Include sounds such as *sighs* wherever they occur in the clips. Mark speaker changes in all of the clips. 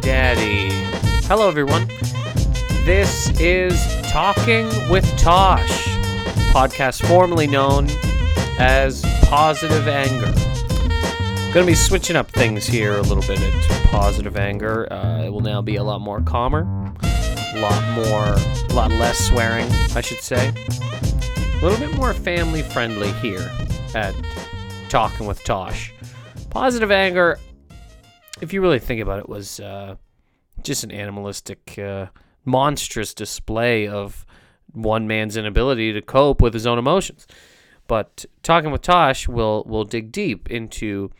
Speaker 1: Daddy. Hello, everyone. This is Talking with Tosh, podcast formerly known as Positive Anger. Going to be switching up things here a little bit to Positive Anger. Uh, it will now be a lot more calmer, a lot more, a lot less swearing, I should say. A little bit more family friendly here at Talking with Tosh. Positive Anger, if you really think about it, was uh, just an animalistic, uh, monstrous display of one man's inability to cope with his own emotions. But talking with Tosh will will dig deep into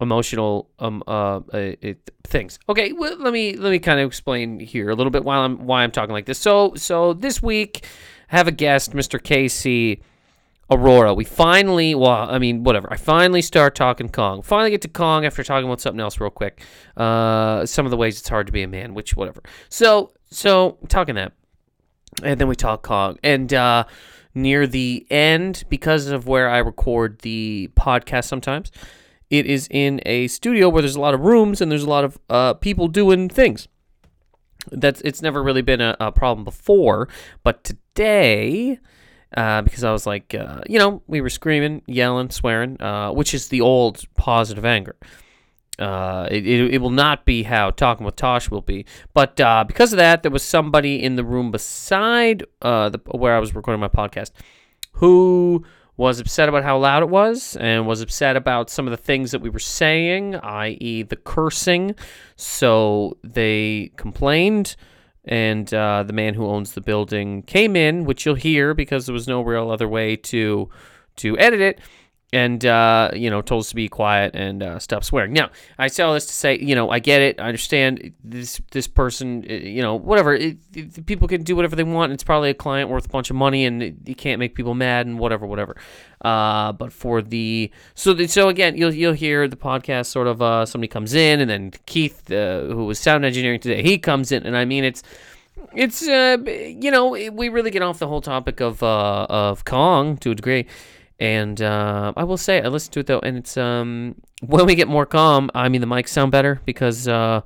Speaker 1: emotional um uh it, things. Okay, well, let me let me kind of explain here a little bit while I'm why I'm talking like this. So so this week, I have a guest, Mr. Casey. Aurora. We finally, well, I mean, whatever. I finally start talking Kong. Finally get to Kong after talking about something else real quick. Uh, some of the ways it's hard to be a man, which whatever. So, so talking that, and then we talk Kong, and uh, near the end, because of where I record the podcast, sometimes it is in a studio where there's a lot of rooms and there's a lot of uh, people doing things that's it's never really been a, a problem before but today uh, because i was like uh, you know we were screaming yelling swearing uh, which is the old positive anger uh, it, it, it will not be how talking with Tosh will be, but uh, because of that, there was somebody in the room beside uh, the, where I was recording my podcast who was upset about how loud it was and was upset about some of the things that we were saying, i.e., the cursing. So they complained, and uh, the man who owns the building came in, which you'll hear because there was no real other way to to edit it. And uh, you know, told us to be quiet and uh, stop swearing. Now, I say all this to say, you know, I get it, I understand this. This person, uh, you know, whatever. It, it- people can do whatever they want. It's probably a client worth a bunch of money, and it- you can't make people mad and whatever, whatever. Uh, but for the so the, so again, you'll you'll hear the podcast sort of uh, somebody comes in, and then Keith, uh, who was sound engineering today, he comes in, and I mean, it's it's uh, b- you know it- we really get off the whole topic of uh, of Kong to a degree, and uh, I will say I listened to it though, and it's um when we get more calm, I mean the mics sound better because uh,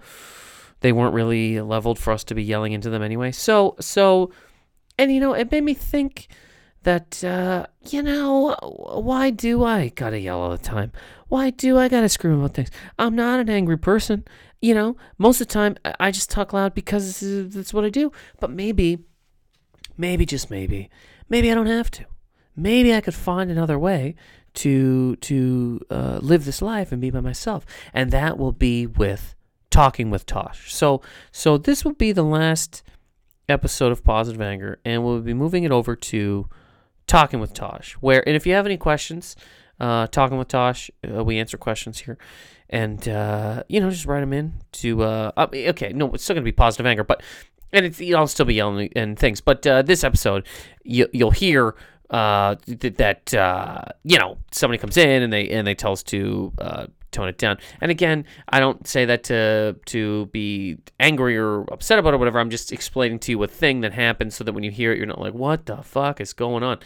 Speaker 1: they weren't really leveled for us to be yelling into them anyway. So so, and you know it made me think that uh, you know why do I gotta yell all the time? Why do I gotta scream about things? I'm not an angry person, you know. Most of the time, I- I just talk loud because uh, that's what I do. But maybe, maybe just maybe, maybe I don't have to. Maybe I could find another way to to uh, live this life and be by myself, and that will be with talking with Tosh. So so this will be the last episode of Positive Anger, and we'll be moving it over to talking with Tosh. Where and if you have any questions, uh, talking with Tosh, uh, we answer questions here, and uh, you know just write them in to. Uh, uh, okay, no, it's still gonna be positive anger, but and it's you know, I'll still be yelling and things. But uh, this episode, you, you'll hear uh th- that uh you know somebody comes in and they and they tell us to uh tone it down and again i don't say that to to be angry or upset about it or whatever i'm just explaining to you a thing that happened so that when you hear it you're not like what the fuck is going on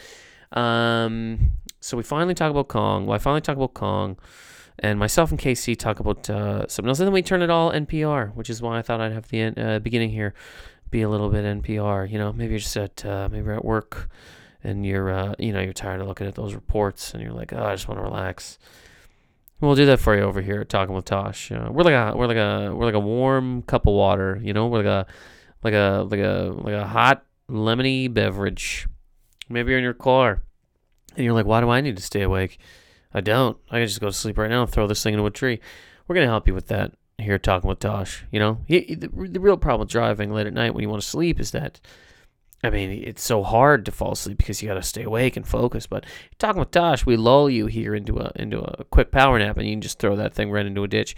Speaker 1: um so we finally talk about kong well i finally talk about kong and myself and KC talk about uh, something else, and then we turn it all NPR, which is why I thought I'd have the en- uh, beginning here be a little bit NPR. You know, maybe you're just at uh, maybe you're at work, and you're uh, you know you're tired of looking at those reports, and you're like, oh, I just want to relax. We'll do that for you over here at Talking with Tosh. You know, we're like a we're like a we're like a warm cup of water. You know, we're like a like a like a like a hot lemony beverage. Maybe you're in your car, and you're like, why do I need to stay awake? I don't. I can just go to sleep right now and throw this thing into a tree. We're gonna help you with that here, at talking with Tosh. You know, He- he- the, the real problem with driving late at night when you want to sleep is that, I mean, it's so hard to fall asleep because you got to stay awake and focus. But talking with Tosh, we lull you here into a into a quick power nap, and you can just throw that thing right into a ditch.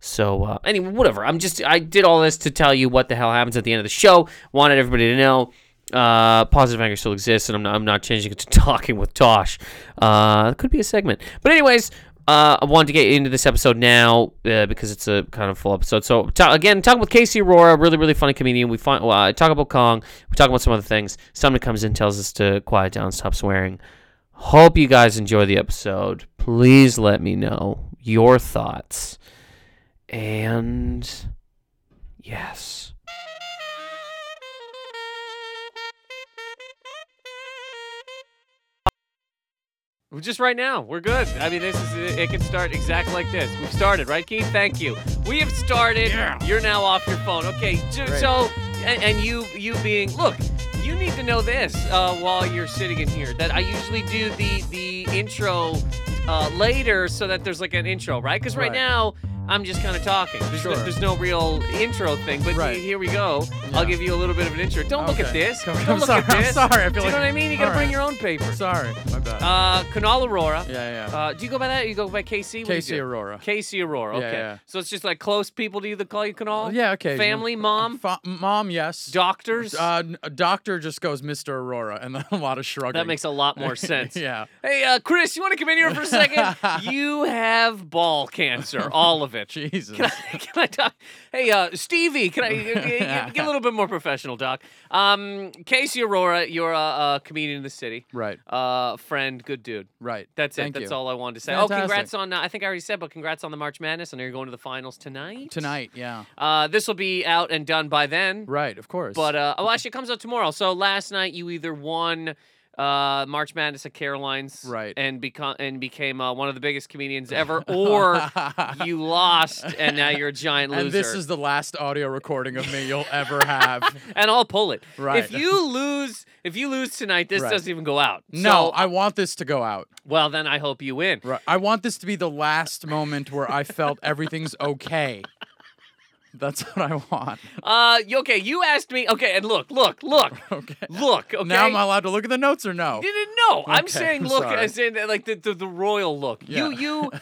Speaker 1: So uh, anyway, whatever. I'm just I did all this to tell you what the hell happens at the end of the show. Wanted everybody to know. Uh, positive anger still exists, and I'm not, I'm not changing it to *laughs* talking with Tosh. Uh, it could be a segment, but anyways, uh, I wanted to get into this episode now uh, because it's a kind of full episode. So ta again, talking with Casey Aurora, really really funny comedian. We find, well, I talk about Kong, we talk about some other things. Somebody comes in, tells us to quiet down, stop swearing. Hope you guys enjoy the episode. Please let me know your thoughts. And Yes. Well, Just right now, we're good. I mean, this is it can start exactly like this. We've started, right, Keith? Thank you. We have started.
Speaker 2: Yeah.
Speaker 1: You're now off your phone. Okay, ju-
Speaker 2: Great.
Speaker 1: so and, and you you being look, you need to know this uh, while you're sitting in here that I usually do the the intro uh, later so that there's like an intro, right? Because right,
Speaker 2: Right.
Speaker 1: now I'm just kind of talking. There's,
Speaker 2: Sure.
Speaker 1: no, there's no real intro thing, but
Speaker 2: Right.
Speaker 1: here we go. I'll
Speaker 2: Yeah.
Speaker 1: give you a little bit of an intro. Don't look at
Speaker 2: Okay.
Speaker 1: this.
Speaker 2: I'm
Speaker 1: Don't look
Speaker 2: sorry,
Speaker 1: at
Speaker 2: I'm
Speaker 1: this.
Speaker 2: sorry, I feel
Speaker 1: do you
Speaker 2: like-
Speaker 1: know what I mean? You gotta
Speaker 2: All
Speaker 1: bring
Speaker 2: right.
Speaker 1: your own paper.
Speaker 2: Sorry, my bad.
Speaker 1: Uh, Canal Aurora.
Speaker 2: yeah, yeah.
Speaker 1: Uh, do you go by that? Or you go by KC? What do you
Speaker 2: Casey
Speaker 1: do?
Speaker 2: Aurora.
Speaker 1: KC Aurora.
Speaker 2: Yeah,
Speaker 1: Okay.
Speaker 2: yeah. Oh,
Speaker 1: So it's just like close people to you that call you Canal.
Speaker 2: yeah, okay.
Speaker 1: Family, mom,
Speaker 2: Fa- mom, yes.
Speaker 1: doctors.
Speaker 2: uh, n- a doctor just goes Mr. Aurora, and then *laughs* a lot of shrugging.
Speaker 1: that makes a
Speaker 2: *laughs*
Speaker 1: lot more sense.
Speaker 2: yeah.
Speaker 1: Hey, uh, Chris, you want to come in here for a
Speaker 2: *laughs*
Speaker 1: second? you have ball cancer, all of it.
Speaker 2: Jesus.
Speaker 1: Can I, *laughs* can I talk? Hey, uh, Stevie,
Speaker 2: *laughs*
Speaker 1: can I uh, get a little bit more professional, Doc? Um, Casey Aurora, you're a, a comedian in the city,
Speaker 2: right.
Speaker 1: uh, friend, good dude.
Speaker 2: Right.
Speaker 1: That's it.
Speaker 2: Thank
Speaker 1: That's
Speaker 2: you.
Speaker 1: all I wanted to say. Oh,
Speaker 2: Fantastic.
Speaker 1: congrats on, uh, I think I already said, but congrats on the March Madness. I know you're going to the finals tonight.
Speaker 2: Tonight, yeah.
Speaker 1: Uh, this will be out and done by then.
Speaker 2: Right, of course.
Speaker 1: But, uh, oh, actually, it comes out tomorrow. So last night, you either won. Uh, March Madness at Caroline's,
Speaker 2: Right.
Speaker 1: and become and became uh, one of the biggest
Speaker 2: *laughs*
Speaker 1: comedians ever, or you lost and now you're a giant uh, loser.
Speaker 2: and this is the last audio recording of me you'll
Speaker 1: *laughs*
Speaker 2: ever have.
Speaker 1: and I'll pull it.
Speaker 2: Right.
Speaker 1: If you lose, if you lose tonight, this
Speaker 2: Right.
Speaker 1: doesn't even go out.
Speaker 2: No,
Speaker 1: So-
Speaker 2: I want this to go out.
Speaker 1: well, then I hope you win.
Speaker 2: Right. I want this to be the last moment where I felt everything's okay. That's what I want.
Speaker 1: Uh, you- okay. You asked me. Okay, and look, look, look,
Speaker 2: *laughs* Okay.
Speaker 1: look. Okay.
Speaker 2: Now am I allowed to look at the notes or no?
Speaker 1: Didn't know. I'm
Speaker 2: Okay,
Speaker 1: saying
Speaker 2: I'm
Speaker 1: look
Speaker 2: sorry.
Speaker 1: as in uh, like the, the the royal look.
Speaker 2: Yeah. *laughs*
Speaker 1: You you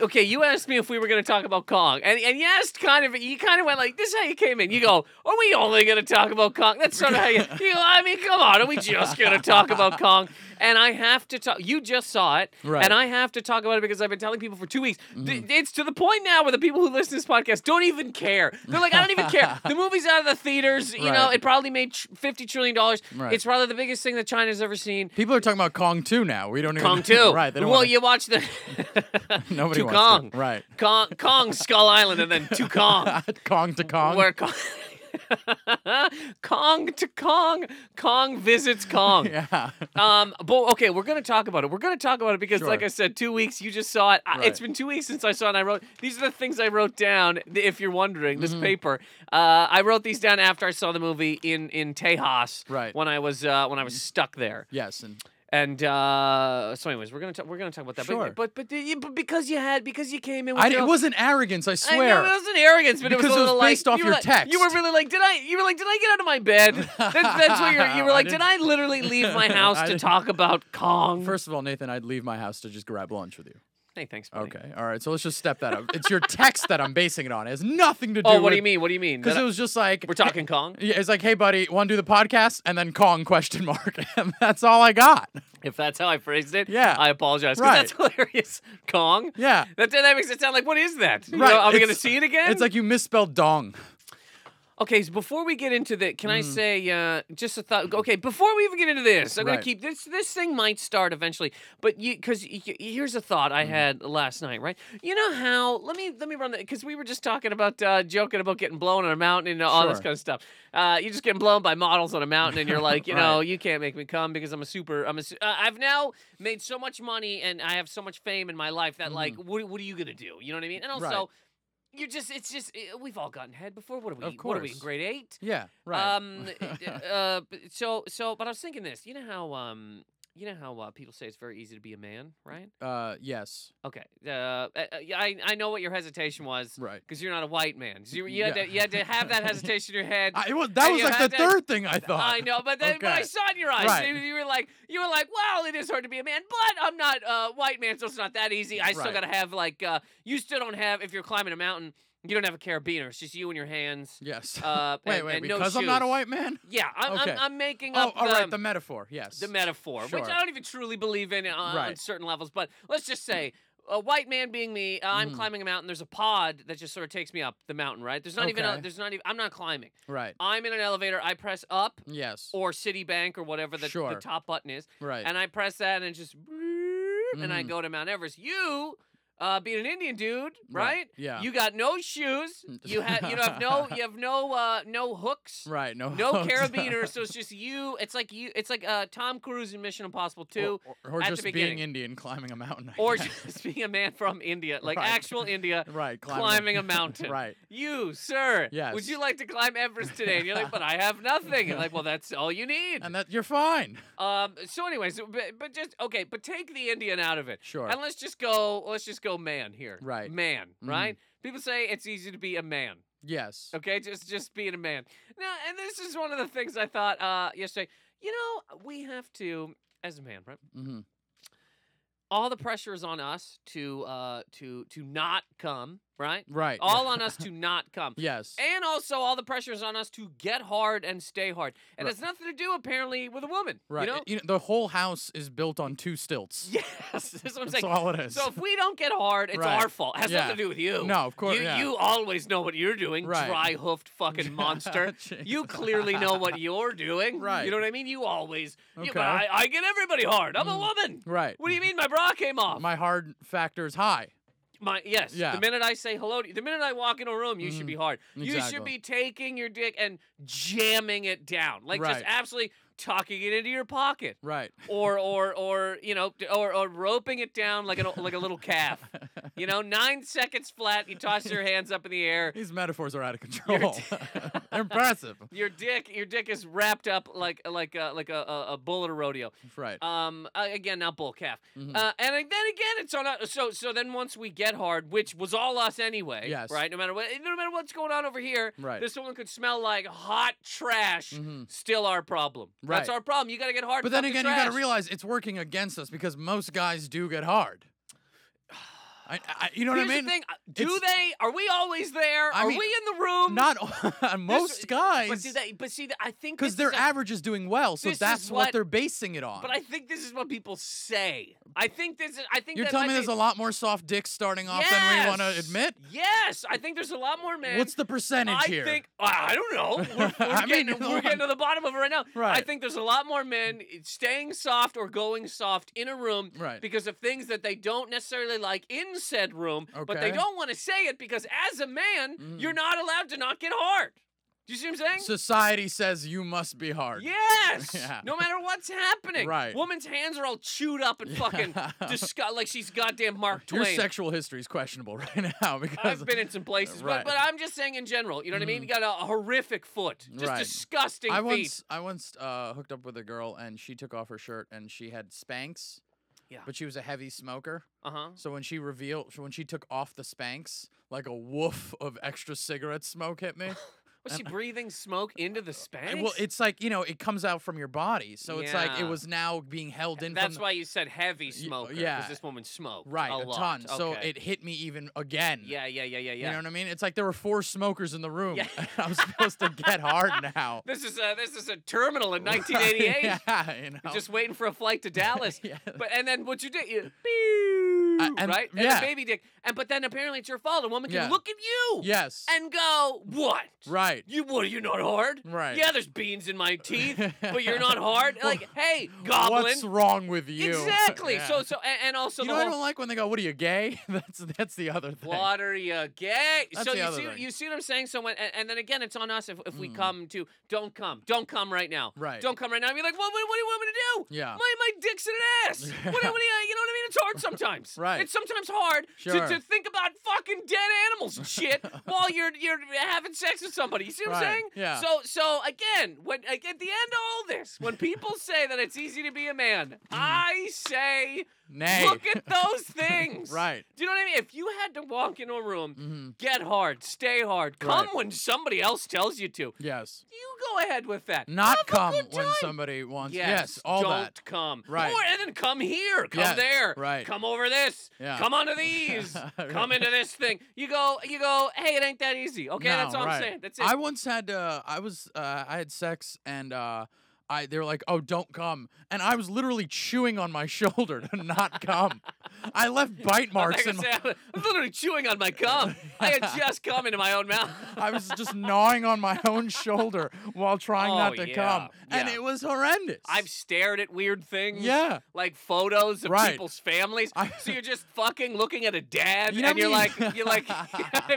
Speaker 1: okay, you asked me if we were gonna talk about Kong. And and you asked kind of you kind of went like this is how you came in. You go, Are we only gonna talk about Kong? That's sort of how you you go, I mean, come on, are we just gonna talk about Kong? And I have to talk you just saw it.
Speaker 2: Right. Mm-hmm.
Speaker 1: And I have to talk about it because I've been telling people for two weeks. Th- it's to the point now where the people who listen to this podcast don't even care. They're like, I don't even
Speaker 2: *laughs*
Speaker 1: care. The movie's out of the theaters, you know,
Speaker 2: Right.
Speaker 1: it probably made tr- fifty trillion dollars.
Speaker 2: Right.
Speaker 1: It's probably the biggest thing that China's ever seen.
Speaker 2: People are talking about Kong 2 now. We don't even
Speaker 1: Kong 2.
Speaker 2: *laughs* right. They don't
Speaker 1: well,
Speaker 2: wanna-
Speaker 1: you watch the *laughs*
Speaker 2: nobody
Speaker 1: to
Speaker 2: wants
Speaker 1: Kong.
Speaker 2: To, right. *laughs*
Speaker 1: Kong Kong Skull Island and then to Kong.
Speaker 2: Kong to *laughs* Kong.
Speaker 1: where Kong *laughs* Kong to Kong. Kong visits Kong.
Speaker 2: *laughs* Yeah.
Speaker 1: Um, but okay, we're gonna talk about it. We're gonna talk about it because,
Speaker 2: Sure.
Speaker 1: like I said, two weeks. You just saw it. I It's
Speaker 2: Right.
Speaker 1: been two weeks since I saw it. and I wrote these are the things I wrote down. th- If you're wondering,
Speaker 2: Mm-hmm.
Speaker 1: this paper. Uh, I wrote these down after I saw the movie in in Tejas.
Speaker 2: Right. Mm-hmm.
Speaker 1: When I was uh, when I was stuck there.
Speaker 2: Yes. And
Speaker 1: And uh, so, anyways, we're gonna talk, we're gonna talk about that.
Speaker 2: Sure.
Speaker 1: But, but but you- but because you had because you came in. With
Speaker 2: I,
Speaker 1: your-
Speaker 2: it wasn't arrogance, I
Speaker 1: I know,
Speaker 2: swear.
Speaker 1: it wasn't arrogance, but it was
Speaker 2: Because
Speaker 1: a
Speaker 2: it was
Speaker 1: little
Speaker 2: based
Speaker 1: like,
Speaker 2: off
Speaker 1: you were
Speaker 2: your
Speaker 1: like- You were
Speaker 2: text.
Speaker 1: really like, did I? You were like, did I get out of my
Speaker 2: *laughs*
Speaker 1: bed? That, that's what you're. You were
Speaker 2: I
Speaker 1: like, did
Speaker 2: didn't-
Speaker 1: I literally leave my house
Speaker 2: *laughs* I
Speaker 1: to
Speaker 2: didn't-
Speaker 1: talk about Kong?
Speaker 2: First of all, Nathan, I'd leave my house to just grab lunch with you.
Speaker 1: hey, thanks. Buddy.
Speaker 2: Okay. All right. So let's just step that up. It's your text that I'm basing it on. It has nothing to do
Speaker 1: Oh, what do you mean? What do you mean?
Speaker 2: Because
Speaker 1: That I-
Speaker 2: it was just like
Speaker 1: we're talking Kong.
Speaker 2: *laughs* Yeah, it's like, hey, buddy, want to do the podcast? And then Kong question mark, *laughs* and that's all I got. *laughs*
Speaker 1: If that's how I phrased it,
Speaker 2: Yeah.
Speaker 1: I apologize. 'cause
Speaker 2: Right.
Speaker 1: that's *laughs* hilarious. Kong.
Speaker 2: Yeah,
Speaker 1: That, that makes it sound like what is that? You
Speaker 2: Right,
Speaker 1: know, are we
Speaker 2: it's-
Speaker 1: gonna see it again?
Speaker 2: it's like you misspelled dong.
Speaker 1: Okay, so before we get into the, can I
Speaker 2: Mm.
Speaker 1: say uh, just a thought? Okay, before we even get into this, I'm gonna
Speaker 2: Right.
Speaker 1: keep this. This thing might start eventually, but you because here's a thought
Speaker 2: Mm-hmm.
Speaker 1: I had last night. Right, you know how? Let me let me run that because we were just talking about uh, joking about getting blown on a mountain and all this
Speaker 2: Sure.
Speaker 1: kind of stuff. Uh, you're just getting blown by models on a mountain,
Speaker 2: *laughs*
Speaker 1: and you're like, you
Speaker 2: Right.
Speaker 1: know, you can't make me come because I'm a super. I'm a. su- Uh, I've now made so much money and I have so much fame in my life that like,
Speaker 2: Mm-hmm.
Speaker 1: what what are you gonna do? You know what I mean? And also.
Speaker 2: Right.
Speaker 1: You're just, it's just, eh, we've all gotten head before. What are we,
Speaker 2: Of
Speaker 1: what are we in
Speaker 2: course.
Speaker 1: grade eight?
Speaker 2: Yeah, right. *laughs*
Speaker 1: Um, d- uh, b- so, so, but I was thinking this, you know how, um, you know how uh, people say it's very easy to be a man, right?
Speaker 2: uh, yes,
Speaker 1: Okay. Uh, uh, uh, yeah, I, I know what your hesitation was
Speaker 2: right.
Speaker 1: because you're not a white man. So you, you, had
Speaker 2: Yeah.
Speaker 1: to, you had to have that hesitation in your head.
Speaker 2: *laughs* I, well, that
Speaker 1: And
Speaker 2: was
Speaker 1: you
Speaker 2: like
Speaker 1: had
Speaker 2: the
Speaker 1: that-
Speaker 2: third thing I thought.
Speaker 1: I know, but then when I
Speaker 2: Okay.
Speaker 1: saw it in your eyes,
Speaker 2: Right.
Speaker 1: you, you were like, you were like, well, it is hard to be a man, but I'm not a uh, white man, so it's not that easy. I still
Speaker 2: Right.
Speaker 1: gotta have like, uh, you still don't have if you're climbing a mountain, you don't have a carabiner. It's just you and your hands.
Speaker 2: Yes.
Speaker 1: Uh,
Speaker 2: wait,
Speaker 1: and,
Speaker 2: wait.
Speaker 1: and no
Speaker 2: because I'm not a
Speaker 1: shoes.
Speaker 2: white man.
Speaker 1: Yeah, I'm,
Speaker 2: Okay.
Speaker 1: I'm, I'm making
Speaker 2: Oh,
Speaker 1: up
Speaker 2: all
Speaker 1: the,
Speaker 2: right. The metaphor. Yes.
Speaker 1: the metaphor, which
Speaker 2: Sure.
Speaker 1: I don't even truly believe in uh, on
Speaker 2: Right.
Speaker 1: certain levels. But let's just say, a white man being me, uh, I'm
Speaker 2: Mhm.
Speaker 1: climbing a mountain. There's a pod that just sort of takes me up the mountain, right? There's not even a,
Speaker 2: Okay.
Speaker 1: there's not even I'm not climbing.
Speaker 2: right.
Speaker 1: I'm in an elevator. I press up
Speaker 2: Yes.
Speaker 1: or Citibank or whatever the, the
Speaker 2: Sure.
Speaker 1: top button is,
Speaker 2: right.
Speaker 1: and I press that and it just and I
Speaker 2: Mhm.
Speaker 1: go to Mount Everest. You Uh, being an Indian dude,
Speaker 2: Right,
Speaker 1: right?
Speaker 2: yeah. Mm,
Speaker 1: You got no shoes. You have you have
Speaker 2: *laughs*
Speaker 1: no you have no uh no hooks.
Speaker 2: Right. No. *laughs*
Speaker 1: No
Speaker 2: hooks.
Speaker 1: carabiner, so it's just you. It's like you. It's like uh, Tom Cruise in Mission Impossible Two,
Speaker 2: Or, or- or
Speaker 1: at the
Speaker 2: just being
Speaker 1: beginning.
Speaker 2: Indian, climbing a mountain. *laughs* I
Speaker 1: or
Speaker 2: guess.
Speaker 1: just being a man from India, like
Speaker 2: Oh, Right.
Speaker 1: actual India,
Speaker 2: right,
Speaker 1: climbing a
Speaker 2: *laughs*
Speaker 1: mountain.
Speaker 2: right.
Speaker 1: You, sir, would
Speaker 2: Yes.
Speaker 1: you like to climb Everest today? And you're like, but I
Speaker 2: *laughs*
Speaker 1: have nothing. And like, well, that's all you need.
Speaker 2: And that you're fine.
Speaker 1: Um. So, anyways, but, but just okay. But take the Indian out of it.
Speaker 2: Sure.
Speaker 1: And let's just go. Let's just go man here.
Speaker 2: Right. Mm-hmm.
Speaker 1: Man. Right. People say it's easy to be a man.
Speaker 2: Yes.
Speaker 1: Okay. Just just being a man. Now, and this is one of the things I thought uh, yesterday. You know, we have to as a man, right?
Speaker 2: hmm
Speaker 1: All the pressure is on us to uh to to not come. Right.
Speaker 2: Right.
Speaker 1: All on us to not come.
Speaker 2: *laughs* Yes.
Speaker 1: And also, all the pressure is on us to get hard and stay hard, and
Speaker 2: Right.
Speaker 1: it's nothing to do apparently with a woman.
Speaker 2: Right.
Speaker 1: You know.
Speaker 2: the whole house is built on two stilts.
Speaker 1: *laughs* Yes, that's what I'm
Speaker 2: That's
Speaker 1: saying.
Speaker 2: all it is.
Speaker 1: So if we don't get hard, it's
Speaker 2: Right.
Speaker 1: our fault. It has nothing to
Speaker 2: Yeah.
Speaker 1: do with you.
Speaker 2: No, of course-
Speaker 1: You,
Speaker 2: yeah.
Speaker 1: you always know what you're doing,
Speaker 2: Right.
Speaker 1: dry hoofed
Speaker 2: *laughs*
Speaker 1: fucking monster.
Speaker 2: Jeez.
Speaker 1: you clearly
Speaker 2: *laughs*
Speaker 1: know what you're doing.
Speaker 2: Right.
Speaker 1: You know what I mean? You always. You,
Speaker 2: Okay. Mm.
Speaker 1: but I, I get everybody hard. I'm a woman.
Speaker 2: right.
Speaker 1: What do you mean my bra came off?
Speaker 2: My hard factor is high.
Speaker 1: My yes.
Speaker 2: Yeah. Mm-hmm.
Speaker 1: The minute I say hello to you, the minute I walk in a room, you should be hard. You should
Speaker 2: exactly.
Speaker 1: be taking your dick and jamming it down, like just
Speaker 2: Right.
Speaker 1: absolutely tucking it into your pocket
Speaker 2: Right. *laughs*
Speaker 1: or or or you know d- or, or roping it down like an like a little calf you know nine seconds flat you toss your hands up in the air
Speaker 2: These metaphors are
Speaker 1: *laughs*
Speaker 2: out of control. *laughs* Impressive.
Speaker 1: your dick your dick is wrapped up like like a like a, a, a bull at a rodeo
Speaker 2: Right.
Speaker 1: um uh, again not bull calf
Speaker 2: Mm-hmm.
Speaker 1: uh, and then again it's on us- so so then once we get hard which was all us anyway
Speaker 2: Yes.
Speaker 1: right no matter what no matter what's going on over here
Speaker 2: Right. Mm-hmm.
Speaker 1: this one could smell like hot trash still our problem that's
Speaker 2: Right.
Speaker 1: our problem you got to get hard
Speaker 2: but then
Speaker 1: fucking
Speaker 2: again, you got
Speaker 1: trash.
Speaker 2: to realize it's working against us because most guys do get hard. I, I, you know what I
Speaker 1: Here's
Speaker 2: mean?
Speaker 1: the thing. uh, Do
Speaker 2: It's-
Speaker 1: they? Are we always there?
Speaker 2: I
Speaker 1: are
Speaker 2: mean,
Speaker 1: we in the room?
Speaker 2: Not
Speaker 1: um,
Speaker 2: *laughs*
Speaker 1: This-
Speaker 2: most guys.
Speaker 1: But, do they, but see, I think
Speaker 2: because
Speaker 1: this
Speaker 2: their
Speaker 1: is a-
Speaker 2: average is doing well, so
Speaker 1: this is
Speaker 2: that's
Speaker 1: what-
Speaker 2: what they're basing it on.
Speaker 1: But I think this is what people say. I think this is. I think
Speaker 2: You're
Speaker 1: that
Speaker 2: telling
Speaker 1: might
Speaker 2: me there's
Speaker 1: be-
Speaker 2: a lot more soft dicks starting off than we want to
Speaker 1: Yes!
Speaker 2: admit?
Speaker 1: Yes, I think there's a lot more men.
Speaker 2: What's the percentage
Speaker 1: I
Speaker 2: here?
Speaker 1: think I don't know.
Speaker 2: *laughs*
Speaker 1: We're, we're
Speaker 2: I
Speaker 1: getting,
Speaker 2: mean, you're
Speaker 1: we're
Speaker 2: the
Speaker 1: getting
Speaker 2: one-
Speaker 1: to the bottom of it right now. I
Speaker 2: Right.
Speaker 1: think there's a lot more men staying soft or going soft in a room
Speaker 2: Right.
Speaker 1: because of things that they don't necessarily like in said room, but they
Speaker 2: Okay. Mm.
Speaker 1: don't want to say it because as a man, you're not allowed to not get hard. Do you see what I'm saying?
Speaker 2: Society says you must be hard.
Speaker 1: Yes.
Speaker 2: *laughs* Yeah.
Speaker 1: No matter what's happening.
Speaker 2: Right.
Speaker 1: Woman's hands are all chewed up
Speaker 2: *laughs*
Speaker 1: and fucking disgust like she's goddamn Mark
Speaker 2: Your
Speaker 1: Twain.
Speaker 2: sexual history is questionable *laughs* right now because
Speaker 1: I've been in some places,
Speaker 2: Right. Mm-hmm.
Speaker 1: but, but I'm just saying in general. You know what I mean? You got a, a horrific foot, just
Speaker 2: Right.
Speaker 1: disgusting
Speaker 2: I
Speaker 1: feet.
Speaker 2: once I once uh, hooked up with a girl and she took off her shirt and she had Spanx.
Speaker 1: Yeah.
Speaker 2: But she was a heavy smoker,
Speaker 1: Uh huh.
Speaker 2: so when she revealed, when she took off the Spanx, like a woof of extra cigarette smoke
Speaker 1: *laughs*
Speaker 2: hit me.
Speaker 1: Was she breathing smoke into the Spanx?
Speaker 2: And, well, it's like you know, it comes out from your body, so it's like it
Speaker 1: Yeah.
Speaker 2: was now being held in.
Speaker 1: That's
Speaker 2: from the- oh,
Speaker 1: why you said heavy smoker.
Speaker 2: yeah.
Speaker 1: Because this woman smoked.
Speaker 2: right,
Speaker 1: A,
Speaker 2: a,
Speaker 1: lot.
Speaker 2: ton. So
Speaker 1: Okay.
Speaker 2: it hit me even again.
Speaker 1: Yeah, yeah, yeah, yeah, yeah.
Speaker 2: You know what I mean? It's like there were four smokers in the room.
Speaker 1: Yeah.
Speaker 2: *laughs* and I'm supposed to get hard
Speaker 1: *laughs*
Speaker 2: now.
Speaker 1: this is a this is a terminal
Speaker 2: *laughs*
Speaker 1: in 1988.
Speaker 2: yeah, you know.
Speaker 1: Just waiting for a flight to Dallas,
Speaker 2: *laughs* Yeah.
Speaker 1: but and then what you did, you, pew,
Speaker 2: Uh, and-
Speaker 1: right? And
Speaker 2: yeah.
Speaker 1: a baby dick, and but then apparently it's your fault. A woman can
Speaker 2: Yeah.
Speaker 1: look at you,
Speaker 2: yes.
Speaker 1: and go, what?
Speaker 2: right.
Speaker 1: You what? You're not hard,
Speaker 2: Right.
Speaker 1: Yeah, there's beans in my
Speaker 2: *laughs*
Speaker 1: teeth, but you're not hard. Like, hey, goblin.
Speaker 2: What's wrong with you?
Speaker 1: Exactly.
Speaker 2: Yeah.
Speaker 1: So so and, and also
Speaker 2: you
Speaker 1: the
Speaker 2: know what I
Speaker 1: whole
Speaker 2: don't like when they go, "What are you gay?" *laughs* that's that's the
Speaker 1: *laughs*
Speaker 2: other thing.
Speaker 1: What are you gay?
Speaker 2: That's
Speaker 1: so
Speaker 2: the
Speaker 1: you
Speaker 2: other
Speaker 1: see,
Speaker 2: thing. Hmm.
Speaker 1: you see what I'm saying? So when, and, and then again, it's on us if, if we come to don't come, don't come right now,
Speaker 2: Right.
Speaker 1: Don't come right now. And be like, well, what, what do you want me to do?
Speaker 2: Yeah.
Speaker 1: my my dick's in an ass.
Speaker 2: *laughs*
Speaker 1: what, do- what do you, you know what I mean? It's hard sometimes.
Speaker 2: Right.
Speaker 1: It's sometimes hard
Speaker 2: Sure.
Speaker 1: to, to think about fucking dead animals and
Speaker 2: *laughs*
Speaker 1: shit while you're you're having sex with somebody. You see what I'm
Speaker 2: Right.
Speaker 1: saying?
Speaker 2: Yeah.
Speaker 1: So so again, when like, at the end of all this, when
Speaker 2: *laughs*
Speaker 1: people say that it's easy to be a
Speaker 2: Mm.
Speaker 1: man, I say.
Speaker 2: Nay.
Speaker 1: Look
Speaker 2: *laughs*
Speaker 1: at those things.
Speaker 2: Right. Mm.
Speaker 1: Do you know what I mean? If you had to walk into a room,
Speaker 2: Mm-hmm.
Speaker 1: get hard, stay hard, come
Speaker 2: Right.
Speaker 1: when somebody else tells you to.
Speaker 2: yes.
Speaker 1: You go ahead with that.
Speaker 2: Not
Speaker 1: Have a
Speaker 2: come
Speaker 1: good
Speaker 2: when
Speaker 1: time.
Speaker 2: somebody wants.
Speaker 1: Yes,
Speaker 2: all
Speaker 1: don't
Speaker 2: that.
Speaker 1: come.
Speaker 2: Right.
Speaker 1: Or, and then come here, come
Speaker 2: Yes,
Speaker 1: there,
Speaker 2: right.
Speaker 1: come over this,
Speaker 2: Yeah.
Speaker 1: come
Speaker 2: *laughs*
Speaker 1: onto these, come into this thing. You go, you go. Hey, it ain't that easy. Okay,
Speaker 2: No,
Speaker 1: that's all
Speaker 2: right.
Speaker 1: I'm saying. That's it.
Speaker 2: I once had uh, I was uh, I had sex and uh, *laughs* I they were like, "Oh, don't come," and I was literally chewing on my shoulder to not come. I
Speaker 1: *laughs*
Speaker 2: left bite marks in
Speaker 1: Like I
Speaker 2: my,
Speaker 1: said, I'm literally chewing on my
Speaker 2: *laughs*
Speaker 1: gum. I had just come into my own mouth.
Speaker 2: I was just gnawing on my own shoulder while trying
Speaker 1: Oh,
Speaker 2: not to
Speaker 1: yeah,
Speaker 2: come. And
Speaker 1: yeah.
Speaker 2: it was horrendous.
Speaker 1: I've stared at weird things.
Speaker 2: Yeah.
Speaker 1: Like photos of
Speaker 2: Right.
Speaker 1: people's families.
Speaker 2: I-
Speaker 1: so you're just fucking looking at a dad
Speaker 2: You know
Speaker 1: and you're
Speaker 2: how
Speaker 1: like
Speaker 2: many-
Speaker 1: you're like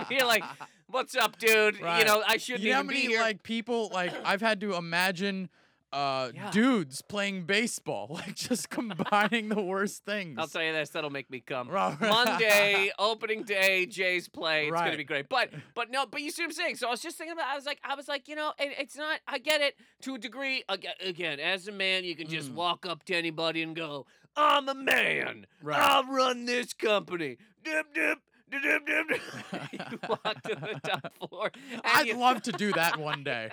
Speaker 1: you're like, *laughs* What's up, dude? You
Speaker 2: Right.
Speaker 1: know, I shouldn't
Speaker 2: you know how
Speaker 1: even be
Speaker 2: many
Speaker 1: here.
Speaker 2: like people like I've had to imagine uh
Speaker 1: Yeah.
Speaker 2: dudes playing baseball, *laughs* like just combining the worst things.
Speaker 1: I'll tell you this, that'll make me come.
Speaker 2: *laughs* Right.
Speaker 1: Monday, opening day, Jays play. It's gonna
Speaker 2: Right.
Speaker 1: be great. But but no, but you see what I'm saying. So I was just thinking about I was like, I was like, you know, it, it's not I get it to a degree. Aga- Again, as a man, you can
Speaker 2: Mm.
Speaker 1: just walk up to anybody and go, I'm a man.
Speaker 2: Right.
Speaker 1: I'll run this company. Dip dip. dip, dip, dip, *laughs* dip."
Speaker 2: *laughs*
Speaker 1: you walk to the top floor. and
Speaker 2: I'd
Speaker 1: you-
Speaker 2: love to do that one
Speaker 1: *laughs*
Speaker 2: day.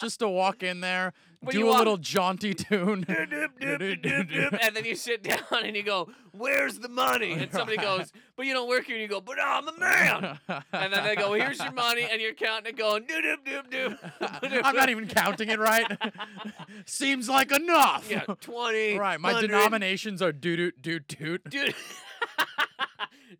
Speaker 2: Just to walk in there,
Speaker 1: But
Speaker 2: do
Speaker 1: you
Speaker 2: a
Speaker 1: walk-
Speaker 2: little jaunty tune.
Speaker 1: *laughs* dip, dip, dip, dip,
Speaker 2: *laughs*
Speaker 1: dip, and then you sit down and you go, "Where's the money?" And somebody goes, "But you don't work here." And you go, "But I'm
Speaker 2: *laughs*
Speaker 1: a man." And then they go, "Here's your money," and you're counting it, going, "Doop doop doop
Speaker 2: *laughs*
Speaker 1: doop." *laughs*
Speaker 2: I'm not even counting it right. *laughs* Seems like enough. *laughs*
Speaker 1: Yeah, twenty.
Speaker 2: Right, my
Speaker 1: 100,
Speaker 2: denominations are doo doo doo doot.
Speaker 1: Dude. *laughs*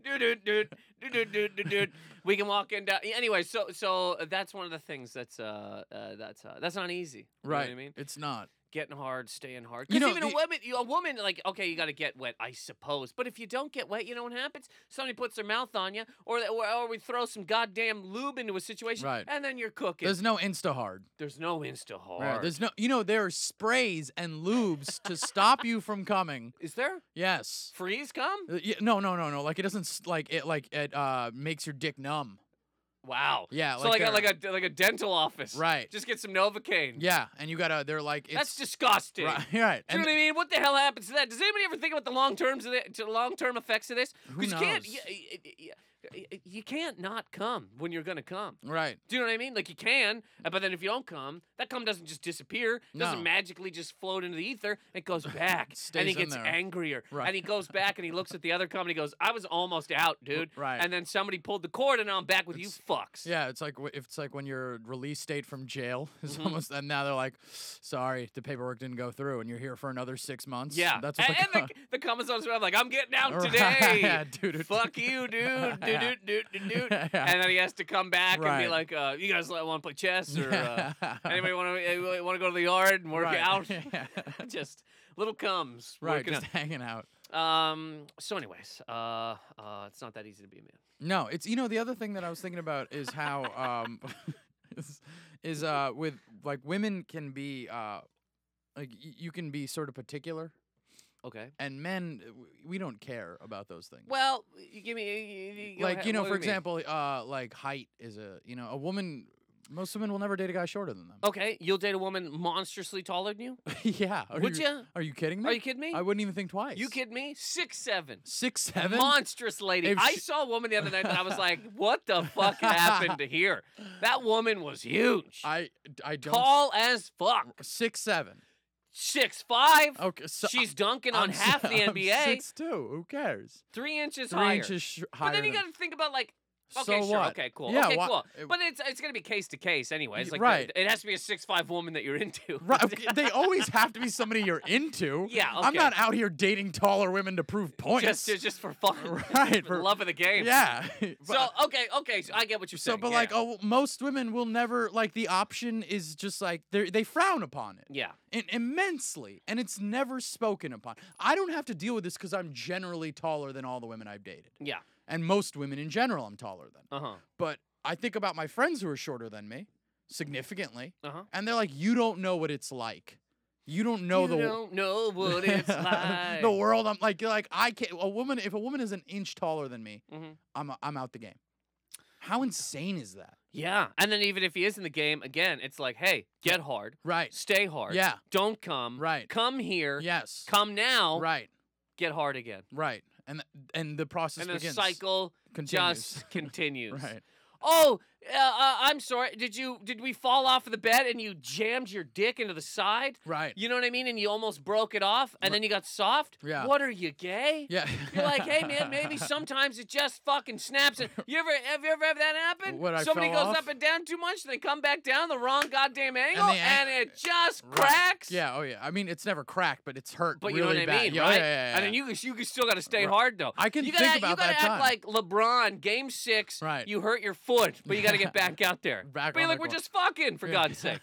Speaker 1: Dude, dude, dude, dude, dude, dude, dude, dude. We can walk in. Down. Anyway, so so that's one of the things that's uh, uh that's uh, that's not easy. You know
Speaker 2: Right,
Speaker 1: what I mean,
Speaker 2: it's not.
Speaker 1: getting hard, staying hard.
Speaker 2: You
Speaker 1: Because
Speaker 2: know,
Speaker 1: even a
Speaker 2: the-
Speaker 1: woman, you- a woman, like, okay, you got to get wet, I suppose. But if you don't get wet, you know what happens? Somebody puts their mouth on you, or or, or we throw some goddamn lube into a situation,
Speaker 2: Right.
Speaker 1: and then you're cooking. There's,
Speaker 2: There's no Insta hard.
Speaker 1: no insta hard.
Speaker 2: Right, There's no, you know, there are sprays and lubes to stop you from coming.
Speaker 1: Is there
Speaker 2: Yes.
Speaker 1: freeze come?
Speaker 2: Uh, yeah, no, no, no, no. Like it doesn't. s- Like it. Like it. Uh, makes your dick numb.
Speaker 1: Wow.
Speaker 2: Yeah,
Speaker 1: So like
Speaker 2: like
Speaker 1: a, like a like a dental office.
Speaker 2: Right.
Speaker 1: Just get some Novocaine.
Speaker 2: Yeah, and you gotta. They're like it's
Speaker 1: That's disgusting.
Speaker 2: right. *laughs* right.
Speaker 1: Do you
Speaker 2: And
Speaker 1: know what I mean? What the hell happens to that? Does anybody ever think about the long terms of the, to the long term effects of this?
Speaker 2: Who
Speaker 1: you can't
Speaker 2: knows?
Speaker 1: you, you, you- you can't not come when you're gonna come.
Speaker 2: right.
Speaker 1: Do you know what I mean? Like you can, uh, but then if you don't come, that cum doesn't just disappear. It doesn't
Speaker 2: No.
Speaker 1: magically just float into the ether. It
Speaker 2: *laughs*
Speaker 1: goes back,
Speaker 2: stays
Speaker 1: and he
Speaker 2: in
Speaker 1: gets
Speaker 2: there.
Speaker 1: angrier,
Speaker 2: Right.
Speaker 1: and he goes back and he looks at the other cum and he goes, "I was almost out, dude."
Speaker 2: right.
Speaker 1: And then somebody pulled the cord, and now I'm back with you fucks.
Speaker 2: Yeah, it's like w- if it's like when your release date from jail *laughs* is
Speaker 1: Mm-hmm.
Speaker 2: almost, and now they're like, "Sorry, the paperwork didn't go through, and you're here for another six months."
Speaker 1: Yeah,
Speaker 2: that's
Speaker 1: A-
Speaker 2: what
Speaker 1: and,
Speaker 2: the,
Speaker 1: the, the cum is on I'm like, I'm getting out
Speaker 2: *laughs* Right.
Speaker 1: today.
Speaker 2: Yeah, *laughs* dude.
Speaker 1: Fuck you, dude. Dude, dude, dude, dude, dude.
Speaker 2: *laughs* Yeah.
Speaker 1: And then he has to come back and be
Speaker 2: Right.
Speaker 1: like, uh, "You guys want to play chess or
Speaker 2: *laughs*
Speaker 1: uh, anybody want to want to go to the yard and work
Speaker 2: Right.
Speaker 1: out?"
Speaker 2: *laughs* Yeah.
Speaker 1: *laughs* just little cums.
Speaker 2: right,
Speaker 1: working
Speaker 2: *laughs* just hanging out.
Speaker 1: out. Um. So, anyways, uh, uh, it's not that easy to be a man.
Speaker 2: No, it's you know the other thing that I was thinking about is how um *laughs* is, is uh with like women can be uh like y- you can be sort of particular
Speaker 1: Okay.
Speaker 2: and men uh, w- we don't care about those things.
Speaker 1: Well, you give me go
Speaker 2: like
Speaker 1: ahead,
Speaker 2: you know
Speaker 1: what
Speaker 2: for
Speaker 1: do mean?
Speaker 2: example uh like height is a you know a woman most women will never date a guy shorter than them.
Speaker 1: Okay, you'll date a woman monstrously taller than you?
Speaker 2: *laughs* yeah. Are
Speaker 1: Would ya?
Speaker 2: Are you kidding Oh, me?
Speaker 1: Are you kidding me?
Speaker 2: I wouldn't even think twice.
Speaker 1: you kidding me? Six seven.
Speaker 2: 6 7?
Speaker 1: Monstrous lady.
Speaker 2: If
Speaker 1: I
Speaker 2: she-
Speaker 1: saw a woman the other night that I was
Speaker 2: *laughs*
Speaker 1: like, what the fuck happened to here? That woman was huge.
Speaker 2: I I don't
Speaker 1: Tall as fuck.
Speaker 2: 6 7.
Speaker 1: Six five.
Speaker 2: Okay, Oh, so
Speaker 1: She's dunking on
Speaker 2: I'm s-
Speaker 1: half the
Speaker 2: *laughs* I'm
Speaker 1: NBA.
Speaker 2: 6'2", who cares?
Speaker 1: three inches
Speaker 2: 3
Speaker 1: higher.
Speaker 2: inches sh- higher.
Speaker 1: but then you
Speaker 2: than-
Speaker 1: got to think about like
Speaker 2: So
Speaker 1: Okay, sure.
Speaker 2: what?
Speaker 1: Okay, cool.
Speaker 2: Yeah,
Speaker 1: okay,
Speaker 2: why-
Speaker 1: cool.
Speaker 2: *laughs* it-
Speaker 1: But it's it's gonna be case to case, anyways.
Speaker 2: Y-
Speaker 1: Like,
Speaker 2: right.
Speaker 1: It has to be a six five woman that you're into. *laughs*
Speaker 2: Right, okay, uh, *laughs* they always have to be somebody you're into.
Speaker 1: Yeah,
Speaker 2: I'm
Speaker 1: okay.
Speaker 2: not out here dating taller women to prove points.
Speaker 1: just to- just for fun,
Speaker 2: Right,
Speaker 1: Just for
Speaker 2: for-
Speaker 1: love of the game.
Speaker 2: *laughs* yeah. *laughs* But-
Speaker 1: So okay, okay. So I get what you're
Speaker 2: so,
Speaker 1: saying.
Speaker 2: but
Speaker 1: yeah.
Speaker 2: like, oh, most women will never like the option is just like they they frown upon it
Speaker 1: yeah.
Speaker 2: in, immensely, and it's never spoken upon. I don't have to deal with this because I'm generally taller than all the women I've dated,
Speaker 1: Yeah.
Speaker 2: and most women in general I'm taller than.
Speaker 1: Uh huh.
Speaker 2: But I think about my friends who are shorter than me significantly,
Speaker 1: Uh huh.
Speaker 2: and they're like, "You don't know what it's like. You don't know
Speaker 1: you
Speaker 2: the
Speaker 1: don't know what it's like.
Speaker 2: *laughs* the world. I'm like, you're like I can't. A woman, if a woman is an inch taller than me,
Speaker 1: Mhm.
Speaker 2: I'm I'm out the game. How insane is that?
Speaker 1: Yeah, and then even if he is in the game again, it's like, hey, get hard,
Speaker 2: Right.
Speaker 1: stay hard.
Speaker 2: Yeah.
Speaker 1: Don't come.
Speaker 2: Right.
Speaker 1: Come here.
Speaker 2: Yes.
Speaker 1: Come now.
Speaker 2: Right.
Speaker 1: Get hard again.
Speaker 2: Right. And th- and the process
Speaker 1: And the
Speaker 2: begins.
Speaker 1: cycle
Speaker 2: *laughs* Continues.
Speaker 1: just continues.
Speaker 2: Right.
Speaker 1: Oh, Uh, uh, I'm sorry. Did you did we fall off of the bed and you jammed your dick into the side?
Speaker 2: Right.
Speaker 1: You know what I mean? And you almost broke it off, and then you got soft.
Speaker 2: Yeah.
Speaker 1: What are you gay?
Speaker 2: Yeah.
Speaker 1: You're like, hey man,
Speaker 2: *laughs*
Speaker 1: maybe sometimes it just fucking snaps. It. You ever have you ever have that happen?
Speaker 2: What, I
Speaker 1: Somebody
Speaker 2: fell
Speaker 1: goes
Speaker 2: off?
Speaker 1: up and down too much, they come back down the wrong goddamn angle,
Speaker 2: the
Speaker 1: and,
Speaker 2: ang-
Speaker 1: it just
Speaker 2: Right.
Speaker 1: cracks.
Speaker 2: Yeah. Oh yeah. I mean, it's never cracked, but it's hurt.
Speaker 1: But
Speaker 2: really
Speaker 1: you know what I
Speaker 2: bad.
Speaker 1: mean,
Speaker 2: yeah, oh,
Speaker 1: right?
Speaker 2: Yeah, yeah, yeah,
Speaker 1: And then you you can still got to stay
Speaker 2: Right.
Speaker 1: hard though.
Speaker 2: I can
Speaker 1: you
Speaker 2: think
Speaker 1: gotta, you
Speaker 2: about
Speaker 1: gotta
Speaker 2: that
Speaker 1: act
Speaker 2: time.
Speaker 1: like LeBron, Game Six.
Speaker 2: Right.
Speaker 1: You hurt your foot, but you got to
Speaker 2: *laughs*
Speaker 1: get back out there.
Speaker 2: Back
Speaker 1: Be
Speaker 2: on
Speaker 1: like,
Speaker 2: the
Speaker 1: we're
Speaker 2: court."
Speaker 1: just fucking, for
Speaker 2: Yeah. *laughs*
Speaker 1: God's sake.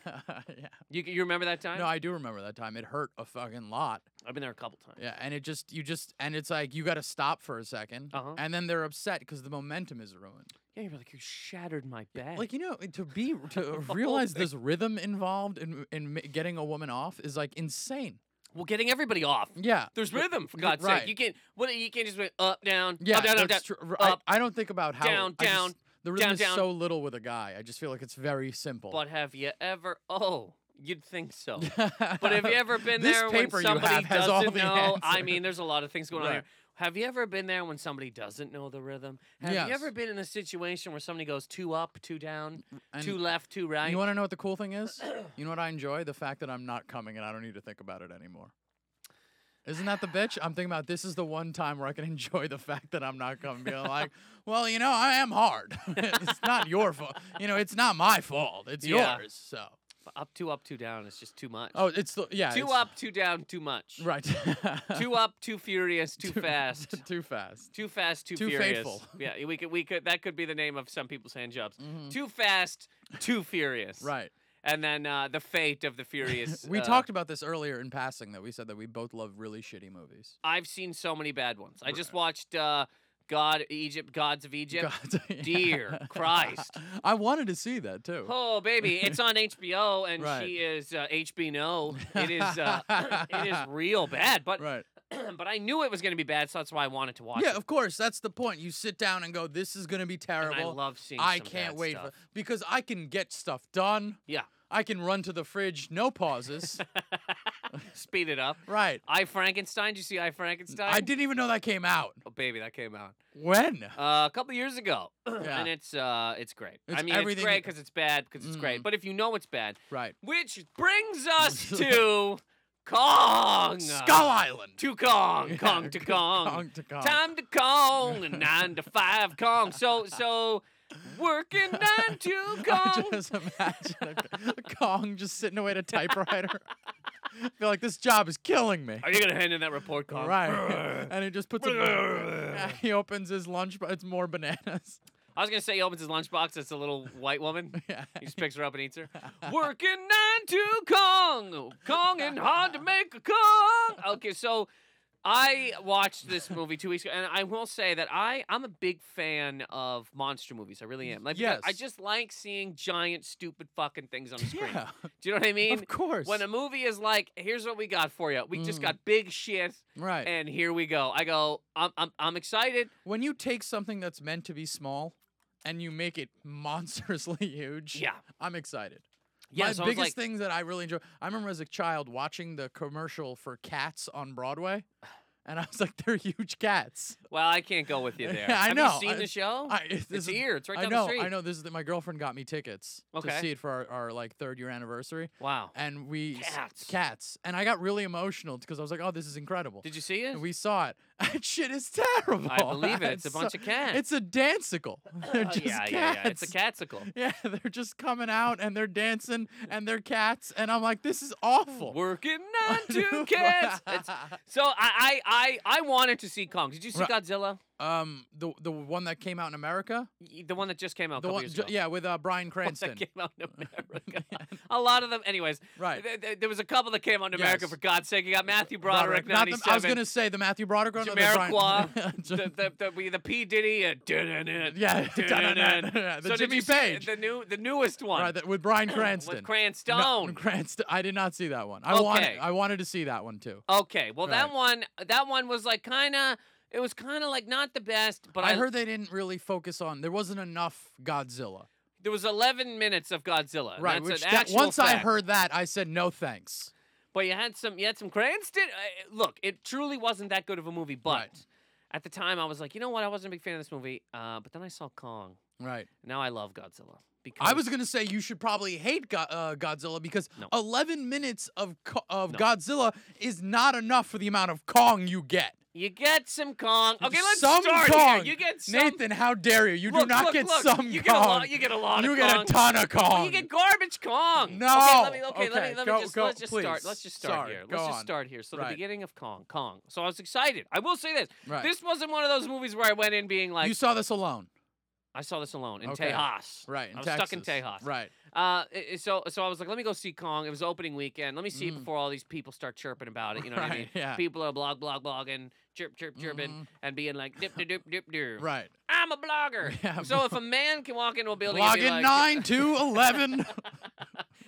Speaker 2: yeah.
Speaker 1: You you remember that time?
Speaker 2: No, I do remember that time. It hurt a fucking lot.
Speaker 1: I've been there a couple times.
Speaker 2: Yeah, and it just you just and it's like you got to stop for a 2nd
Speaker 1: Uh-huh.
Speaker 2: and then they're upset because the momentum is ruined.
Speaker 1: Yeah, you're like you shattered my back.
Speaker 2: Like you know,
Speaker 1: *laughs*
Speaker 2: to be to
Speaker 1: Eh. whole
Speaker 2: realize
Speaker 1: thing.
Speaker 2: this rhythm involved in in ma- getting a woman off is like insane.
Speaker 1: well, getting everybody off.
Speaker 2: Yeah,
Speaker 1: There's
Speaker 2: but-
Speaker 1: rhythm, for
Speaker 2: y-
Speaker 1: God's
Speaker 2: right.
Speaker 1: sake. You can't what you can't just went up down.
Speaker 2: Yeah,
Speaker 1: up, down, up, down.
Speaker 2: that's tru- r- I-
Speaker 1: up,
Speaker 2: I, don't think about how
Speaker 1: down,
Speaker 2: I just-
Speaker 1: down,
Speaker 2: the rhythm
Speaker 1: down,
Speaker 2: is
Speaker 1: down.
Speaker 2: so little with a guy. I just feel like it's very simple. *laughs*
Speaker 1: But have you ever? Oh, you'd think so.
Speaker 2: but
Speaker 1: But have you
Speaker 2: *laughs*
Speaker 1: ever been
Speaker 2: This
Speaker 1: there
Speaker 2: paper
Speaker 1: when
Speaker 2: you
Speaker 1: somebody
Speaker 2: have has
Speaker 1: doesn't
Speaker 2: all the
Speaker 1: know? I
Speaker 2: answers.
Speaker 1: mean, there's a lot of things going on
Speaker 2: Right.
Speaker 1: here. Have you ever been there when somebody doesn't know the rhythm? Have you ever
Speaker 2: Yes.
Speaker 1: been in a situation where somebody goes two up, two down,
Speaker 2: And
Speaker 1: two left, two right?
Speaker 2: You want to know what the cool thing
Speaker 1: *clears throat*
Speaker 2: is? you know what I enjoy? The fact that I'm not coming and I don't need to think about it anymore. Isn't that the bitch? I'm thinking about this is the one time where I can *laughs* enjoy the fact that I'm not coming, being
Speaker 1: *laughs*
Speaker 2: like, well, you know, I am hard. *laughs* it's not your fault. You know, it's not my fault. It's
Speaker 1: Yeah.
Speaker 2: yours. So,
Speaker 1: up, two up, two down. It's just too much.
Speaker 2: oh, it's the, yeah,
Speaker 1: two
Speaker 2: it's-
Speaker 1: up, two down, too much.
Speaker 2: right? *laughs*
Speaker 1: Two up, too furious, too fast.
Speaker 2: too fast.
Speaker 1: Too fast, too,
Speaker 2: Too
Speaker 1: furious.
Speaker 2: faithful.
Speaker 1: Yeah, we could, we could. That could be the name of some people's hand jobs.
Speaker 2: Mhm.
Speaker 1: Too fast, too furious.
Speaker 2: Right.
Speaker 1: And then uh, the fate of the furious.
Speaker 2: *laughs* We
Speaker 1: uh,
Speaker 2: talked about this earlier in passing that we said that we both love really shitty movies.
Speaker 1: I've seen so many bad ones. I just
Speaker 2: Right.
Speaker 1: watched uh, God Egypt, Gods of Egypt.
Speaker 2: *laughs* God, yeah.
Speaker 1: Dear
Speaker 2: *laughs*
Speaker 1: Christ.
Speaker 2: I wanted to see that too.
Speaker 1: Oh baby, it's on HBO, and
Speaker 2: Right.
Speaker 1: she is uh, HB. No,
Speaker 2: *laughs*
Speaker 1: it is uh, it is real bad. But
Speaker 2: Right.
Speaker 1: *clears throat* but I knew it was going to be bad, so that's why I wanted to watch
Speaker 2: yeah,
Speaker 1: it.
Speaker 2: of course. That's the point. You sit down and go, this is going to be
Speaker 1: And
Speaker 2: terrible.
Speaker 1: I love seeing.
Speaker 2: I
Speaker 1: some
Speaker 2: can't
Speaker 1: bad
Speaker 2: wait
Speaker 1: stuff.
Speaker 2: for because I can get stuff done.
Speaker 1: Yeah.
Speaker 2: I can run to the fridge,
Speaker 1: *laughs*
Speaker 2: no pauses.
Speaker 1: Speed it up.
Speaker 2: right.
Speaker 1: I Frankenstein. Did you see I Frankenstein?
Speaker 2: I didn't even know that came out.
Speaker 1: Oh baby, that came out
Speaker 2: When?
Speaker 1: uh, a couple years ago, *clears throat*
Speaker 2: Yeah.
Speaker 1: and it's uh, it's great. I
Speaker 2: It's
Speaker 1: mean, it's
Speaker 2: everything
Speaker 1: great
Speaker 2: that-
Speaker 1: because it's bad because it's great.
Speaker 2: Mm.
Speaker 1: But if you know it's bad,
Speaker 2: Right.
Speaker 1: which brings
Speaker 2: *laughs*
Speaker 1: us to Kong.
Speaker 2: Skull Island.
Speaker 1: to Kong,
Speaker 2: Yeah,
Speaker 1: uh,
Speaker 2: *laughs*
Speaker 1: Kong to
Speaker 2: c-
Speaker 1: Kong.
Speaker 2: Kong to Kong.
Speaker 1: Time to Kong, and nine to five Kong. So so, working nine to
Speaker 2: *laughs* I
Speaker 1: Kong.
Speaker 2: just imagine
Speaker 1: *laughs*
Speaker 2: a, a Kong just sitting away at a typewriter. *laughs* I feel like this job is killing me.
Speaker 1: Are you gonna hand in that report, Kong? *laughs*
Speaker 2: Right. and he just puts a *laughs* he opens his lunch but it's more bananas. *laughs*
Speaker 1: I was gonna say he opens his lunchbox. It's a little white woman.
Speaker 2: Yeah.
Speaker 1: *laughs* He just picks her up and eats her. Working nine to Kong, Kong and hard to make a Kong. Okay, so I watched this movie two weeks ago, and I will say that I I'm a big fan of monster movies. I really am. Like because I
Speaker 2: Yes.
Speaker 1: just like seeing giant, stupid fucking things on the screen. *laughs*
Speaker 2: Yeah.
Speaker 1: Do you know what I mean?
Speaker 2: of course.
Speaker 1: When a movie is like, here's what we got for you. We just
Speaker 2: Mm.
Speaker 1: got big shit,
Speaker 2: right.
Speaker 1: and here we go. I go, I'm I'm, I'm excited.
Speaker 2: when you take something that's meant to be small and you make it monstrously *laughs* huge,
Speaker 1: Yeah,
Speaker 2: I'm excited.
Speaker 1: yeah.
Speaker 2: My
Speaker 1: so I was
Speaker 2: biggest
Speaker 1: like,
Speaker 2: things that I really enjoy. I remember as a child watching the commercial for cats on Broadway, and I was like, "They're huge cats."
Speaker 1: well, I can't go
Speaker 2: *laughs*
Speaker 1: with you there.
Speaker 2: Yeah, I
Speaker 1: Have
Speaker 2: know.
Speaker 1: you seen
Speaker 2: I-
Speaker 1: the show?
Speaker 2: I,
Speaker 1: Oh, it's
Speaker 2: is-
Speaker 1: here. It's right
Speaker 2: I
Speaker 1: down
Speaker 2: know.
Speaker 1: the street.
Speaker 2: I know. This is the, my girlfriend got me tickets
Speaker 1: Okay.
Speaker 2: to see it for our, our like third year anniversary,
Speaker 1: Wow.
Speaker 2: and we s-
Speaker 1: Cats.
Speaker 2: cats, and I got really emotional because I was like, "Oh, this is incredible."
Speaker 1: Did you see it?
Speaker 2: and we *laughs* saw it. That shit is terrible.
Speaker 1: I believe it. It's a
Speaker 2: *laughs* so-
Speaker 1: bunch of cats.
Speaker 2: It's a danceicle. *laughs* They're
Speaker 1: Oh,
Speaker 2: just
Speaker 1: yeah,
Speaker 2: cats.
Speaker 1: yeah, yeah. It's a catsicle.
Speaker 2: *laughs* Yeah, they're just coming out and they're
Speaker 1: *laughs*
Speaker 2: dancing and they're cats and I'm like, this is awful. *laughs*
Speaker 1: Working on two cats. It's- so I, I, I, I wanted to see Kong. Did you see
Speaker 2: Right.
Speaker 1: Godzilla?
Speaker 2: *laughs* um, the the one that came out in America,
Speaker 1: Y- The one that just came out a
Speaker 2: the
Speaker 1: couple
Speaker 2: one,
Speaker 1: years
Speaker 2: ju-
Speaker 1: ago.
Speaker 2: yeah, with uh, Brian
Speaker 1: The *laughs* one that
Speaker 2: Cranston,
Speaker 1: came out
Speaker 2: *laughs*
Speaker 1: in America. a lot of them. Anyways,
Speaker 2: right?
Speaker 1: th- th- there was a couple that came out in America
Speaker 2: Yes.
Speaker 1: for God's sake. You got Matthew Broderick,
Speaker 2: Not the, I was
Speaker 1: 97.
Speaker 2: gonna say the Matthew Broderick one, or the Brian- *laughs*
Speaker 1: Jamiroquai, *laughs*
Speaker 2: Ju-
Speaker 1: the, the, the, we- the P Diddy. *laughs* Uh, dun-dun-dun,
Speaker 2: yeah, *laughs*
Speaker 1: *laughs* dun-dun-dun.
Speaker 2: the
Speaker 1: So did
Speaker 2: Jimmy
Speaker 1: you see
Speaker 2: Page,
Speaker 1: The new, the newest one.
Speaker 2: right? that- with Brian
Speaker 1: *clears throat*
Speaker 2: Cranston.
Speaker 1: with Cranston.
Speaker 2: No, *laughs* Cranston. I did not see that one. I wanted,
Speaker 1: Okay.
Speaker 2: I wanted to see that one too.
Speaker 1: Okay, well that
Speaker 2: Right.
Speaker 1: one that one was like kind of it was kind of like not the best, but I,
Speaker 2: I heard they didn't really focus on. There wasn't enough Godzilla.
Speaker 1: there was 11 minutes of Godzilla. and
Speaker 2: Right.
Speaker 1: Uh, that's
Speaker 2: Which
Speaker 1: an
Speaker 2: that,
Speaker 1: actual
Speaker 2: once I
Speaker 1: fact.
Speaker 2: heard that, I said no thanks.
Speaker 1: but you had some you had some Cranston. Uh, look, it truly wasn't that good of a movie, but
Speaker 2: Right.
Speaker 1: at the time I was like, you know what, I wasn't a big fan of this movie, uh, but then I saw Kong.
Speaker 2: Right.
Speaker 1: Now I love Godzilla. Because
Speaker 2: I was gonna say you should probably hate Go- uh, Godzilla because
Speaker 1: No.
Speaker 2: 11 minutes of co- of
Speaker 1: No.
Speaker 2: Godzilla is not enough for the amount of Kong you get.
Speaker 1: You get some Kong. Okay, let's
Speaker 2: Some
Speaker 1: start
Speaker 2: Kong.
Speaker 1: here. You get some.
Speaker 2: Nathan, how dare you? You
Speaker 1: Look,
Speaker 2: do not
Speaker 1: look,
Speaker 2: get
Speaker 1: look.
Speaker 2: some
Speaker 1: you
Speaker 2: Kong.
Speaker 1: Get a lot, you get a lot
Speaker 2: you
Speaker 1: of
Speaker 2: get
Speaker 1: Kong.
Speaker 2: a ton of Kong.
Speaker 1: Well, you get garbage Kong.
Speaker 2: No.
Speaker 1: Okay, let me, okay, let
Speaker 2: Okay,
Speaker 1: me, let me
Speaker 2: go-
Speaker 1: just
Speaker 2: go,
Speaker 1: let's just start.
Speaker 2: please.
Speaker 1: Let's just start
Speaker 2: Sorry,
Speaker 1: here. Let's
Speaker 2: go
Speaker 1: just
Speaker 2: on.
Speaker 1: start here. So the
Speaker 2: Right.
Speaker 1: beginning of Kong, Kong. So I was excited. I will say this.
Speaker 2: right.
Speaker 1: This wasn't one of those movies where I went in being like,
Speaker 2: you saw this alone,
Speaker 1: I saw this alone in
Speaker 2: Okay.
Speaker 1: Tejas.
Speaker 2: right? In
Speaker 1: I was
Speaker 2: Texas.
Speaker 1: stuck in Tejas.
Speaker 2: Right.
Speaker 1: Uh, i- i- so so I was like, let me go see Kong. It was opening weekend. Let me see it
Speaker 2: Mhm.
Speaker 1: before all these people start chirping about it. You know what I
Speaker 2: Right,
Speaker 1: mean?
Speaker 2: yeah.
Speaker 1: People are blog blog blogging, chirp chirp chirping,
Speaker 2: Mhm.
Speaker 1: and being like, dip dip dip dip dip.
Speaker 2: Right. *laughs*
Speaker 1: I'm a blogger.
Speaker 2: Yeah,
Speaker 1: so if a man can walk into a building, and be
Speaker 2: Logging
Speaker 1: like,
Speaker 2: nine to
Speaker 1: *laughs*
Speaker 2: eleven.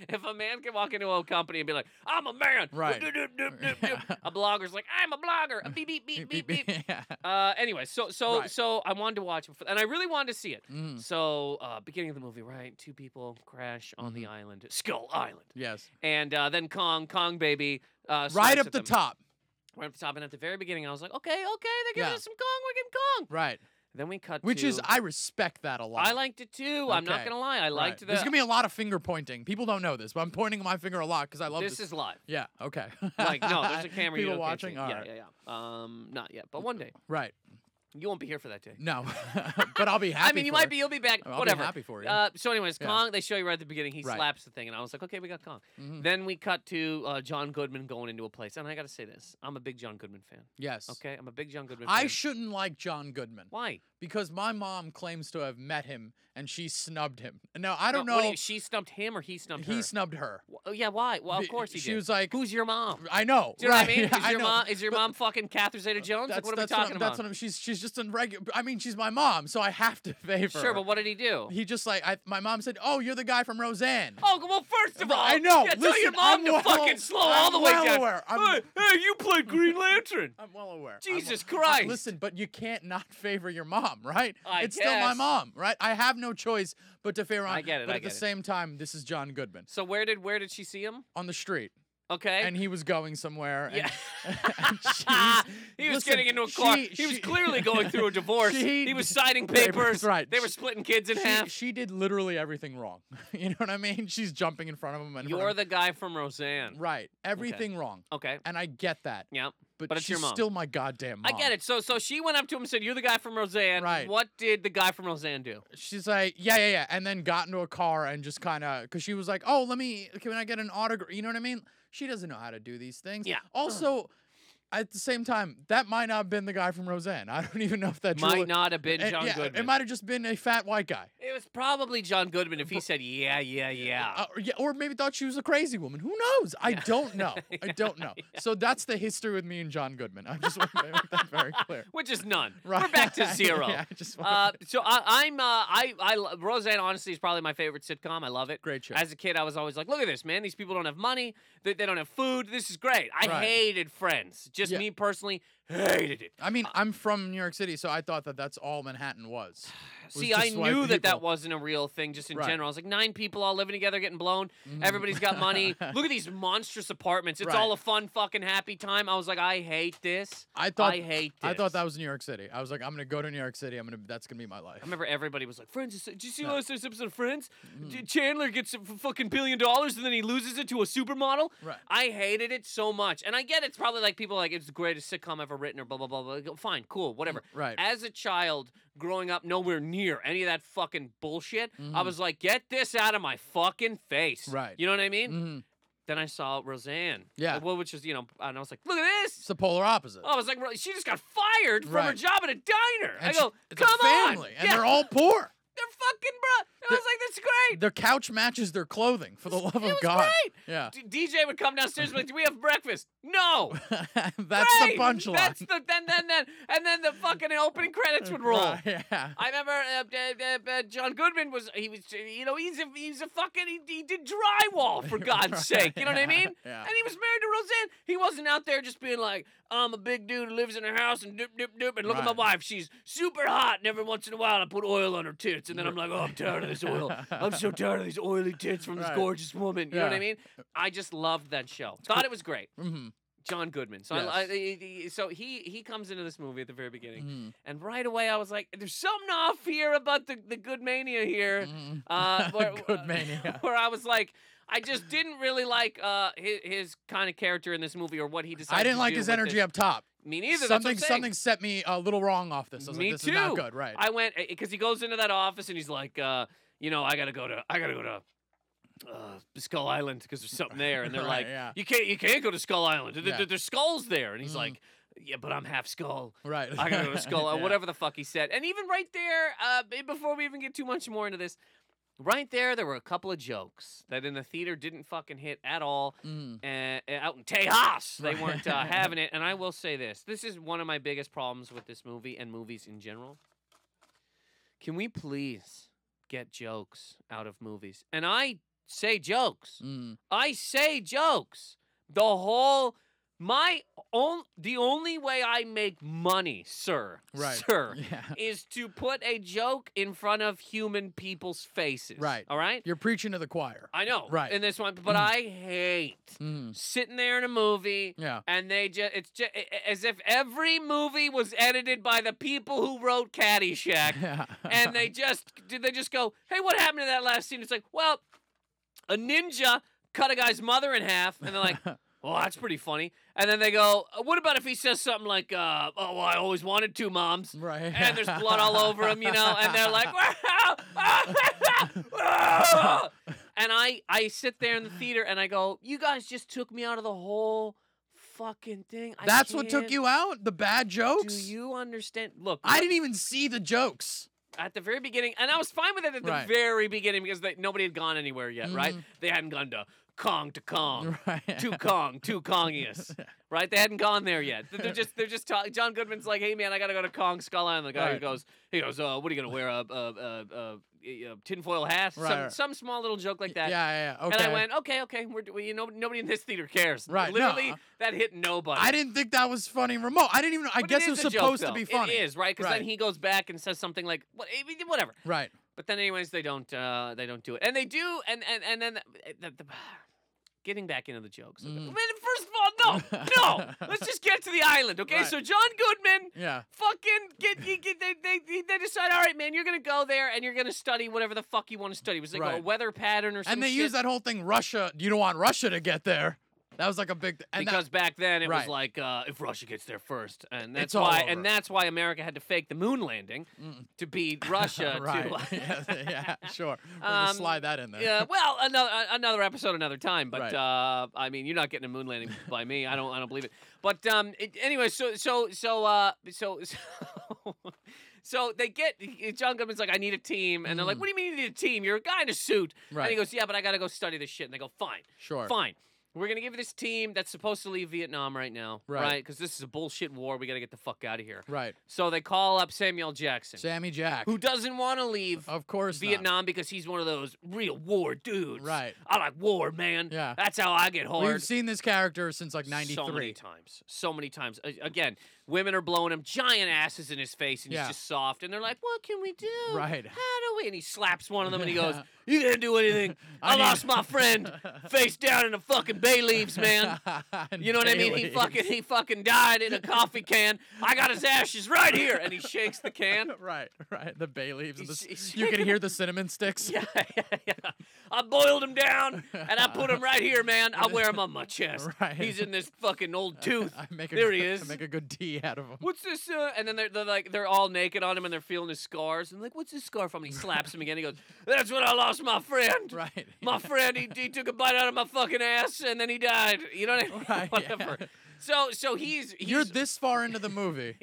Speaker 1: if a man can walk into a company and be like, I'm a man.
Speaker 2: Right.
Speaker 1: doop, doop, doop, doop, doop.
Speaker 2: *laughs*
Speaker 1: a blogger's like, I'm a blogger. A beep beep beep beep beep.
Speaker 2: Yeah.
Speaker 1: Uh, anyway, so so
Speaker 2: Right.
Speaker 1: so I wanted to watch it, and I really wanted to see it.
Speaker 2: Mm.
Speaker 1: So, uh, beginning of the movie, right? Two people crash on
Speaker 2: Mm-hmm.
Speaker 1: the island, Skull Island,
Speaker 2: Yes.
Speaker 1: and uh, then Kong, Kong baby, uh,
Speaker 2: Right
Speaker 1: swipes
Speaker 2: up
Speaker 1: at
Speaker 2: the
Speaker 1: them.
Speaker 2: top.
Speaker 1: Right up the top, and at the very beginning, I was like, okay, okay, they're giving
Speaker 2: Yeah.
Speaker 1: us some Kong, we're getting Kong.
Speaker 2: Right.
Speaker 1: Then we cut,
Speaker 2: Which is
Speaker 1: to-
Speaker 2: I respect that a lot.
Speaker 1: I liked it too. I'm not
Speaker 2: Okay.
Speaker 1: gonna lie, I liked
Speaker 2: Right.
Speaker 1: the.
Speaker 2: There's gonna be a lot of finger pointing. People don't know this, but I'm pointing my finger a lot because I love
Speaker 1: this
Speaker 2: this.
Speaker 1: is live.
Speaker 2: yeah. Okay. *laughs*
Speaker 1: Like no, there's a camera.
Speaker 2: People
Speaker 1: you don't can't see
Speaker 2: watching.
Speaker 1: it.
Speaker 2: All
Speaker 1: yeah,
Speaker 2: right.
Speaker 1: yeah, yeah. Um, not yet, but one day
Speaker 2: Right.
Speaker 1: you won't be here for that day. *laughs*
Speaker 2: No. *laughs* but I'll be happy.
Speaker 1: I mean, you
Speaker 2: for
Speaker 1: might
Speaker 2: it.
Speaker 1: be. You'll be back.
Speaker 2: I'll
Speaker 1: whatever.
Speaker 2: Be happy for you.
Speaker 1: Uh, so, anyways,
Speaker 2: Yeah.
Speaker 1: Kong. They show you right at the beginning. He
Speaker 2: Right.
Speaker 1: slaps the thing, and I was like, okay, we got Kong.
Speaker 2: Mhm.
Speaker 1: Then we cut to uh, John Goodman going into a place, and I got to say this: I'm a big John Goodman fan.
Speaker 2: Yes.
Speaker 1: Okay, I'm a big John Goodman.
Speaker 2: I
Speaker 1: fan.
Speaker 2: shouldn't like John Goodman
Speaker 1: Why?
Speaker 2: because my mom claims to have met him and she snubbed him. No, I don't
Speaker 1: No, what do
Speaker 2: know.
Speaker 1: you- she stumped him or he stumped
Speaker 2: he
Speaker 1: her.
Speaker 2: snubbed her.
Speaker 1: Wh- oh, yeah, why? Well, of
Speaker 2: Be-
Speaker 1: course he
Speaker 2: she
Speaker 1: did.
Speaker 2: was like,
Speaker 1: Who's your mom?
Speaker 2: I know.
Speaker 1: Do you know
Speaker 2: right.
Speaker 1: what I mean? Is
Speaker 2: *laughs* I
Speaker 1: your
Speaker 2: know.
Speaker 1: mom is your
Speaker 2: But
Speaker 1: mom fucking Catherine Zeta Jones?
Speaker 2: That's,
Speaker 1: Like, what are we
Speaker 2: that's
Speaker 1: talking
Speaker 2: what,
Speaker 1: about?
Speaker 2: That's what I'm, she's she's just in regular. I mean, she's my mom, so I have to *laughs* favor.
Speaker 1: sure,
Speaker 2: her.
Speaker 1: but what did he do?
Speaker 2: he just like I, my mom said, "Oh, you're the guy from Roseanne."
Speaker 1: Oh well, first of all,
Speaker 2: Well, I know.
Speaker 1: Yeah, tell
Speaker 2: Listen,
Speaker 1: your mom
Speaker 2: I'm
Speaker 1: to
Speaker 2: well-
Speaker 1: fucking slow all
Speaker 2: I'm
Speaker 1: the way
Speaker 2: well
Speaker 1: down.
Speaker 2: aware. I'm-
Speaker 1: hey, hey, you played
Speaker 2: *laughs*
Speaker 1: Green Lantern.
Speaker 2: I'm well aware. I'm-
Speaker 1: Jesus
Speaker 2: I-
Speaker 1: Christ.
Speaker 2: listen, but you can't not favor your mom, right?
Speaker 1: I
Speaker 2: it's still my
Speaker 1: guess.
Speaker 2: mom, right? I have no choice but to favor.
Speaker 1: I
Speaker 2: him.
Speaker 1: get it,
Speaker 2: But
Speaker 1: I
Speaker 2: at the
Speaker 1: get it.
Speaker 2: same time, this is John Goodman
Speaker 1: So where did where did she see him?
Speaker 2: on the street,
Speaker 1: Okay.
Speaker 2: and he was going somewhere. And,
Speaker 1: Yeah.
Speaker 2: *laughs*
Speaker 1: *laughs*
Speaker 2: and she's-
Speaker 1: he was
Speaker 2: listen,
Speaker 1: getting into a car.
Speaker 2: she-
Speaker 1: he was
Speaker 2: she- *laughs*
Speaker 1: clearly going through a divorce.
Speaker 2: she-
Speaker 1: he was signing papers.
Speaker 2: papers, right.
Speaker 1: They were splitting
Speaker 2: *laughs*
Speaker 1: kids in
Speaker 2: She,
Speaker 1: half.
Speaker 2: she did literally everything wrong. *laughs* you know what I mean? She's jumping in front of him and in front
Speaker 1: You're
Speaker 2: of-
Speaker 1: the guy from Roseanne.
Speaker 2: right, everything wrong,
Speaker 1: Okay.
Speaker 2: and I get that.
Speaker 1: Yeah.
Speaker 2: But,
Speaker 1: But it's
Speaker 2: she's
Speaker 1: your mom.
Speaker 2: still my goddamn
Speaker 1: I
Speaker 2: mom.
Speaker 1: get it. So so she went up to him and said, "You're the guy from Roseanne."
Speaker 2: Right.
Speaker 1: What did the guy from Roseanne do?
Speaker 2: she's like, yeah, yeah, yeah, and then got into a car and just kind of, because she was like, oh, let me, can I get an autograph? You know what I mean? She doesn't know how to do these things.
Speaker 1: Yeah.
Speaker 2: Also, at the same time, that might not have been the guy from Roseanne. I don't *laughs* even know if that
Speaker 1: Might not have been
Speaker 2: it,
Speaker 1: John
Speaker 2: yeah,
Speaker 1: Goodman.
Speaker 2: It might have just been a fat white guy.
Speaker 1: It was probably John Goodman if he said, "Yeah, yeah, yeah."
Speaker 2: Uh, or- yeah, or maybe thought she was a crazy woman. Who knows? I
Speaker 1: *laughs*
Speaker 2: don't know. I don't know. So that's the history with me and John Goodman. I just want to make that
Speaker 1: *laughs*
Speaker 2: very clear.
Speaker 1: Which is
Speaker 2: *laughs*
Speaker 1: none.
Speaker 2: Right.
Speaker 1: We're back to zero.
Speaker 2: yeah, I just wanna-
Speaker 1: Uh, so I, I'm uh, I I lo- Roseanne honestly is probably my favorite sitcom. I love it.
Speaker 2: Great show.
Speaker 1: As a kid, I was always like, "Look at this, man! These people don't have money. They, they don't have food. This is great." I
Speaker 2: Right.
Speaker 1: hated Friends. Just
Speaker 2: Yeah.
Speaker 1: me personally hated it.
Speaker 2: I mean, I'm from New York City, so I thought that that's all
Speaker 1: *sighs*
Speaker 2: Manhattan was. was
Speaker 1: See, I
Speaker 2: just white
Speaker 1: knew that that
Speaker 2: people.
Speaker 1: wasn't a real thing. Just in
Speaker 2: Right.
Speaker 1: general, I was like, nine people all living together, getting blown.
Speaker 2: Mhm.
Speaker 1: Everybody's got
Speaker 2: *laughs*
Speaker 1: money. Look at these monstrous apartments. It's
Speaker 2: Right.
Speaker 1: all a fun, fucking happy time. I was like, I hate this.
Speaker 2: I thought
Speaker 1: I hate. This.
Speaker 2: I thought that was New York City. I was like, I'm gonna go to New York City. I'm gonna. That's gonna be my life.
Speaker 1: I remember everybody was like, "Friends, is- did you see
Speaker 2: No. Mm.
Speaker 1: last night's episode of Friends? D- Chandler gets a f- fucking billion dollars and then he loses it to a supermodel."
Speaker 2: *laughs* Right.
Speaker 1: I hated it so much, and I get it's probably like people are like it's the greatest sitcom ever written or blah blah blah blah. Go- Fine, cool, whatever.
Speaker 2: Mm, Right.
Speaker 1: As a child growing up, nowhere near any of that fucking bullshit, I was like, "Get this out of my fucking face!"
Speaker 2: Mm. Right.
Speaker 1: You know what I mean?
Speaker 2: Mhm.
Speaker 1: Then I saw Roseanne.
Speaker 2: Yeah.
Speaker 1: Like, well, which is you know, and I was like, "Look at
Speaker 2: It's
Speaker 1: this." Oh,
Speaker 2: the polar opposite.
Speaker 1: I was like, "Ro- she just got fired from her
Speaker 2: Right.
Speaker 1: job at a diner.
Speaker 2: And
Speaker 1: I
Speaker 2: she-
Speaker 1: go,
Speaker 2: it's a
Speaker 1: come
Speaker 2: family,
Speaker 1: on.
Speaker 2: and
Speaker 1: Yeah.
Speaker 2: they're all
Speaker 1: *laughs*
Speaker 2: poor.
Speaker 1: They're fucking bro. I
Speaker 2: The-
Speaker 1: was like, that's great.
Speaker 2: Their couch matches their clothing. For the love of
Speaker 1: it was
Speaker 2: God.
Speaker 1: great.
Speaker 2: Yeah.
Speaker 1: D- DJ would come downstairs and be like, do we have breakfast? No.
Speaker 2: *laughs* that's
Speaker 1: Great.
Speaker 2: the punchline.
Speaker 1: That's the then then then and then the fucking opening credits would roll.
Speaker 2: *laughs* Right, yeah.
Speaker 1: I remember uh, uh, uh, uh, John Goodman was he was you know he's a he's a fucking he, he did drywall
Speaker 2: *laughs*
Speaker 1: for God's sake you know what I mean
Speaker 2: Yeah.
Speaker 1: and he was married to Roseanne he wasn't out there just being like I'm a big dude who lives in a house and dip dip dip and look at
Speaker 2: Right.
Speaker 1: my wife she's super hot and every once in a while I put oil on her tits and then I'm like oh I'm tired
Speaker 2: *laughs*
Speaker 1: of this oil I'm so tired of these oily tits from this
Speaker 2: Right.
Speaker 1: gorgeous woman you know what I
Speaker 2: Yeah.
Speaker 1: mean I just loved that show thought it was great
Speaker 2: hmm
Speaker 1: John Goodman. So I, I- so he he comes into this movie at the very beginning,
Speaker 2: Mhm.
Speaker 1: and right away I was like, "There's something off here about the the Good Mania here."
Speaker 2: *laughs* Mhm.
Speaker 1: Uh, where,
Speaker 2: Good mania.
Speaker 1: *laughs* where I was like, I just didn't really like uh his, his kind of character in this movie or what he decided.
Speaker 2: I didn't
Speaker 1: to
Speaker 2: like
Speaker 1: do
Speaker 2: his
Speaker 1: with
Speaker 2: energy
Speaker 1: This.
Speaker 2: up top.
Speaker 1: Me neither. that's what I'm
Speaker 2: something
Speaker 1: saying.
Speaker 2: something set me a little wrong off this. I was
Speaker 1: Me
Speaker 2: like, this is not
Speaker 1: too.
Speaker 2: good, right?
Speaker 1: I went because he goes into that office and he's like, uh, you know, I gotta go to, I gotta go to. Uh, Skull Island because there's something there, and they're
Speaker 2: *laughs* Right,
Speaker 1: like,
Speaker 2: yeah.
Speaker 1: "You can't, you can't go to Skull Island. There-
Speaker 2: Yeah.
Speaker 1: there- There's skulls there." And he's
Speaker 2: Mm.
Speaker 1: like, "Yeah, but I'm half skull.
Speaker 2: right.
Speaker 1: I gotta go
Speaker 2: *laughs*
Speaker 1: to Skull,
Speaker 2: Yeah.
Speaker 1: Island," whatever the fuck he said." And even right there, uh, b- before we even get too much more into this, right there, there were a couple of jokes that in the theater didn't fucking hit at all
Speaker 2: Mm.
Speaker 1: uh, out in Tejas. They
Speaker 2: Right.
Speaker 1: weren't
Speaker 2: *laughs*
Speaker 1: uh, having it. And I will say this this is one of my biggest problems with this movie and movies in general. Can we please get jokes out of movies? And I say jokes.
Speaker 2: Mm.
Speaker 1: I say jokes. The whole. My own, the only way I make money, sir,
Speaker 2: Right.
Speaker 1: sir,
Speaker 2: *laughs* Yeah.
Speaker 1: is to put a joke in front of human people's faces.
Speaker 2: Right.
Speaker 1: All right.
Speaker 2: You're preaching to the choir.
Speaker 1: I know.
Speaker 2: Right.
Speaker 1: In this one, but I hate
Speaker 2: Mm.
Speaker 1: sitting there in a movie
Speaker 2: Yeah.
Speaker 1: and they just it's just as if every movie was edited by the people who wrote Caddyshack
Speaker 2: Yeah.
Speaker 1: and they just did they just go hey what happened to that last scene it's like well a ninja cut a guy's mother in half and they're
Speaker 2: *laughs*
Speaker 1: like well that's pretty funny and then they go "Uh, what about if he says something like uh, oh well, I always wanted two moms
Speaker 2: right.
Speaker 1: and there's blood all over him, you know, and they're
Speaker 2: *laughs*
Speaker 1: like, "Wow!" and I, I sit there in the theater and I go, you guys just took me out of the whole fucking thing. I
Speaker 2: That's what took
Speaker 1: can't-
Speaker 2: you out? The bad jokes?
Speaker 1: Do you understand? Look,
Speaker 2: I didn't even see the jokes.
Speaker 1: at the very beginning, and I was fine with it at the
Speaker 2: Right.
Speaker 1: very beginning because they, nobody had gone anywhere yet, right?
Speaker 2: Mhm.
Speaker 1: They hadn't gone to Kong to Kong.
Speaker 2: *laughs* Right.
Speaker 1: Too Kong, too
Speaker 2: *laughs*
Speaker 1: Kongius, right? They hadn't gone there yet. They're just, they're just talking. John Goodman's like, "Hey man, I gotta go to Kong Skull Island." The guy
Speaker 2: Right.
Speaker 1: goes, he goes, uh, "What are you gonna wear? A, a, a, a, a tinfoil hat?
Speaker 2: Right,
Speaker 1: some,
Speaker 2: right.
Speaker 1: some small little joke
Speaker 2: *laughs*
Speaker 1: like that."
Speaker 2: Yeah, yeah, okay.
Speaker 1: And I went, "Okay, okay, we're, we, you know, nobody in this theater cares."
Speaker 2: Right, no,
Speaker 1: Literally,
Speaker 2: uh,
Speaker 1: that hit nobody.
Speaker 2: I didn't think that was funny remote. I didn't even I
Speaker 1: But
Speaker 2: guess it
Speaker 1: is a
Speaker 2: was
Speaker 1: joke,
Speaker 2: supposed to
Speaker 1: though.
Speaker 2: be funny.
Speaker 1: It is right because
Speaker 2: Right.
Speaker 1: then he goes back and says something like, "What? I mean, Whatever."
Speaker 2: Right.
Speaker 1: But then, anyways, they don't uh, they don't do it, and they do, and and and then eh, the, *sighs* the, the, getting back into the jokes.
Speaker 2: Mm.
Speaker 1: I mean, first of all, no, no, let's just get to the island, okay?
Speaker 2: Right.
Speaker 1: So John Goodman.
Speaker 2: Yeah.
Speaker 1: Fucking get, you get they, they they they decide all right man you're gonna go there and you're gonna study whatever the fuck you want to study It was like a
Speaker 2: Right.
Speaker 1: weather pattern or something
Speaker 2: And they use that whole thing Russia, you don't want Russia to get there. That was like a big and that-
Speaker 1: because back then it was
Speaker 2: Right.
Speaker 1: like uh, if Russia gets there first and that's
Speaker 2: It's all
Speaker 1: why
Speaker 2: over.
Speaker 1: and that's why America had to fake the moon landing
Speaker 2: Mm.
Speaker 1: to beat *laughs* Russia
Speaker 2: *laughs* right.
Speaker 1: to
Speaker 2: yeah,
Speaker 1: *laughs*
Speaker 2: yeah, sure. We'll
Speaker 1: Um,
Speaker 2: just slide that in there.
Speaker 1: Yeah, well, another uh, another episode, another time. But
Speaker 2: Right.
Speaker 1: uh, I mean, you're not getting a moon landing by me. I don't, I don't believe it. But um, it, anyway, so so so uh, so *laughs* so, so they get John Goodman's like, I need a team, and they're like,
Speaker 2: Mm.
Speaker 1: What do you mean you need a team? You're a guy in a suit. And
Speaker 2: Right.
Speaker 1: he goes, Yeah, but I got to go study this shit. And they go, Fine,
Speaker 2: sure.
Speaker 1: fine. We're gonna give you this team that's supposed to leave Vietnam right now,
Speaker 2: Right.
Speaker 1: Because this is a bullshit war. We got to get the fuck out of here.
Speaker 2: Right.
Speaker 1: So they call up Samuel Jackson,
Speaker 2: Sammy Jack.
Speaker 1: who doesn't want to leave
Speaker 2: of course not.
Speaker 1: Vietnam because he's one of those real war dudes.
Speaker 2: Right.
Speaker 1: I like war, man.
Speaker 2: Yeah.
Speaker 1: That's how I get hard.
Speaker 2: We've seen this character since like '93.
Speaker 1: So many times. So many times. A- Again, women are blowing him giant asses in his face and
Speaker 2: Yeah.
Speaker 1: he's just soft. And they're like, what can we do?
Speaker 2: Right.
Speaker 1: How do we? And he slaps one of
Speaker 2: *laughs*
Speaker 1: them and he goes,
Speaker 2: Yeah.
Speaker 1: You didn't do anything. I,
Speaker 2: *laughs* I need-
Speaker 1: lost my
Speaker 2: *laughs*
Speaker 1: friend face down in the fucking bay leaves, man. You know what I mean? He fucking he fucking died in a coffee can. I got his ashes right here. And he shakes the
Speaker 2: *laughs*
Speaker 1: can.
Speaker 2: *laughs* Right, right. The bay leaves. And the,
Speaker 1: He's- he's
Speaker 2: s- you can
Speaker 1: shaking *laughs*
Speaker 2: hear the cinnamon sticks. *laughs*
Speaker 1: yeah, yeah, yeah. I boiled him down and I put him right here, man. I wear him on my chest.
Speaker 2: *laughs* Right.
Speaker 1: He's in this fucking old tooth.
Speaker 2: *laughs* I make a
Speaker 1: There
Speaker 2: good,
Speaker 1: he
Speaker 2: I
Speaker 1: is.
Speaker 2: make a good tea out of him.
Speaker 1: What's this? Uh, and then they're, they're like, they're all naked on him and they're feeling his scars. And like, what's this scar from? And he slaps him again. He goes, That's when I lost my friend.
Speaker 2: *laughs* Right.
Speaker 1: My friend, he, he took a bite out of my fucking ass and then he died. You know what I mean?
Speaker 2: Right, yeah.
Speaker 1: *laughs* Whatever. So, so he's, he's
Speaker 2: You're this far into
Speaker 1: *laughs*
Speaker 2: the movie,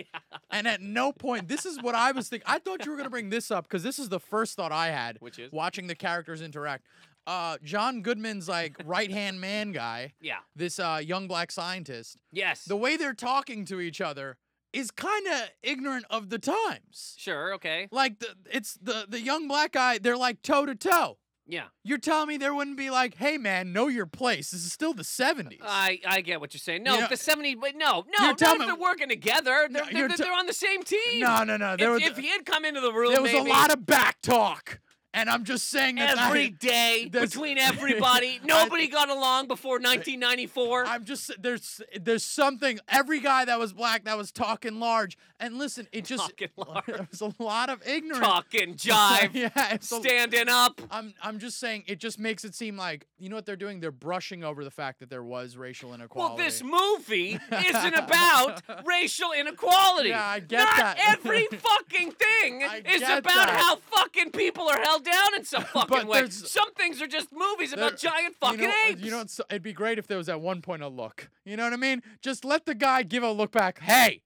Speaker 2: and at no point this is what I was thinking. I thought you were gonna bring this up because this is the first thought I had,
Speaker 1: Which is?
Speaker 2: watching the characters interact. Uh, John
Speaker 1: *laughs*
Speaker 2: Goodman's like right hand man guy,
Speaker 1: yeah,
Speaker 2: this uh, young black scientist.
Speaker 1: yes,
Speaker 2: The way they're talking to each other is kind of ignorant of the times.
Speaker 1: sure, okay,
Speaker 2: Like the, it's the the young black guy. They're like toe to toe.
Speaker 1: yeah.
Speaker 2: You're telling me there wouldn't be like, hey man, know your place. This is still the 70s.
Speaker 1: I, I get what you're saying. No,
Speaker 2: You know-
Speaker 1: the 70, but no, no,
Speaker 2: You're
Speaker 1: not
Speaker 2: telling
Speaker 1: if
Speaker 2: me-
Speaker 1: they're working together. They're,
Speaker 2: No,
Speaker 1: they're,
Speaker 2: you're
Speaker 1: they're,
Speaker 2: te-
Speaker 1: on the same team.
Speaker 2: no, no, no. There
Speaker 1: if,
Speaker 2: was
Speaker 1: if he had come into the room,
Speaker 2: there was
Speaker 1: maybe,
Speaker 2: a lot of back talk. And I'm just saying that that-
Speaker 1: Every day
Speaker 2: that's- *laughs*
Speaker 1: between everybody. Nobody got along before 1994.
Speaker 2: I'm just there's there's something every guy that was black that was talking large and listen it just *laughs*
Speaker 1: Talking large.
Speaker 2: there's a lot of ignorance
Speaker 1: *laughs* Talking jive,
Speaker 2: *laughs* yeah it's a-
Speaker 1: standing up.
Speaker 2: I'm I'm just saying it just makes it seem like you know what they're doing they're brushing over the fact that there was racial
Speaker 1: Well,
Speaker 2: inequality
Speaker 1: this
Speaker 2: *laughs*
Speaker 1: movie isn't about racial inequality.
Speaker 2: Yeah, I get
Speaker 1: Not
Speaker 2: that. *laughs*
Speaker 1: every fucking thing
Speaker 2: I
Speaker 1: is
Speaker 2: get
Speaker 1: about
Speaker 2: that.
Speaker 1: how fucking people are held down in
Speaker 2: *laughs*
Speaker 1: some fucking way.
Speaker 2: there's-
Speaker 1: Some things are just movies about
Speaker 2: There-
Speaker 1: giant fucking
Speaker 2: you know, uh,
Speaker 1: apes.
Speaker 2: You know, it's, it'd be great if there was at one point a look. You know what I mean? Just let the guy give a look back. Hey,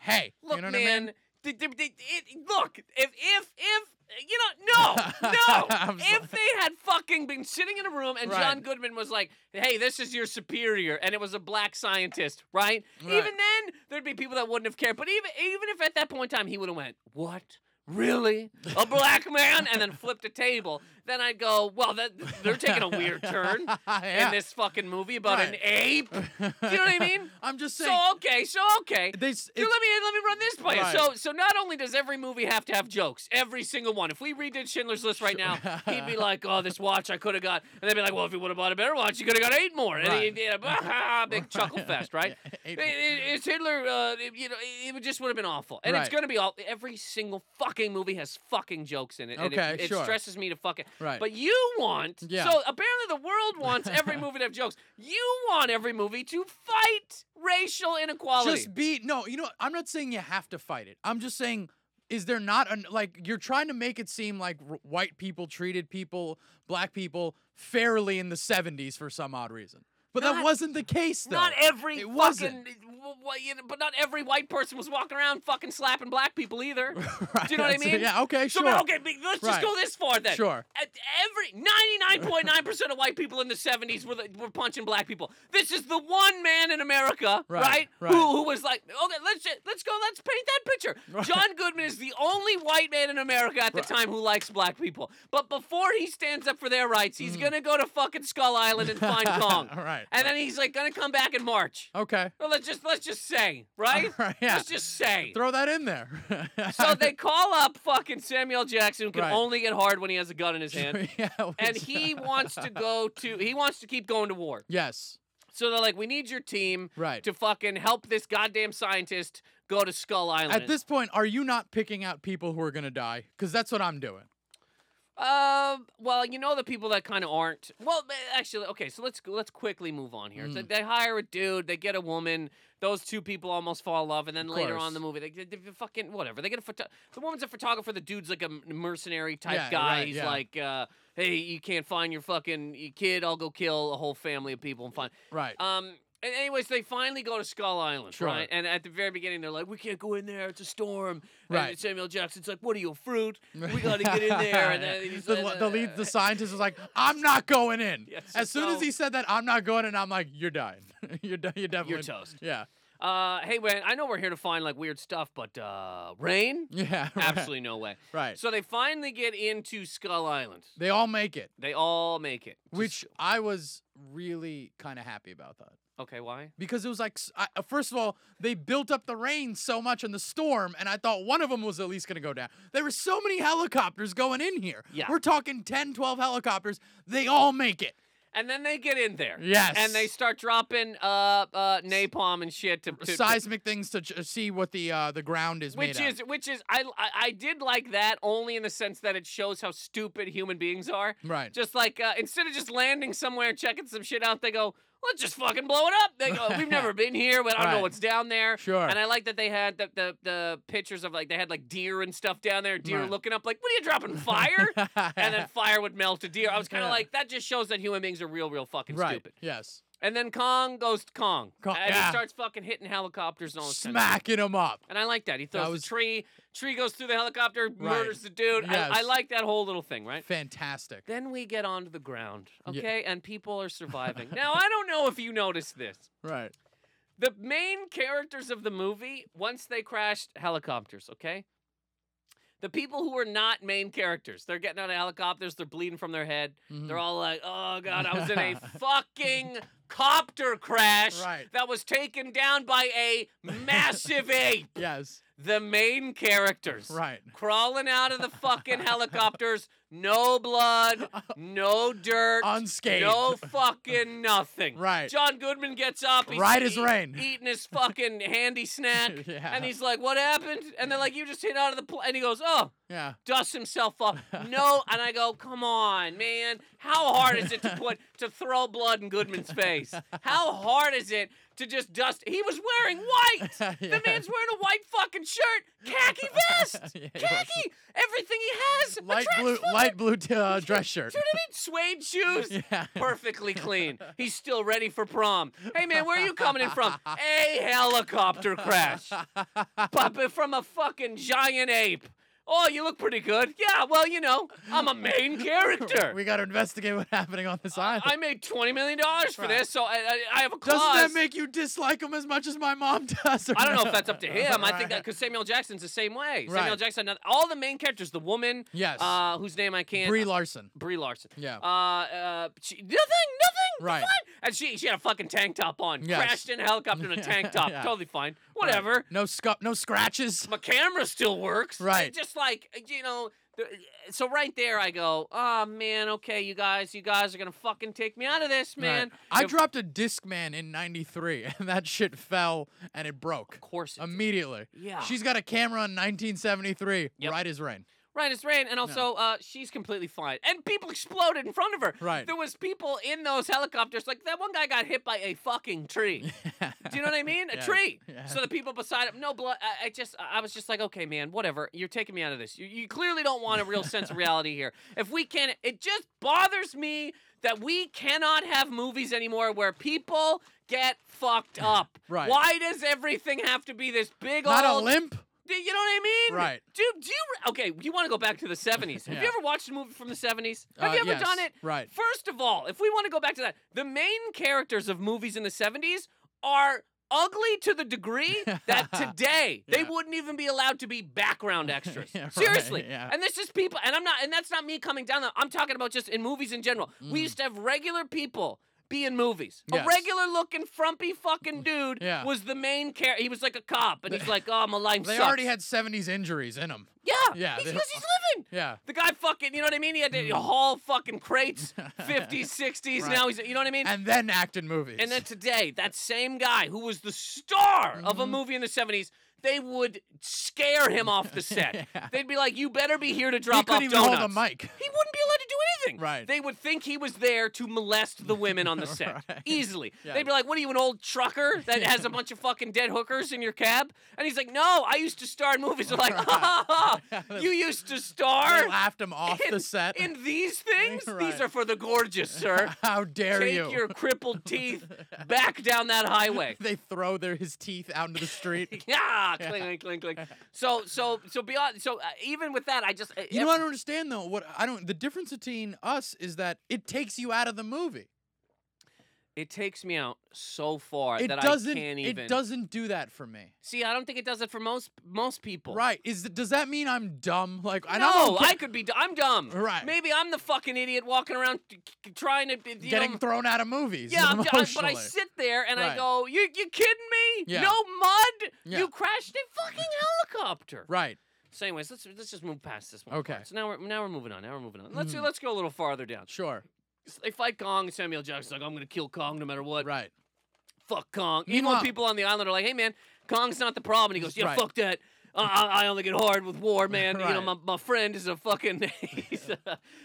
Speaker 2: hey.
Speaker 1: look,
Speaker 2: you know what
Speaker 1: man.
Speaker 2: I mean?
Speaker 1: the- the- the- it- look, if if if you know,
Speaker 2: *laughs*
Speaker 1: no, no.
Speaker 2: I'm
Speaker 1: if they had fucking been sitting in a room and
Speaker 2: Right.
Speaker 1: John Goodman was like, "Hey, this is your superior," and it was a black scientist, right?
Speaker 2: Right.
Speaker 1: Even then, there'd be people that wouldn't have cared. But even even if at that point in time he would have went, "What?" Really,
Speaker 2: *laughs*
Speaker 1: a black man, and then flipped a table. Then I'd go, well, that, they're taking a
Speaker 2: *laughs*
Speaker 1: weird turn
Speaker 2: Yeah.
Speaker 1: in this fucking movie about an
Speaker 2: Right.
Speaker 1: ape. Do you know what I mean?
Speaker 2: *laughs* I'm just saying.
Speaker 1: So okay, so okay.
Speaker 2: they, s-
Speaker 1: Dude,
Speaker 2: it-
Speaker 1: let me let me run this by
Speaker 2: Right.
Speaker 1: you. So so not only does every movie have to have jokes, every single one. If we redid Schindler's List right now, he'd
Speaker 2: *laughs*
Speaker 1: be like, "Oh, this watch I could have got," and they'd be like, "Well, if you would have bought a better watch, you could have got eight more." And
Speaker 2: Right.
Speaker 1: he'd be a *laughs*
Speaker 2: *laughs*
Speaker 1: big chuckle fest, right?
Speaker 2: Eight
Speaker 1: It- it- it's Hitler. Uh, it- you know, it, it would just would have been awful, and it's
Speaker 2: Right.
Speaker 1: gonna be all. Every single fucking movie has fucking jokes in it, and
Speaker 2: Okay,
Speaker 1: it, it
Speaker 2: sure.
Speaker 1: stresses me to fucking.
Speaker 2: Right.
Speaker 1: But you want.
Speaker 2: Yeah.
Speaker 1: So apparently the world wants
Speaker 2: *laughs*
Speaker 1: every movie to have jokes. You want every movie to fight racial inequality.
Speaker 2: just be no. You know, what? I'm not saying you have to fight it. I'm just saying. Is there not an like you're trying to make it seem like r- white people treated people, black people fairly in the 70s for some odd reason, but
Speaker 1: Not-
Speaker 2: that wasn't the case though.
Speaker 1: Not every
Speaker 2: It
Speaker 1: fucking,
Speaker 2: wasn't.
Speaker 1: w- w- you know, but not every white person was walking around fucking slapping black people either.
Speaker 2: *laughs*
Speaker 1: Do you know what I
Speaker 2: Right, so-
Speaker 1: mean?
Speaker 2: Yeah. Okay.
Speaker 1: So
Speaker 2: Sure.
Speaker 1: but okay, but let's just
Speaker 2: Right.
Speaker 1: go this far then.
Speaker 2: Sure.
Speaker 1: At every ninety-nine point nine percent of white people in the seventies were the, were punching black people. This is the one man in America,
Speaker 2: Right,
Speaker 1: right?
Speaker 2: right.
Speaker 1: Who, who was like, okay, let's ju- let's go, let's paint that
Speaker 2: *laughs*
Speaker 1: picture. John Goodman is the only white man in America at the time who likes black people. But before he stands up for their rights, he's gonna go to fucking Skull Island and
Speaker 2: *laughs*
Speaker 1: find Kong.
Speaker 2: All Mm. right.
Speaker 1: And then he's like gonna come back in March.
Speaker 2: Okay. *laughs*
Speaker 1: Well, let's just let's just say, right?
Speaker 2: Right, yeah.
Speaker 1: Let's just say.
Speaker 2: Throw that in there.
Speaker 1: so
Speaker 2: *laughs*
Speaker 1: they call up fucking Samuel Jackson, who can
Speaker 2: Right.
Speaker 1: only get hard when he has a gun in his
Speaker 2: *laughs*
Speaker 1: hand,
Speaker 2: yeah, it
Speaker 1: and
Speaker 2: was-
Speaker 1: he wants to go to he wants to keep going to war.
Speaker 2: *laughs* Yes.
Speaker 1: So they're like, we need your team
Speaker 2: Right.
Speaker 1: to fucking help this goddamn scientist go to Skull Island.
Speaker 2: At this point, are you not picking out people who are gonna die? Because that's what I'm doing.
Speaker 1: Um. well, you know the people that kind of aren't. Well, ma- actually, okay. So let's let's quickly move on here.
Speaker 2: Hmm.
Speaker 1: So they hire a dude. They get a woman. Those two people almost fall in love, and then later on in the movie, they, they, they fucking whatever. They get a photo- the woman's a photographer. The dude's like a m- mercenary type
Speaker 2: Yeah,
Speaker 1: guy.
Speaker 2: right,
Speaker 1: He's
Speaker 2: yeah.
Speaker 1: like, uh, hey, you can't find your fucking your kid. I'll go kill a whole family of people and find.
Speaker 2: Right.
Speaker 1: Um. And anyways, they finally go to Skull Island,
Speaker 2: Sure.
Speaker 1: right? And at the very beginning, they're like, "We can't go in there; it's a storm."
Speaker 2: Right.
Speaker 1: And Samuel Jackson's like, "What are you, a fruit? We got to get
Speaker 2: *laughs*
Speaker 1: in there." And then he's
Speaker 2: the,
Speaker 1: like,
Speaker 2: the lead, the scientist was like, "I'm not
Speaker 1: *laughs*
Speaker 2: going in."
Speaker 1: Yeah, it's
Speaker 2: as
Speaker 1: just
Speaker 2: soon as
Speaker 1: so-
Speaker 2: he said that, "I'm not going," in, I'm like, "You're dying. *laughs* you're di- you're definitely
Speaker 1: toast.
Speaker 2: Yeah.
Speaker 1: Uh, hey, man, I know we're here to find like weird stuff, but uh, rain?
Speaker 2: Yeah. *laughs* right,
Speaker 1: Absolutely no way.
Speaker 2: Right.
Speaker 1: So they finally get into Skull Island.
Speaker 2: They all make it,
Speaker 1: They all make it. Just-
Speaker 2: which I was really kind of happy about that.
Speaker 1: okay, why?
Speaker 2: because it was like s I uh first of all they built up the rain so much and the storm and i thought one of them was at least going to go down there were so many helicopters going in here
Speaker 1: Yeah.
Speaker 2: we're talking 10 12 helicopters they all make it
Speaker 1: And then they get in there.
Speaker 2: Yes.
Speaker 1: And they start dropping uh, uh, napalm and shit to, to, to
Speaker 2: seismic things to j- see what the uh, the ground is
Speaker 1: Which
Speaker 2: made
Speaker 1: is, which is, I, I, I did like that only in the sense that it shows how stupid human beings are.
Speaker 2: out. right
Speaker 1: Just like uh, instead of just landing somewhere and checking some shit out, they go, "Let's just fucking blow it up." They go, "We've
Speaker 2: *laughs*
Speaker 1: never been here, but I don't know
Speaker 2: Right.
Speaker 1: what's down there."
Speaker 2: Sure.
Speaker 1: And I like that they had the, the the pictures of like they had like deer and stuff down there. Deer
Speaker 2: Right.
Speaker 1: looking up, like, "What are you dropping fire?" and
Speaker 2: *laughs*
Speaker 1: then fire would melt a deer. I was kind of
Speaker 2: Yeah.
Speaker 1: like, that just shows that human beings are real, real fucking
Speaker 2: right
Speaker 1: stupid.
Speaker 2: yes
Speaker 1: And then Kong goes to Kong,
Speaker 2: Kong-
Speaker 1: and he
Speaker 2: yeah.
Speaker 1: starts fucking hitting helicopters and all this kind of stuff.
Speaker 2: smacking them up
Speaker 1: And I like that. He throws
Speaker 2: was-
Speaker 1: the tree. Tree goes through the helicopter, murders the dude. I, I
Speaker 2: Yes.
Speaker 1: like that whole little thing, right?
Speaker 2: fantastic
Speaker 1: Then we get onto the ground,
Speaker 2: Yeah.
Speaker 1: okay? And people are surviving. now, I don't know if you noticed this.
Speaker 2: right
Speaker 1: The main characters of the movie, once they crashed helicopters, okay? The people who were not main characters, they're getting out of helicopters, they're bleeding from their head.
Speaker 2: Mm-hmm. Hmm.
Speaker 1: They're all like, oh, God, I was in
Speaker 2: *laughs*
Speaker 1: a fucking copter crash
Speaker 2: Right.
Speaker 1: that was taken down by a massive ape.
Speaker 2: yes
Speaker 1: The main characters
Speaker 2: right
Speaker 1: crawling out of the fucking helicopters, No blood, no dirt,
Speaker 2: *laughs* Unscathed.
Speaker 1: no fucking nothing.
Speaker 2: Right.
Speaker 1: John Goodman gets up, he's
Speaker 2: Right as
Speaker 1: eat-
Speaker 2: rain. *laughs*
Speaker 1: eating his fucking handy snack,
Speaker 2: Yeah.
Speaker 1: and he's like, "What happened?" And they're like, "You just hit out of the pl-. and he goes, "Oh."
Speaker 2: Yeah. *laughs*
Speaker 1: Dusts himself up. No, and I go, come on, man. How hard is it to
Speaker 2: *laughs*
Speaker 1: put to throw blood in Goodman's face? How hard is it to just dust? He was wearing white.
Speaker 2: *laughs* Yeah.
Speaker 1: The man's wearing a white fucking shirt,
Speaker 2: *laughs*
Speaker 1: khaki vest,
Speaker 2: Yeah, he was.
Speaker 1: khaki. Everything he has,
Speaker 2: Light
Speaker 1: a
Speaker 2: blue,
Speaker 1: tracksuit.
Speaker 2: light blue t- uh, dress shirt.
Speaker 1: Do you know what I mean? Suede shoes.
Speaker 2: *laughs* Yeah.
Speaker 1: Perfectly clean. He's still ready for prom. Hey man, where are you coming in
Speaker 2: *laughs*
Speaker 1: from? A helicopter crash. But but from a fucking giant ape. Oh, you look pretty good. Yeah, well, you know, I'm a
Speaker 2: *laughs*
Speaker 1: main character.
Speaker 2: *laughs* We got to investigate what's happening on this island.
Speaker 1: I made twenty million dollars for
Speaker 2: Right.
Speaker 1: this, so I, I, I have a clause.
Speaker 2: Doesn't that make you dislike him as much as my mom *laughs* does? or
Speaker 1: I don't know
Speaker 2: no?
Speaker 1: if that's
Speaker 2: *laughs*
Speaker 1: up to him. I think that
Speaker 2: Right.
Speaker 1: because Samuel Jackson's the same way. Samuel
Speaker 2: Right.
Speaker 1: Jackson, all the main characters, the woman,
Speaker 2: Yes.
Speaker 1: uh, whose name I can't,
Speaker 2: Brie Larson.
Speaker 1: Brie Larson.
Speaker 2: Yeah.
Speaker 1: Uh, uh, she, nothing, nothing.
Speaker 2: Right.
Speaker 1: What? And she, she had a fucking tank top on.
Speaker 2: Yes.
Speaker 1: Crashed in a helicopter in a tank top.
Speaker 2: *laughs* Yeah.
Speaker 1: Totally fine. Whatever.
Speaker 2: Right. No scu- no scratches.
Speaker 1: My camera still works.
Speaker 2: Right.
Speaker 1: It's just like you know. the- So right there, I go. Oh man. Okay, you guys, you guys are gonna fucking take me out of this, man.
Speaker 2: Right. I
Speaker 1: If-
Speaker 2: dropped a Discman in 93 *laughs* and that shit fell and it broke
Speaker 1: Of course. It did.
Speaker 2: immediately.
Speaker 1: Yeah.
Speaker 2: She's got a camera in 1973,
Speaker 1: Yep.
Speaker 2: right as rain. *laughs*
Speaker 1: Right, it's rain, and also uh, she's completely fine. And people exploded in front of her.
Speaker 2: Right.
Speaker 1: There was people in those helicopters. Like that one guy got hit by a fucking
Speaker 2: *laughs*
Speaker 1: tree. Do you know what I mean? A
Speaker 2: Yeah,
Speaker 1: tree.
Speaker 2: yeah.
Speaker 1: So the people beside him, no blood. I, I just, I was just like, okay, man, whatever. You're taking me out of this. You, you clearly don't want a real sense of reality here. If we can, it just bothers me that we cannot have movies anymore where people get fucked up.
Speaker 2: Right.
Speaker 1: Why does everything have to be this big
Speaker 2: Not a
Speaker 1: old?
Speaker 2: limp.
Speaker 1: Do You know what I mean?
Speaker 2: Right.
Speaker 1: Dude, do you. re- Okay, you want to go back to the
Speaker 2: *laughs*
Speaker 1: 70s. Have you
Speaker 2: Yeah.
Speaker 1: ever watched a movie from the 70s? Have
Speaker 2: Uh,
Speaker 1: you ever
Speaker 2: yes,
Speaker 1: done it?
Speaker 2: right.
Speaker 1: First of all, if we want to go back to that, the main characters of movies in the 70s are ugly to the degree
Speaker 2: *laughs*
Speaker 1: that today they
Speaker 2: Yeah.
Speaker 1: wouldn't even be allowed to be
Speaker 2: *laughs*
Speaker 1: background extras.
Speaker 2: Yeah, right,
Speaker 1: Seriously.
Speaker 2: yeah.
Speaker 1: And this is people, and I'm not, and that's not me coming down. on- I'm talking about just in movies in general. We used to have regular people. Be in movies. A
Speaker 2: Mm. Yes.
Speaker 1: regular looking, frumpy fucking
Speaker 2: *laughs*
Speaker 1: dude
Speaker 2: Yeah.
Speaker 1: was the main character. He was like a cop, and he's like, "Oh, my life
Speaker 2: They
Speaker 1: sucks."
Speaker 2: already had 70s injuries in them.
Speaker 1: Yeah.
Speaker 2: Yeah,
Speaker 1: Because
Speaker 2: they- *laughs*
Speaker 1: he's, living.
Speaker 2: Yeah.
Speaker 1: The guy fucking, you know what I mean? He had to
Speaker 2: Mm.
Speaker 1: haul fucking crates,
Speaker 2: *laughs*
Speaker 1: 50s, 60s.
Speaker 2: Right.
Speaker 1: Now he's, you know what I mean?
Speaker 2: And then acted movies. *laughs*
Speaker 1: And then today, that same guy who was the star of
Speaker 2: Mm-hmm.
Speaker 1: a movie in the 70s, they would scare him off the set.
Speaker 2: *laughs* Yeah.
Speaker 1: They'd be like, you better be here to
Speaker 2: he
Speaker 1: drop
Speaker 2: couldn't
Speaker 1: off
Speaker 2: even
Speaker 1: donuts.
Speaker 2: hold a mic.
Speaker 1: He wouldn't be allowed to do anything.
Speaker 2: Right.
Speaker 1: They would think he was there to molest the women
Speaker 2: *laughs*
Speaker 1: on the set
Speaker 2: Right.
Speaker 1: easily.
Speaker 2: Yeah.
Speaker 1: They'd be like, "What are you, an old trucker
Speaker 2: *laughs*
Speaker 1: that has a bunch of fucking dead hookers in your cab?" And he's like, "No, I used to star in movies." *laughs* They're like, "Ha ha
Speaker 2: *laughs*
Speaker 1: ha! You used to
Speaker 2: They
Speaker 1: star
Speaker 2: laughed him off
Speaker 1: in,
Speaker 2: the set.
Speaker 1: in these things? These
Speaker 2: Right.
Speaker 1: are for the gorgeous, sir."
Speaker 2: *laughs* How dare
Speaker 1: Take
Speaker 2: you?
Speaker 1: your crippled teeth back down that highway. *laughs*
Speaker 2: *laughs* they throw their his teeth out into the street.
Speaker 1: Yeah, clink, clink, clink, clink. So, so, so beyond. So, uh, even with that, I just uh,
Speaker 2: you know, I don't understand though. What I don't the difference between us is that it takes you out of the movie.
Speaker 1: it takes me out so far
Speaker 2: It
Speaker 1: that
Speaker 2: doesn't.
Speaker 1: I can't even.
Speaker 2: It doesn't do that for me.
Speaker 1: See, I don't think it does it for most most people.
Speaker 2: Right? Is does that mean I'm dumb? Like I
Speaker 1: no,
Speaker 2: know
Speaker 1: I could be. d- I'm dumb.
Speaker 2: Right.
Speaker 1: Maybe I'm the fucking idiot walking around t- t- trying to be you
Speaker 2: getting
Speaker 1: know,
Speaker 2: thrown out of movies. *laughs*
Speaker 1: yeah, I'm d- I- but I
Speaker 2: emotionally.
Speaker 1: sit there and I
Speaker 2: Right.
Speaker 1: go, "You you kidding me?
Speaker 2: Yeah.
Speaker 1: No mud?
Speaker 2: Yeah.
Speaker 1: You crashed a fucking helicopter."
Speaker 2: Right.
Speaker 1: So, anyways, let's let's just move past this one.
Speaker 2: Okay.
Speaker 1: part. So now we're now we're moving on. Now we're moving on. Let's
Speaker 2: Mhm.
Speaker 1: let's go a little farther down.
Speaker 2: Sure.
Speaker 1: So they fight Kong. Samuel Jackson's like, "I'm gonna kill Kong no matter what." *laughs*
Speaker 2: Right.
Speaker 1: fuck Kong. Even when
Speaker 2: Meanwhile-
Speaker 1: people on the island are like, hey, man, Kong's not the problem. And he goes, yeah,
Speaker 2: Right.
Speaker 1: fuck that. I, I- I only get hard with
Speaker 2: *laughs*
Speaker 1: war, man. You know,
Speaker 2: Right.
Speaker 1: my, my friend is a fucking. *laughs* He's a,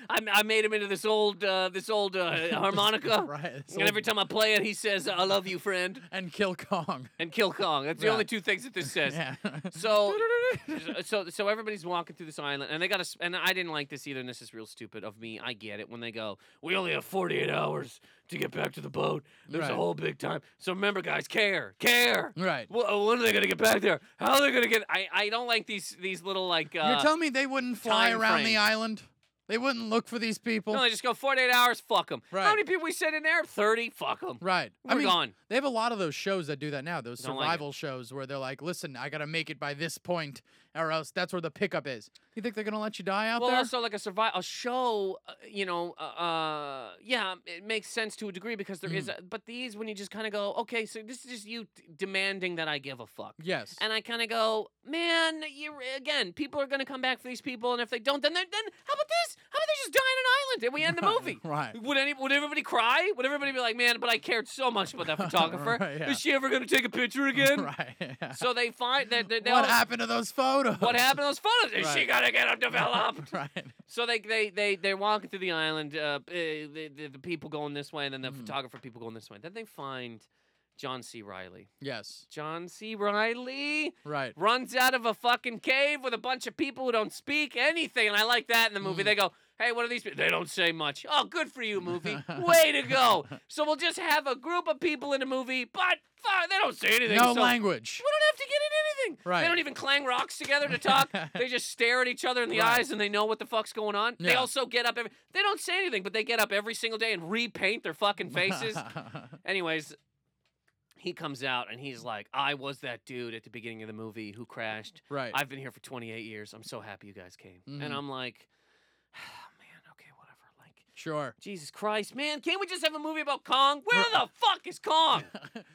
Speaker 1: I, I made him into this old uh, this old
Speaker 2: *laughs*
Speaker 1: uh, harmonica,
Speaker 2: Right.
Speaker 1: and every time I play it, he says, "I love you, friend,"
Speaker 2: *laughs* and Kill Kong. *laughs*
Speaker 1: and kill Kong. That's the
Speaker 2: Yeah.
Speaker 1: only two things that
Speaker 2: *laughs*
Speaker 1: this says.
Speaker 2: Yeah.
Speaker 1: So,
Speaker 2: *laughs*
Speaker 1: so, so everybody's walking through this island, and they got to. And I didn't like this either. And this is real stupid of me. I get it when they go, "We only have 48 hours to get back to the boat." There's a
Speaker 2: Right.
Speaker 1: whole big time. So remember, guys, care, care.
Speaker 2: right.
Speaker 1: Wh- uh, when are they gonna get back there? How are they gonna get? I, I don't like these these little like. Uh,
Speaker 2: You're telling me they wouldn't fly
Speaker 1: time
Speaker 2: around
Speaker 1: frames.
Speaker 2: the island? They wouldn't look for these people?
Speaker 1: no, they just go 48 hours. Fuck them. How
Speaker 2: Right.
Speaker 1: many people we sent in there? 30. Fuck them.
Speaker 2: Right. I
Speaker 1: We're
Speaker 2: mean,
Speaker 1: gone.
Speaker 2: They have a lot of those shows that do that now. Those
Speaker 1: Don't like it.
Speaker 2: survival shows where they're like, "Listen, I gotta make it by this point, or else that's where the pickup is." You think they're gonna let you die out
Speaker 1: well,
Speaker 2: there?
Speaker 1: also like a survive a show, uh, you know, uh, uh, yeah, it makes sense to a degree because there is.
Speaker 2: Mm.
Speaker 1: A, but these, when you just kind of go, okay, so this is just you t- demanding that I give a fuck,
Speaker 2: yes. *laughs*
Speaker 1: and I kind of go, man, you again, people are gonna come back for these people, and if they don't, then they- then how about this? How about they just die on an island and we
Speaker 2: *laughs*
Speaker 1: end the movie?
Speaker 2: Right.
Speaker 1: Would any would everybody cry? Would everybody be like, man? But I cared so much about that photographer.
Speaker 2: *laughs* Right, yeah.
Speaker 1: Is she ever gonna take a picture again?
Speaker 2: *laughs* Right. yeah.
Speaker 1: So they find that they, they
Speaker 2: what
Speaker 1: all-
Speaker 2: happened to those photos?
Speaker 1: What happened to those photos? Is she
Speaker 2: Right.
Speaker 1: gonna get them developed?
Speaker 2: *laughs* right.
Speaker 1: So they they they they're walking through the island. Uh, eh, the, the the people going this way, and then the
Speaker 2: Mhm.
Speaker 1: photographer people going this way. Then they find John C. Riley.
Speaker 2: Yes.
Speaker 1: John C. Riley
Speaker 2: Right.
Speaker 1: runs out of a fucking cave with a bunch of people who don't speak anything, and I like that in the movie.
Speaker 2: Mhm.
Speaker 1: They go, "Hey, what are these?" people? They don't say much. Oh, good for you,
Speaker 2: *laughs*
Speaker 1: movie. Way to go. So we'll just have a group of people in a movie, but fuck, they don't say anything.
Speaker 2: No
Speaker 1: so-
Speaker 2: language.
Speaker 1: *laughs* we don't have to get in anything. They
Speaker 2: Right.
Speaker 1: don't even clang rocks together to talk.
Speaker 2: *laughs*
Speaker 1: they just stare at each other in the
Speaker 2: Right.
Speaker 1: eyes and they know what the fuck's going on. They
Speaker 2: Yeah.
Speaker 1: also get up every they don't say anything, but they get up every single day and repaint their fucking faces. Anyways, he comes out and he's like, I was that dude at the beginning of the movie who crashed.
Speaker 2: *laughs* right.
Speaker 1: I've been here for 28 years. I'm so happy you guys came.
Speaker 2: Mhm.
Speaker 1: And I'm like, *sighs* "Oh, man, okay, whatever. Like,
Speaker 2: sure.
Speaker 1: Jesus Christ, man, can't we just have a movie about Kong? Where the fuck is
Speaker 2: *laughs*
Speaker 1: Kong?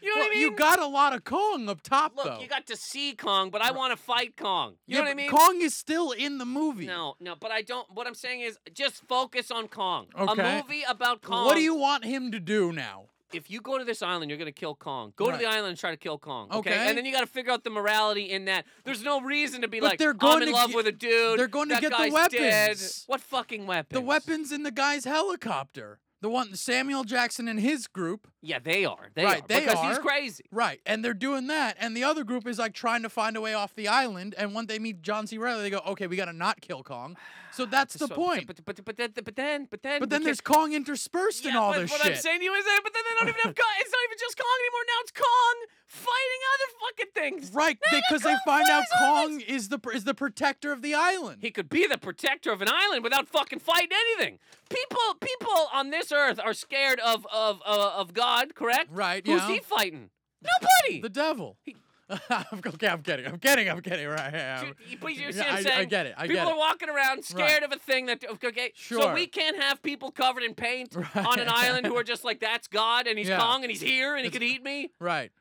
Speaker 1: You know
Speaker 2: well,
Speaker 1: what I mean?
Speaker 2: you got a lot of Kong up top
Speaker 1: Look,
Speaker 2: though.
Speaker 1: you got to see Kong, but I want to fight Kong. You
Speaker 2: Yeah,
Speaker 1: know what I
Speaker 2: but
Speaker 1: mean?
Speaker 2: Kong is still in the movie.
Speaker 1: No, no, but I don't. What I'm saying is just focus on Kong. A
Speaker 2: Okay.
Speaker 1: movie about Kong.
Speaker 2: What do you want him to do now?
Speaker 1: If you go to this island, you're going to kill Kong. Go to the
Speaker 2: Right.
Speaker 1: island and try to kill Kong.
Speaker 2: Okay.
Speaker 1: And then you got to figure out the morality in that. There's no reason to be
Speaker 2: But
Speaker 1: like,
Speaker 2: they're going
Speaker 1: I'm in
Speaker 2: to
Speaker 1: love
Speaker 2: get-
Speaker 1: with a dude.
Speaker 2: they're going to
Speaker 1: that
Speaker 2: get the
Speaker 1: guy's Dead.
Speaker 2: weapons.
Speaker 1: What fucking weapons?
Speaker 2: The weapons in the guy's helicopter. The one Samuel Jackson and his group.
Speaker 1: Yeah, they are. They
Speaker 2: Right,
Speaker 1: are.
Speaker 2: they
Speaker 1: because he's
Speaker 2: are.
Speaker 1: crazy.
Speaker 2: Right. And they're doing that. And the other group is like trying to find a way off the island. And when they meet John C. Riley, they go, okay, we got to not kill Kong.
Speaker 1: *sighs*
Speaker 2: So that's the
Speaker 1: So-
Speaker 2: point. But,
Speaker 1: But, but, but, then- but then, but then. we
Speaker 2: then
Speaker 1: can't-
Speaker 2: there's Kong interspersed in all
Speaker 1: but
Speaker 2: this
Speaker 1: what
Speaker 2: shit.
Speaker 1: I'm saying to you is that, but then they don't even
Speaker 2: *laughs*
Speaker 1: have Kong. It's not even just Kong anymore. Now it's Kong fighting other fucking things.
Speaker 2: right.
Speaker 1: Now
Speaker 2: Because they
Speaker 1: Kong
Speaker 2: find out
Speaker 1: flies all
Speaker 2: Kong is the, pr- is the protector of the island.
Speaker 1: He could be the protector of an island without fucking fighting anything. People, people on this earth are scared of of uh, of God, correct?
Speaker 2: Right,
Speaker 1: Who's
Speaker 2: yeah.
Speaker 1: he fighting? Nobody.
Speaker 2: the devil. *laughs* I'm- okay, I'm kidding. I'm kidding. I'm kidding. Right. yeah,
Speaker 1: Do
Speaker 2: I'm-
Speaker 1: you- But you see
Speaker 2: Yeah,
Speaker 1: what I'm
Speaker 2: I- I
Speaker 1: saying?
Speaker 2: get it, I
Speaker 1: people
Speaker 2: get
Speaker 1: are
Speaker 2: it.
Speaker 1: walking around scared of a thing that okay. So
Speaker 2: Sure.
Speaker 1: we can't have people covered in paint on an
Speaker 2: *laughs* Right.
Speaker 1: island who are just like that's God and he's
Speaker 2: Yeah.
Speaker 1: Kong and he's here and he could eat me.
Speaker 2: Right.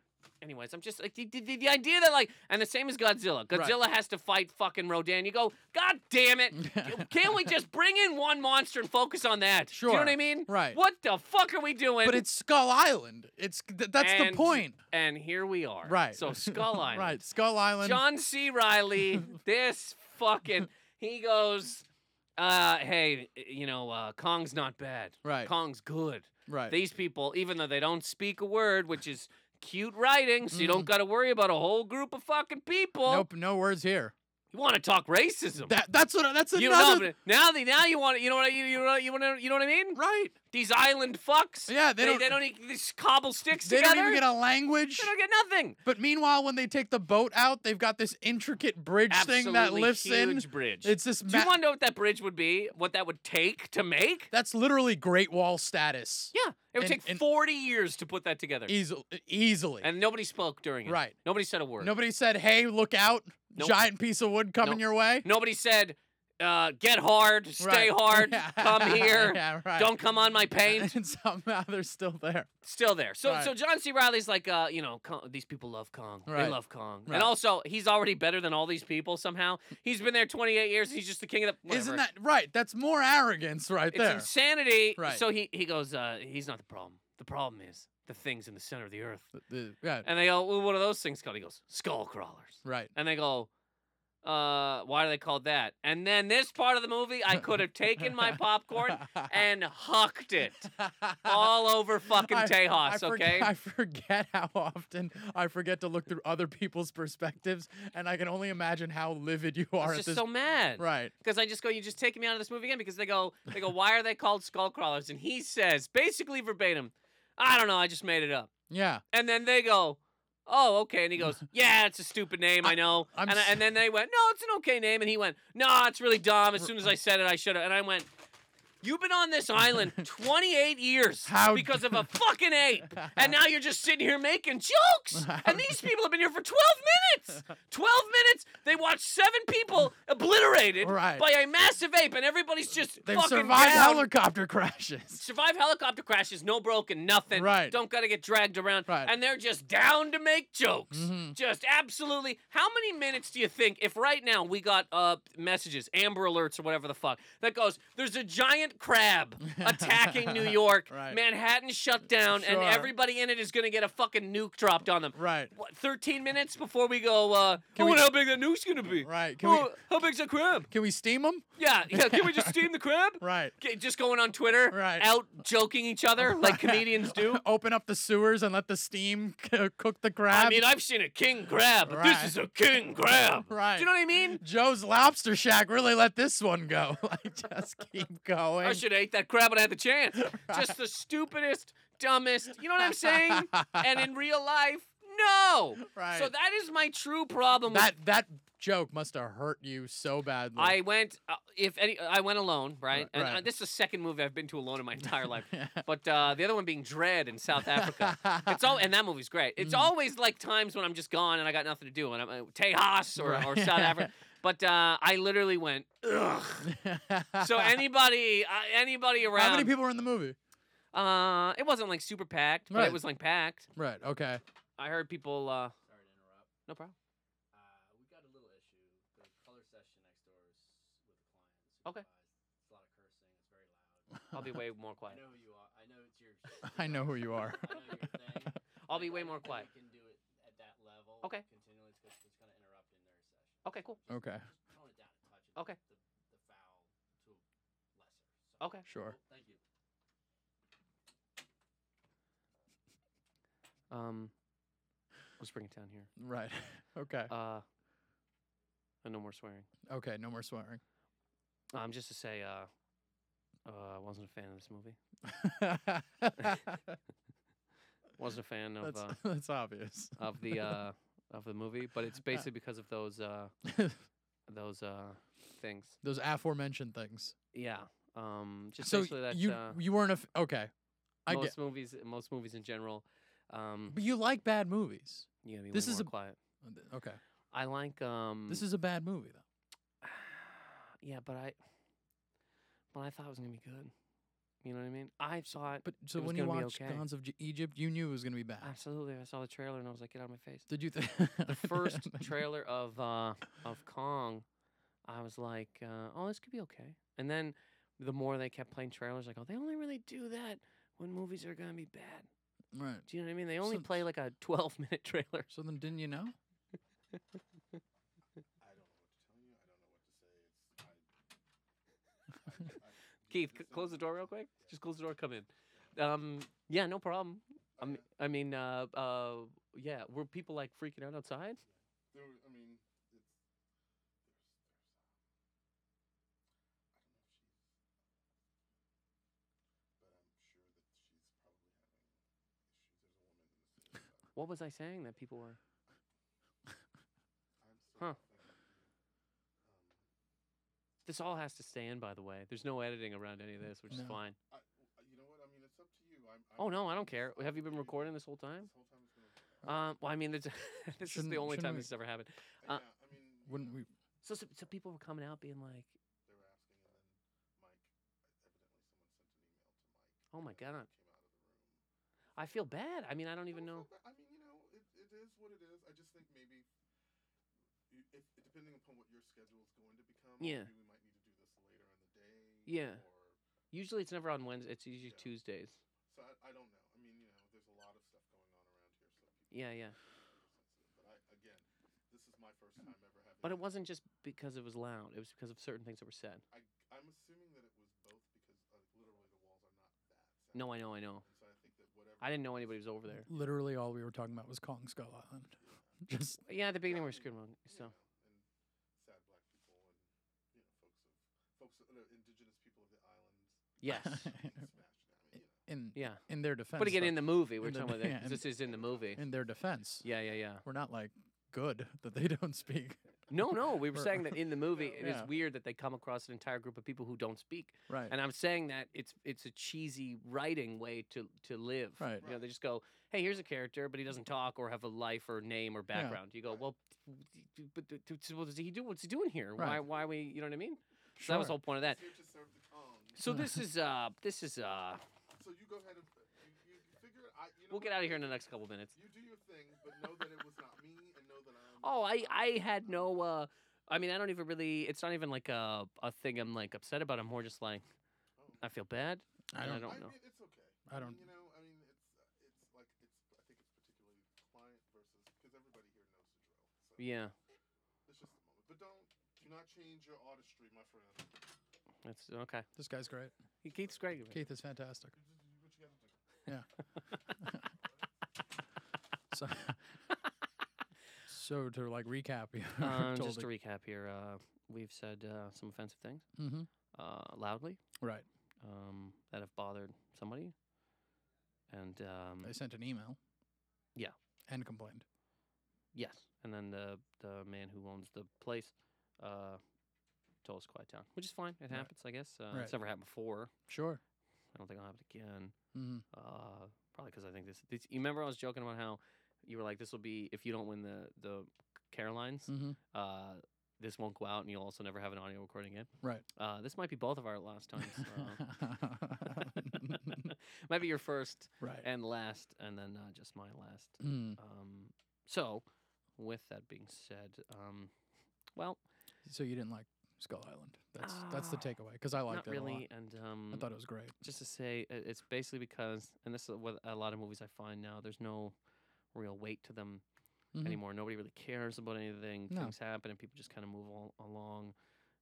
Speaker 1: anyways, I'm just like the, the, the idea that like, and the same as Godzilla. Godzilla has to fight fucking Rodan. You go, God damn
Speaker 2: *laughs*
Speaker 1: it! Can't we just bring in one monster and focus on that? Do you know what I
Speaker 2: Sure,
Speaker 1: mean?
Speaker 2: right.
Speaker 1: What the fuck are we doing?
Speaker 2: But it's Skull Island. It's th- that's
Speaker 1: And-
Speaker 2: the point.
Speaker 1: And here we are.
Speaker 2: Right. *laughs*
Speaker 1: So Skull Island.
Speaker 2: Right. Skull Island.
Speaker 1: John C. Riley,
Speaker 2: *laughs*
Speaker 1: this fucking, he goes, uh, hey, you know, uh, Kong's not bad.
Speaker 2: Right.
Speaker 1: Kong's good.
Speaker 2: Right.
Speaker 1: These people, even though they don't speak a word, which is cute writing, so you don't got to worry about a whole group of fucking people.
Speaker 2: Mm. nope. No words here.
Speaker 1: You want to talk racism?
Speaker 2: That that's what that's
Speaker 1: you know,
Speaker 2: another.
Speaker 1: but now they now you want you know what I- you you know you, wanna, you know what I mean?
Speaker 2: right.
Speaker 1: These island fucks.
Speaker 2: Yeah, they don't-
Speaker 1: They, don't e- they just cobble sticks
Speaker 2: They
Speaker 1: together.
Speaker 2: don't even get a language.
Speaker 1: they don't get nothing.
Speaker 2: But meanwhile, when they take the boat out, they've got this intricate bridge
Speaker 1: Absolutely
Speaker 2: thing that lifts
Speaker 1: huge
Speaker 2: in.
Speaker 1: bridge.
Speaker 2: It's this.
Speaker 1: Do
Speaker 2: Ma-
Speaker 1: you want to know what that bridge would be? What that would take to make?
Speaker 2: that's literally Great Wall status.
Speaker 1: Yeah, it would
Speaker 2: And-
Speaker 1: take
Speaker 2: and-
Speaker 1: 40 years to put that together,
Speaker 2: Easily. Easily.
Speaker 1: and nobody spoke during it.
Speaker 2: Right.
Speaker 1: Nobody said a word.
Speaker 2: Nobody said, "Hey, look out!
Speaker 1: Nope.
Speaker 2: Giant piece of wood coming
Speaker 1: Nope.
Speaker 2: your way."
Speaker 1: Nobody said, uh, get hard, stay
Speaker 2: Right.
Speaker 1: hard,
Speaker 2: *laughs* Yeah.
Speaker 1: come here,
Speaker 2: *laughs* yeah, right.
Speaker 1: don't come on my
Speaker 2: *laughs*
Speaker 1: paint.
Speaker 2: And somehow they're still there.
Speaker 1: Still there. So
Speaker 2: Right.
Speaker 1: so John C. Riley's like, uh, you know, Kong, these people love Kong. They
Speaker 2: Right.
Speaker 1: love Kong.
Speaker 2: Right.
Speaker 1: And also, he's already better than all these people somehow. He's been there 28 years. He's just the king of the. Whatever.
Speaker 2: not that right? That's more arrogance right
Speaker 1: It's
Speaker 2: there.
Speaker 1: insanity.
Speaker 2: Right.
Speaker 1: So he, he goes, uh, he's not the problem. The problem is the things in the center of the earth.
Speaker 2: The- the- yeah,
Speaker 1: And they go, well, what are those things called? He goes, skull crawlers.
Speaker 2: right.
Speaker 1: and they go, uh, why do they call it that? And then this part of the movie, I could have taken my
Speaker 2: *laughs*
Speaker 1: popcorn and hucked it all
Speaker 2: *laughs*
Speaker 1: over fucking
Speaker 2: I- I
Speaker 1: Tejas,
Speaker 2: forg-
Speaker 1: okay?
Speaker 2: I forget how often I forget to look through other people's perspectives, and I can only imagine how livid you
Speaker 1: I
Speaker 2: are
Speaker 1: was
Speaker 2: at
Speaker 1: just
Speaker 2: this.
Speaker 1: so mad.
Speaker 2: *laughs* right.
Speaker 1: Because I just go, you just taking me out of this movie again because they go, they go, why are they called skull crawlers? And he says, basically verbatim, I don't know, I just made it up.
Speaker 2: Yeah.
Speaker 1: And then they go, oh, okay. And he
Speaker 2: *laughs*
Speaker 1: goes, yeah, it's a stupid name, I know.
Speaker 2: I'm
Speaker 1: and, I-
Speaker 2: s-
Speaker 1: and then they went, no, it's an okay name. And he went, no, it's really dumb. As soon as I said it, I should have. And I went, You've been on this island
Speaker 2: *laughs*
Speaker 1: 28 years
Speaker 2: How-
Speaker 1: because of a fucking ape, and now you're just sitting here making
Speaker 2: *laughs*
Speaker 1: jokes. And these people have been here for 12 minutes. 12 minutes. They watched seven people obliterated
Speaker 2: Right.
Speaker 1: by a massive ape, and everybody's just
Speaker 2: They've
Speaker 1: fucking
Speaker 2: survived
Speaker 1: down.
Speaker 2: helicopter crashes.
Speaker 1: Survive helicopter crashes, no broken, nothing.
Speaker 2: Right.
Speaker 1: Don't gotta get dragged around.
Speaker 2: Right. Mm-hmm.
Speaker 1: And they're just down to make jokes. Just absolutely. How many minutes do you think if right now we got uh messages, Amber Alerts or whatever the fuck, that goes, there's a giant
Speaker 2: *laughs*
Speaker 1: crab attacking New York,
Speaker 2: Right.
Speaker 1: Manhattan shut down, and
Speaker 2: Sure.
Speaker 1: everybody in it is gonna get a fucking nuke dropped on them.
Speaker 2: *laughs* Right.
Speaker 1: What, 13 minutes before we go, uh, I
Speaker 2: we-
Speaker 1: wonder how big that nuke's gonna be.
Speaker 2: Right. Can
Speaker 1: Oh,
Speaker 2: we
Speaker 1: how big's that crab?
Speaker 2: can we steam them?
Speaker 1: Yeah, yeah. Can we just steam the crab?
Speaker 2: *laughs* Right.
Speaker 1: G- just going on Twitter,
Speaker 2: Right.
Speaker 1: out joking each
Speaker 2: *laughs*
Speaker 1: other like comedians do.
Speaker 2: Open up the sewers and let the steam *laughs* c- cook the crab.
Speaker 1: I mean, I've seen a king crab, but
Speaker 2: Right.
Speaker 1: this is a king crab.
Speaker 2: *laughs* Right.
Speaker 1: Do you know what I mean?
Speaker 2: Joe's Lobster Shack really let this one go. *laughs* like, just keep going.
Speaker 1: I should have ate that crab when I had the
Speaker 2: *laughs*
Speaker 1: chance. Just the stupidest, dumbest. You know what I'm saying?
Speaker 2: *laughs*
Speaker 1: and in real life, no.
Speaker 2: Right.
Speaker 1: So that is my true problem. with-
Speaker 2: that that joke must have hurt you so badly. *laughs*
Speaker 1: I went uh, if any I went alone, right? And uh,
Speaker 2: Right.
Speaker 1: this is the second movie I've been to alone in my entire life. But uh, the other one being Dread in South Africa. It's all and that movie's great.
Speaker 2: Mm.
Speaker 1: It's always like times when I'm just gone and I got nothing to do and I'm uh, Tejas or,
Speaker 2: Right.
Speaker 1: or South
Speaker 2: *laughs*
Speaker 1: Africa. But uh, I literally went. Ugh.
Speaker 2: *laughs*
Speaker 1: So anybody, uh, anybody around?
Speaker 2: How many people were in the movie?
Speaker 1: Uh, it wasn't like super packed, but it
Speaker 2: Right.
Speaker 1: was like packed.
Speaker 2: Right. Okay.
Speaker 1: I heard people. Uh, no problem.
Speaker 3: Uh, we got a little issue. The color session next door is with the client. It's
Speaker 1: Okay.
Speaker 3: supervised. It's a lot of cursing. It's very loud.
Speaker 1: I'll
Speaker 2: *laughs*
Speaker 1: be way more
Speaker 3: I
Speaker 1: quiet.
Speaker 3: know who you are. I know it's
Speaker 1: *laughs*
Speaker 3: your. shit.
Speaker 2: I know who you are.
Speaker 3: I know your thing.
Speaker 1: I'll
Speaker 3: but
Speaker 1: be way
Speaker 3: I don't
Speaker 1: more
Speaker 3: think
Speaker 1: quiet.
Speaker 3: You can do it at that level.
Speaker 1: Okay.
Speaker 3: Continually, it's going to interrupt in their session.
Speaker 1: Okay, cool.
Speaker 3: Just-
Speaker 2: Okay.
Speaker 3: Just tone it down a touch.
Speaker 1: Okay.
Speaker 3: The, the foul to lesser. So,
Speaker 1: Okay.
Speaker 2: Sure.
Speaker 3: Thank you.
Speaker 1: Um, let's bring it down here.
Speaker 2: Right. *laughs* Okay.
Speaker 1: Uh, and no more swearing.
Speaker 2: Okay. No more swearing. *laughs*
Speaker 1: Um, just to say, uh, uh, I wasn't a fan of this movie.
Speaker 2: that's,
Speaker 1: Wasn't a fan of
Speaker 2: *laughs*
Speaker 1: uh,
Speaker 2: that's obvious.
Speaker 1: of the uh, of the movie, but it's basically because of those uh, those uh, things.
Speaker 2: Those aforementioned things.
Speaker 1: Yeah. Um, just
Speaker 2: so
Speaker 1: basically that
Speaker 2: you
Speaker 1: uh,
Speaker 2: you weren't a f- okay. I
Speaker 1: most
Speaker 2: get,
Speaker 1: movies, most movies in general. Um,
Speaker 2: but you like bad movies.
Speaker 1: you gotta be
Speaker 2: this
Speaker 1: way
Speaker 2: is
Speaker 1: more
Speaker 2: a-
Speaker 1: quiet.
Speaker 2: Okay.
Speaker 1: I like um.
Speaker 2: This is a bad movie though.
Speaker 1: *sighs* yeah, but I. But I thought it was gonna be good. You know what I mean? I saw it.
Speaker 2: But so
Speaker 1: was
Speaker 2: when you
Speaker 1: gonna be
Speaker 2: watched
Speaker 1: okay.
Speaker 2: Gods of G- Egypt, you knew it was gonna be bad.
Speaker 1: Absolutely, I saw the trailer and I was like, "Get out of my face."
Speaker 2: Did you? Th- *laughs*
Speaker 1: the first trailer of uh, of Kong, I was like, uh, "Oh, this could be okay." And then the more they kept playing trailers, like, "Oh, they only really do that when movies are gonna be bad."
Speaker 2: Right.
Speaker 1: Do you know what I mean? They only
Speaker 2: So-
Speaker 1: play like a twelve *laughs* minute trailer.
Speaker 2: So then, didn't you know?
Speaker 1: Keith, c- close the door real quick. Just close the door. Come in. Um, yeah, no problem. I mean, I mean, uh, uh, yeah, were people like freaking out outside?
Speaker 4: There was, I mean, it's.
Speaker 1: What was I saying that people were? Huh.
Speaker 4: There's, um, there's,
Speaker 1: This all has to stay in, by the way. There's no editing around any of this, which is
Speaker 2: No.
Speaker 1: fine.
Speaker 4: I, you know what? I mean, it's up to you. I'm, I'm
Speaker 1: Oh no, I don't care. Have you been recording this whole time?
Speaker 4: This whole time it's been recorded.
Speaker 1: Um, well, I mean, there's, *laughs* this is
Speaker 2: Shouldn't-
Speaker 1: the only
Speaker 2: shouldn't
Speaker 1: time
Speaker 2: we-
Speaker 1: this has ever happened.
Speaker 4: Uh,
Speaker 1: uh,
Speaker 4: yeah, I mean, you
Speaker 2: Wouldn't
Speaker 4: know,
Speaker 2: we?
Speaker 1: So, so, so people were coming out being like,
Speaker 4: They were asking, and then Mike, evidently someone sent an email to Mike.
Speaker 1: "Oh my
Speaker 4: and he
Speaker 1: God.
Speaker 4: Came out of the room.
Speaker 1: "I feel bad." I mean, I don't even know.
Speaker 4: don't feel bad. I mean, you know, it, it is what it is. I just think maybe, you- if, depending upon what your schedule is going to become,
Speaker 1: Yeah.
Speaker 4: maybe we might need to do this later in the day.
Speaker 1: Yeah.
Speaker 4: Or,
Speaker 1: Usually, it's never on Wednesday. It's usually
Speaker 4: Yeah.
Speaker 1: Tuesdays.
Speaker 4: so I, I don't know. I mean, you know, there's a lot of stuff going on around here, so people
Speaker 1: Yeah, yeah.
Speaker 4: are very sensitive. But I, again, this is my first time ever having.
Speaker 1: But it
Speaker 4: to-
Speaker 1: wasn't just because it was loud. It was because of certain things that were said.
Speaker 4: I, I'm assuming that it was both because uh, literally the walls are not that. Sound
Speaker 1: No, I know, I know.
Speaker 4: And so I think that whatever.
Speaker 1: I didn't know anybody was over there.
Speaker 2: Literally, all we were talking about was Kong Skull Island. Just
Speaker 1: Yeah, at the beginning we were
Speaker 4: Yeah, I
Speaker 1: screaming.
Speaker 4: you
Speaker 1: So,
Speaker 4: know, and sad black people and you know folks of folks uh, indigenous people of the islands.
Speaker 2: *laughs*
Speaker 1: yes,
Speaker 4: being smashed down. I mean, you
Speaker 2: in
Speaker 1: yeah.
Speaker 2: in their defense.
Speaker 1: But again,
Speaker 2: though-
Speaker 1: in the movie, we're
Speaker 2: in the-
Speaker 1: talking about that
Speaker 2: yeah, *laughs*
Speaker 1: 'cause
Speaker 2: in-
Speaker 1: this is in the movie.
Speaker 2: in their defense,
Speaker 1: Yeah, yeah, yeah.
Speaker 2: *laughs* we're not like good that they don't speak.
Speaker 1: No, no, we were saying that in the
Speaker 2: *laughs*
Speaker 1: movie, it is
Speaker 2: Yeah.
Speaker 1: weird that they come across an entire group of people who don't speak.
Speaker 2: Right.
Speaker 1: And I'm saying that it's it's a cheesy writing way to to live.
Speaker 2: Right.
Speaker 1: You know, they just go, "Hey, here's a character, but he doesn't talk or have a life or name or background." You go, "Well, but th- th- what does he do? What's he doing here? Why?
Speaker 2: Right.
Speaker 1: Why we? You know what I mean?" So that was the
Speaker 2: Sure.
Speaker 1: whole point of that.
Speaker 4: It's here to serve the tongue.
Speaker 1: So this
Speaker 2: *laughs*
Speaker 1: is uh, this is uh,
Speaker 4: So you go ahead and uh, you, you figure I. You know
Speaker 1: we'll get
Speaker 4: what?
Speaker 1: out of here in the next couple minutes.
Speaker 4: You do your thing, but know that it was not me, and know that I'm.
Speaker 1: Oh, I I had no. uh I mean, I don't even really. It's not even like a a thing I'm like upset about. I'm more just like, I feel bad.
Speaker 2: I
Speaker 1: and
Speaker 2: don't.
Speaker 1: I don't
Speaker 4: I
Speaker 1: know.
Speaker 4: mean, it's okay.
Speaker 2: I don't-
Speaker 4: You know, I mean, it's uh, it's like it's. I think it's particularly client versus because everybody here knows the drill. So
Speaker 1: Yeah,
Speaker 4: It's just a moment, but don't do not change your artistry, my friend.
Speaker 1: that's okay.
Speaker 2: This guy's great.
Speaker 1: He keeps great.
Speaker 2: Keith is
Speaker 1: *laughs*
Speaker 2: fantastic.
Speaker 4: You just do what you gotta do.
Speaker 2: So, so to like recap, *laughs* you
Speaker 1: Um,
Speaker 2: told
Speaker 1: just to
Speaker 2: the-
Speaker 1: recap here, uh, we've said uh, some offensive things
Speaker 2: Mhm.
Speaker 1: uh, loudly
Speaker 2: right.
Speaker 1: um, that have bothered somebody, and um,
Speaker 2: They sent an email.
Speaker 1: Yeah.
Speaker 2: And complained.
Speaker 1: yes, and then the the man who owns the place uh, told us quiet down, which is fine. It
Speaker 2: Right.
Speaker 1: happens, I guess. Uh,
Speaker 2: Right.
Speaker 1: It's never happened before.
Speaker 2: Sure.
Speaker 1: I don't think I'll have it again.
Speaker 2: hmm
Speaker 1: Uh, probably because I think this, this. You remember I was joking about how you were like, "This will be if you don't win the the Carolines,
Speaker 2: hmm
Speaker 1: uh, this won't go out, and you'll also never have an audio recording again."
Speaker 2: Right.
Speaker 1: Uh, this might be both of our last
Speaker 2: *laughs*
Speaker 1: times. Uh, *laughs* might be your first
Speaker 2: right.
Speaker 1: and last, and then uh, just my last.
Speaker 2: Mm.
Speaker 1: Um, so, with that being said, um, well,
Speaker 2: So you didn't like Skull Island. That's that's the
Speaker 1: Ah,
Speaker 2: takeaway because Oh, I liked
Speaker 1: not
Speaker 2: it a lot.
Speaker 1: really. And um,
Speaker 2: I thought it was great.
Speaker 1: just to say, i- it's basically because, and this is what a lot of movies I find now. There's no real weight to them
Speaker 2: Mhm.
Speaker 1: anymore. Nobody really cares about anything.
Speaker 2: No.
Speaker 1: Things happen, and people just kind of move all, along,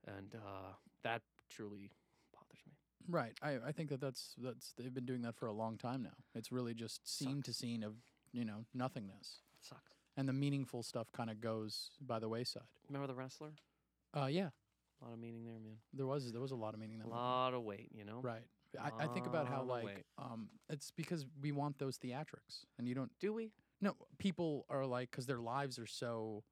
Speaker 1: and uh, that truly bothers me.
Speaker 2: Right. I, I think that that's that's they've been doing that for a long time now. It's really just scene to scene of you know nothingness,
Speaker 1: It sucks.
Speaker 2: and the meaningful stuff kind of goes by the wayside.
Speaker 1: Remember the wrestler?
Speaker 2: Uh, yeah.
Speaker 1: A lot of meaning there, man.
Speaker 2: There was there was a lot of meaning. in
Speaker 1: A
Speaker 2: That
Speaker 1: lot of weight, you know.
Speaker 2: Right. I, I think about
Speaker 1: Lot
Speaker 2: how
Speaker 1: of
Speaker 2: like
Speaker 1: weight.
Speaker 2: um, it's because we want those theatrics, and you don't.
Speaker 1: Do we?
Speaker 2: No, people are like because their lives are so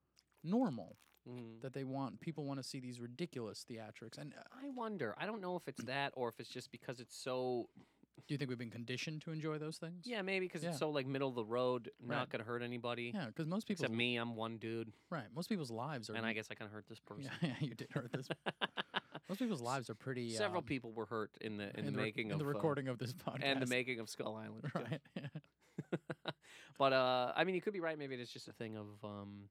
Speaker 2: normal
Speaker 1: Mm.
Speaker 2: that they want people want to see these ridiculous theatrics. And uh,
Speaker 1: I wonder. I don't know if it's that or if it's just because it's so.
Speaker 2: do you think we've been conditioned to enjoy those things?
Speaker 1: Yeah, maybe because
Speaker 2: Yeah.
Speaker 1: it's so like middle of the road,
Speaker 2: Right.
Speaker 1: not gonna hurt anybody.
Speaker 2: Yeah, because most people's
Speaker 1: Except me, I'm one dude,
Speaker 2: right. Most people's lives are.
Speaker 1: and I guess I can hurt this person.
Speaker 2: yeah, *laughs* yeah, you did hurt
Speaker 1: *laughs*
Speaker 2: this. *laughs* Most people's lives are pretty.
Speaker 1: Several
Speaker 2: um,
Speaker 1: people were hurt in the in, the
Speaker 2: rec-
Speaker 1: making
Speaker 2: in
Speaker 1: of
Speaker 2: the
Speaker 1: uh,
Speaker 2: recording of this *laughs* podcast
Speaker 1: and the making of Skull
Speaker 2: *laughs*
Speaker 1: Island. yeah.
Speaker 2: Right.
Speaker 1: *laughs* but uh, I mean, you could be right. Maybe it's just a thing of um,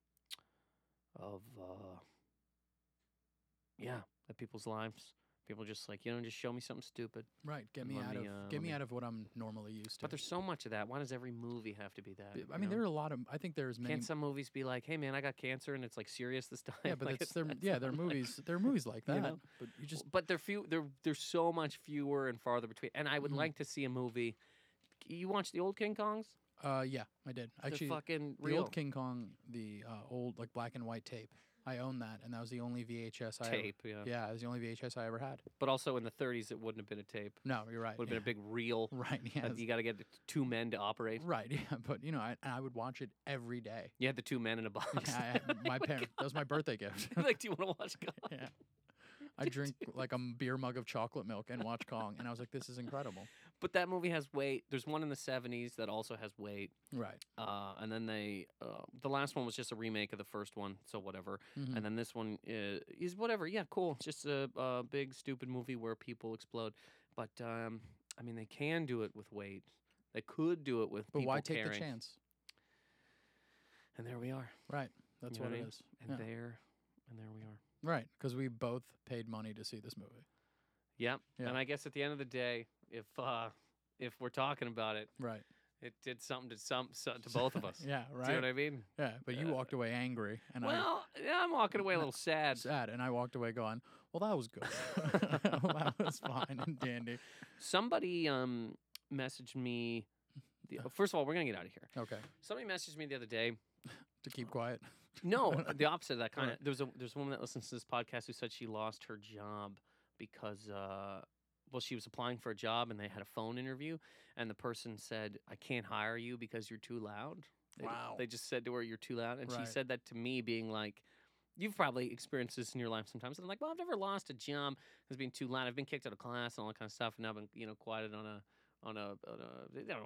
Speaker 1: of uh, yeah, that people's lives. People just like you know, just show me something stupid.
Speaker 2: right. Get
Speaker 1: And
Speaker 2: me
Speaker 1: let
Speaker 2: out
Speaker 1: me,
Speaker 2: of
Speaker 1: uh,
Speaker 2: get
Speaker 1: let
Speaker 2: me
Speaker 1: me-
Speaker 2: out of what I'm normally used to.
Speaker 1: But there's so much of that. Why does every movie have to be that?
Speaker 2: B- I
Speaker 1: you
Speaker 2: mean,
Speaker 1: know?
Speaker 2: there are a lot of. I think there's many.
Speaker 1: Can't some movies be like, "Hey, man, I got cancer and it's like serious this *laughs* time"?
Speaker 2: Yeah, but
Speaker 1: *laughs* like,
Speaker 2: it's, there. Yeah, there are movies. There are movies like that.
Speaker 1: You know?
Speaker 2: But you just
Speaker 1: But they're few. They're there's so much fewer and farther between. And I would
Speaker 2: Mhm.
Speaker 1: like to see a movie. You watch the old King Kongs?
Speaker 2: Uh, yeah, I did actually.
Speaker 1: They're fucking
Speaker 2: the
Speaker 1: real
Speaker 2: old King Kong, the uh, old like black and white tape. I own that, and that was the only VHS I
Speaker 1: tape. Yeah.
Speaker 2: Ever, yeah, it was the only VHS I ever had.
Speaker 1: But also in the 30s, it wouldn't have been a tape.
Speaker 2: No, you're right.
Speaker 1: Would have been a big
Speaker 2: *laughs*
Speaker 1: reel.
Speaker 2: been right. Yeah,
Speaker 1: that You got to get the two men to operate.
Speaker 2: right. *laughs* Yeah, but you know, I, and I would watch it every day.
Speaker 1: You had the two men in a box.
Speaker 2: *laughs*
Speaker 1: *laughs*
Speaker 2: Yeah, I, had- my parents. That was my birthday gift. *laughs*
Speaker 1: like, do you want to watch? Kong?" *laughs*
Speaker 2: yeah. I drink like a m- beer mug of chocolate milk and watch Kong, and I was like, "This is incredible."
Speaker 1: But that movie has weight. There's one in the 70s that also has weight.
Speaker 2: Right.
Speaker 1: Uh, and then they, uh, the last one was just a remake of the first one, so whatever.
Speaker 2: Mhm.
Speaker 1: And then this one is, is whatever. Yeah, cool. It's just a, a big stupid movie where people explode. But um, I mean, they can do it with weight. They could do it with.
Speaker 2: But
Speaker 1: people
Speaker 2: why take the
Speaker 1: caring.
Speaker 2: chance?
Speaker 1: And there we are.
Speaker 2: Right. That's
Speaker 1: You know
Speaker 2: what
Speaker 1: what I
Speaker 2: it
Speaker 1: mean?
Speaker 2: is.
Speaker 1: And
Speaker 2: Yeah.
Speaker 1: there, and there we are.
Speaker 2: Right, because we both paid money to see this movie.
Speaker 1: Yep.
Speaker 2: Yeah.
Speaker 1: And I guess at the end of the day, if uh, if we're talking about it,
Speaker 2: Right.
Speaker 1: it did something to some so, *laughs* to both of
Speaker 2: *laughs*
Speaker 1: us.
Speaker 2: yeah, right.
Speaker 1: Do you know what I mean?
Speaker 2: yeah, but you
Speaker 1: Uh,
Speaker 2: walked away angry, and
Speaker 1: well, yeah, I'm walking away a
Speaker 2: No, *laughs*
Speaker 1: little
Speaker 2: I
Speaker 1: sad.
Speaker 2: sad, and I walked away going, "Well, that
Speaker 1: *laughs*
Speaker 2: was good. *laughs* that was fine and dandy."
Speaker 1: Somebody um messaged me. The,
Speaker 2: *laughs*
Speaker 1: oh, first of all, we're gonna get out of here.
Speaker 2: Okay,
Speaker 1: Somebody messaged me the other day.
Speaker 2: to keep quiet. *laughs*
Speaker 1: No, the opposite of that kind of.
Speaker 2: Alright.
Speaker 1: There's a there's a woman that listens to this podcast who said she lost her job because uh, well she was applying for a job and they had a phone interview and the person said I can't hire you because you're too loud. They, ju-
Speaker 2: Wow.
Speaker 1: They just said to her you're too loud and
Speaker 2: Right.
Speaker 1: she said that to me being like you've probably experienced this in your life sometimes. And I'm like, well, I've never lost a job as being too loud. I've been kicked out of class and all that kind of stuff, and I've been you know quieted on a on a on a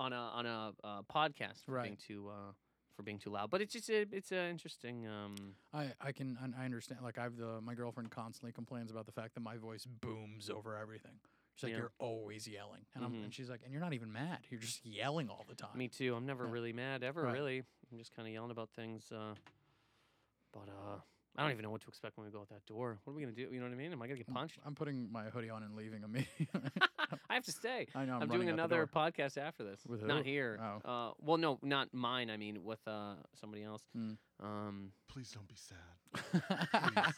Speaker 1: on a, on a uh, podcast for being
Speaker 2: Right.
Speaker 1: too uh, for being too loud. But it's just a, it's an interesting. Um,
Speaker 2: I, I can I- I understand. Like I've the my girlfriend constantly complains about the fact that my voice booms over everything. She's like,
Speaker 1: Yeah.
Speaker 2: you're always yelling, and I'm
Speaker 1: Mhm.
Speaker 2: and she's like, and you're not even mad. You're just yelling all the time.
Speaker 1: Me too. I'm never
Speaker 2: Yeah.
Speaker 1: really mad ever.
Speaker 2: Right.
Speaker 1: Really, I'm just kind of yelling about things. Uh, but uh, I don't even know what to expect when we go out that door. What are we gonna do? You know what I mean? Am I gonna get punched?
Speaker 2: I'm putting my hoodie on and leaving immediately.
Speaker 1: I have to stay.
Speaker 2: Mm, *laughs* I know. I'm,
Speaker 1: I'm, doing
Speaker 2: running out the
Speaker 1: another
Speaker 2: door.
Speaker 1: podcast after this.
Speaker 2: With
Speaker 1: Not
Speaker 2: who?
Speaker 1: here.
Speaker 2: Oh.
Speaker 1: Uh, well, no, not mine. I mean, with uh, somebody else.
Speaker 2: Mm.
Speaker 1: Um,
Speaker 4: Please don't be sad.
Speaker 2: *laughs*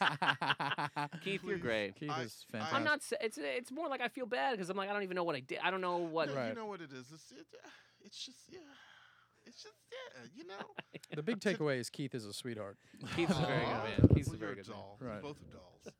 Speaker 1: Keith, you're
Speaker 4: Please.
Speaker 1: great.
Speaker 2: Keith
Speaker 4: I-
Speaker 2: is
Speaker 4: I-
Speaker 2: fantastic.
Speaker 1: I'm not. sa- It's it's more like I feel bad because I'm like I don't even know what I did. I don't know what.
Speaker 4: No, You
Speaker 2: Right.
Speaker 4: know what it is. It's it, it's just yeah. It's just yeah. You know.
Speaker 2: The big takeaway is Keith is a sweetheart.
Speaker 1: Keith's
Speaker 2: *laughs*
Speaker 1: a very good
Speaker 4: Aw.
Speaker 1: man. He's a
Speaker 4: Well,
Speaker 1: very
Speaker 4: you're
Speaker 1: good man.
Speaker 4: doll.
Speaker 2: Right.
Speaker 4: You both are dolls.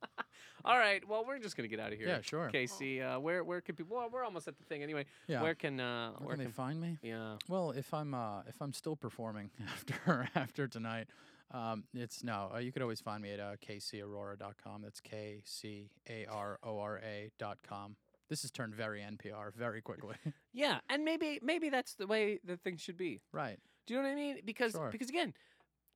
Speaker 1: All right. Well, we're just gonna get out of here.
Speaker 2: Yeah, sure.
Speaker 1: Casey, uh, where where can people? Well, we're almost at the thing anyway.
Speaker 2: Yeah.
Speaker 1: Where can uh,
Speaker 2: Where can they find me?
Speaker 1: yeah.
Speaker 2: Well, if I'm uh, if I'm still performing *laughs* after after tonight, um, it's no. Uh, you could always find me at uh, kcaurora.com. That's k c a r o r a dot com. This has turned very NPR very quickly. *laughs*
Speaker 1: Yeah, and maybe maybe that's the way that things should be.
Speaker 2: right.
Speaker 1: Do you know what I mean? Because
Speaker 2: Sure.
Speaker 1: because again,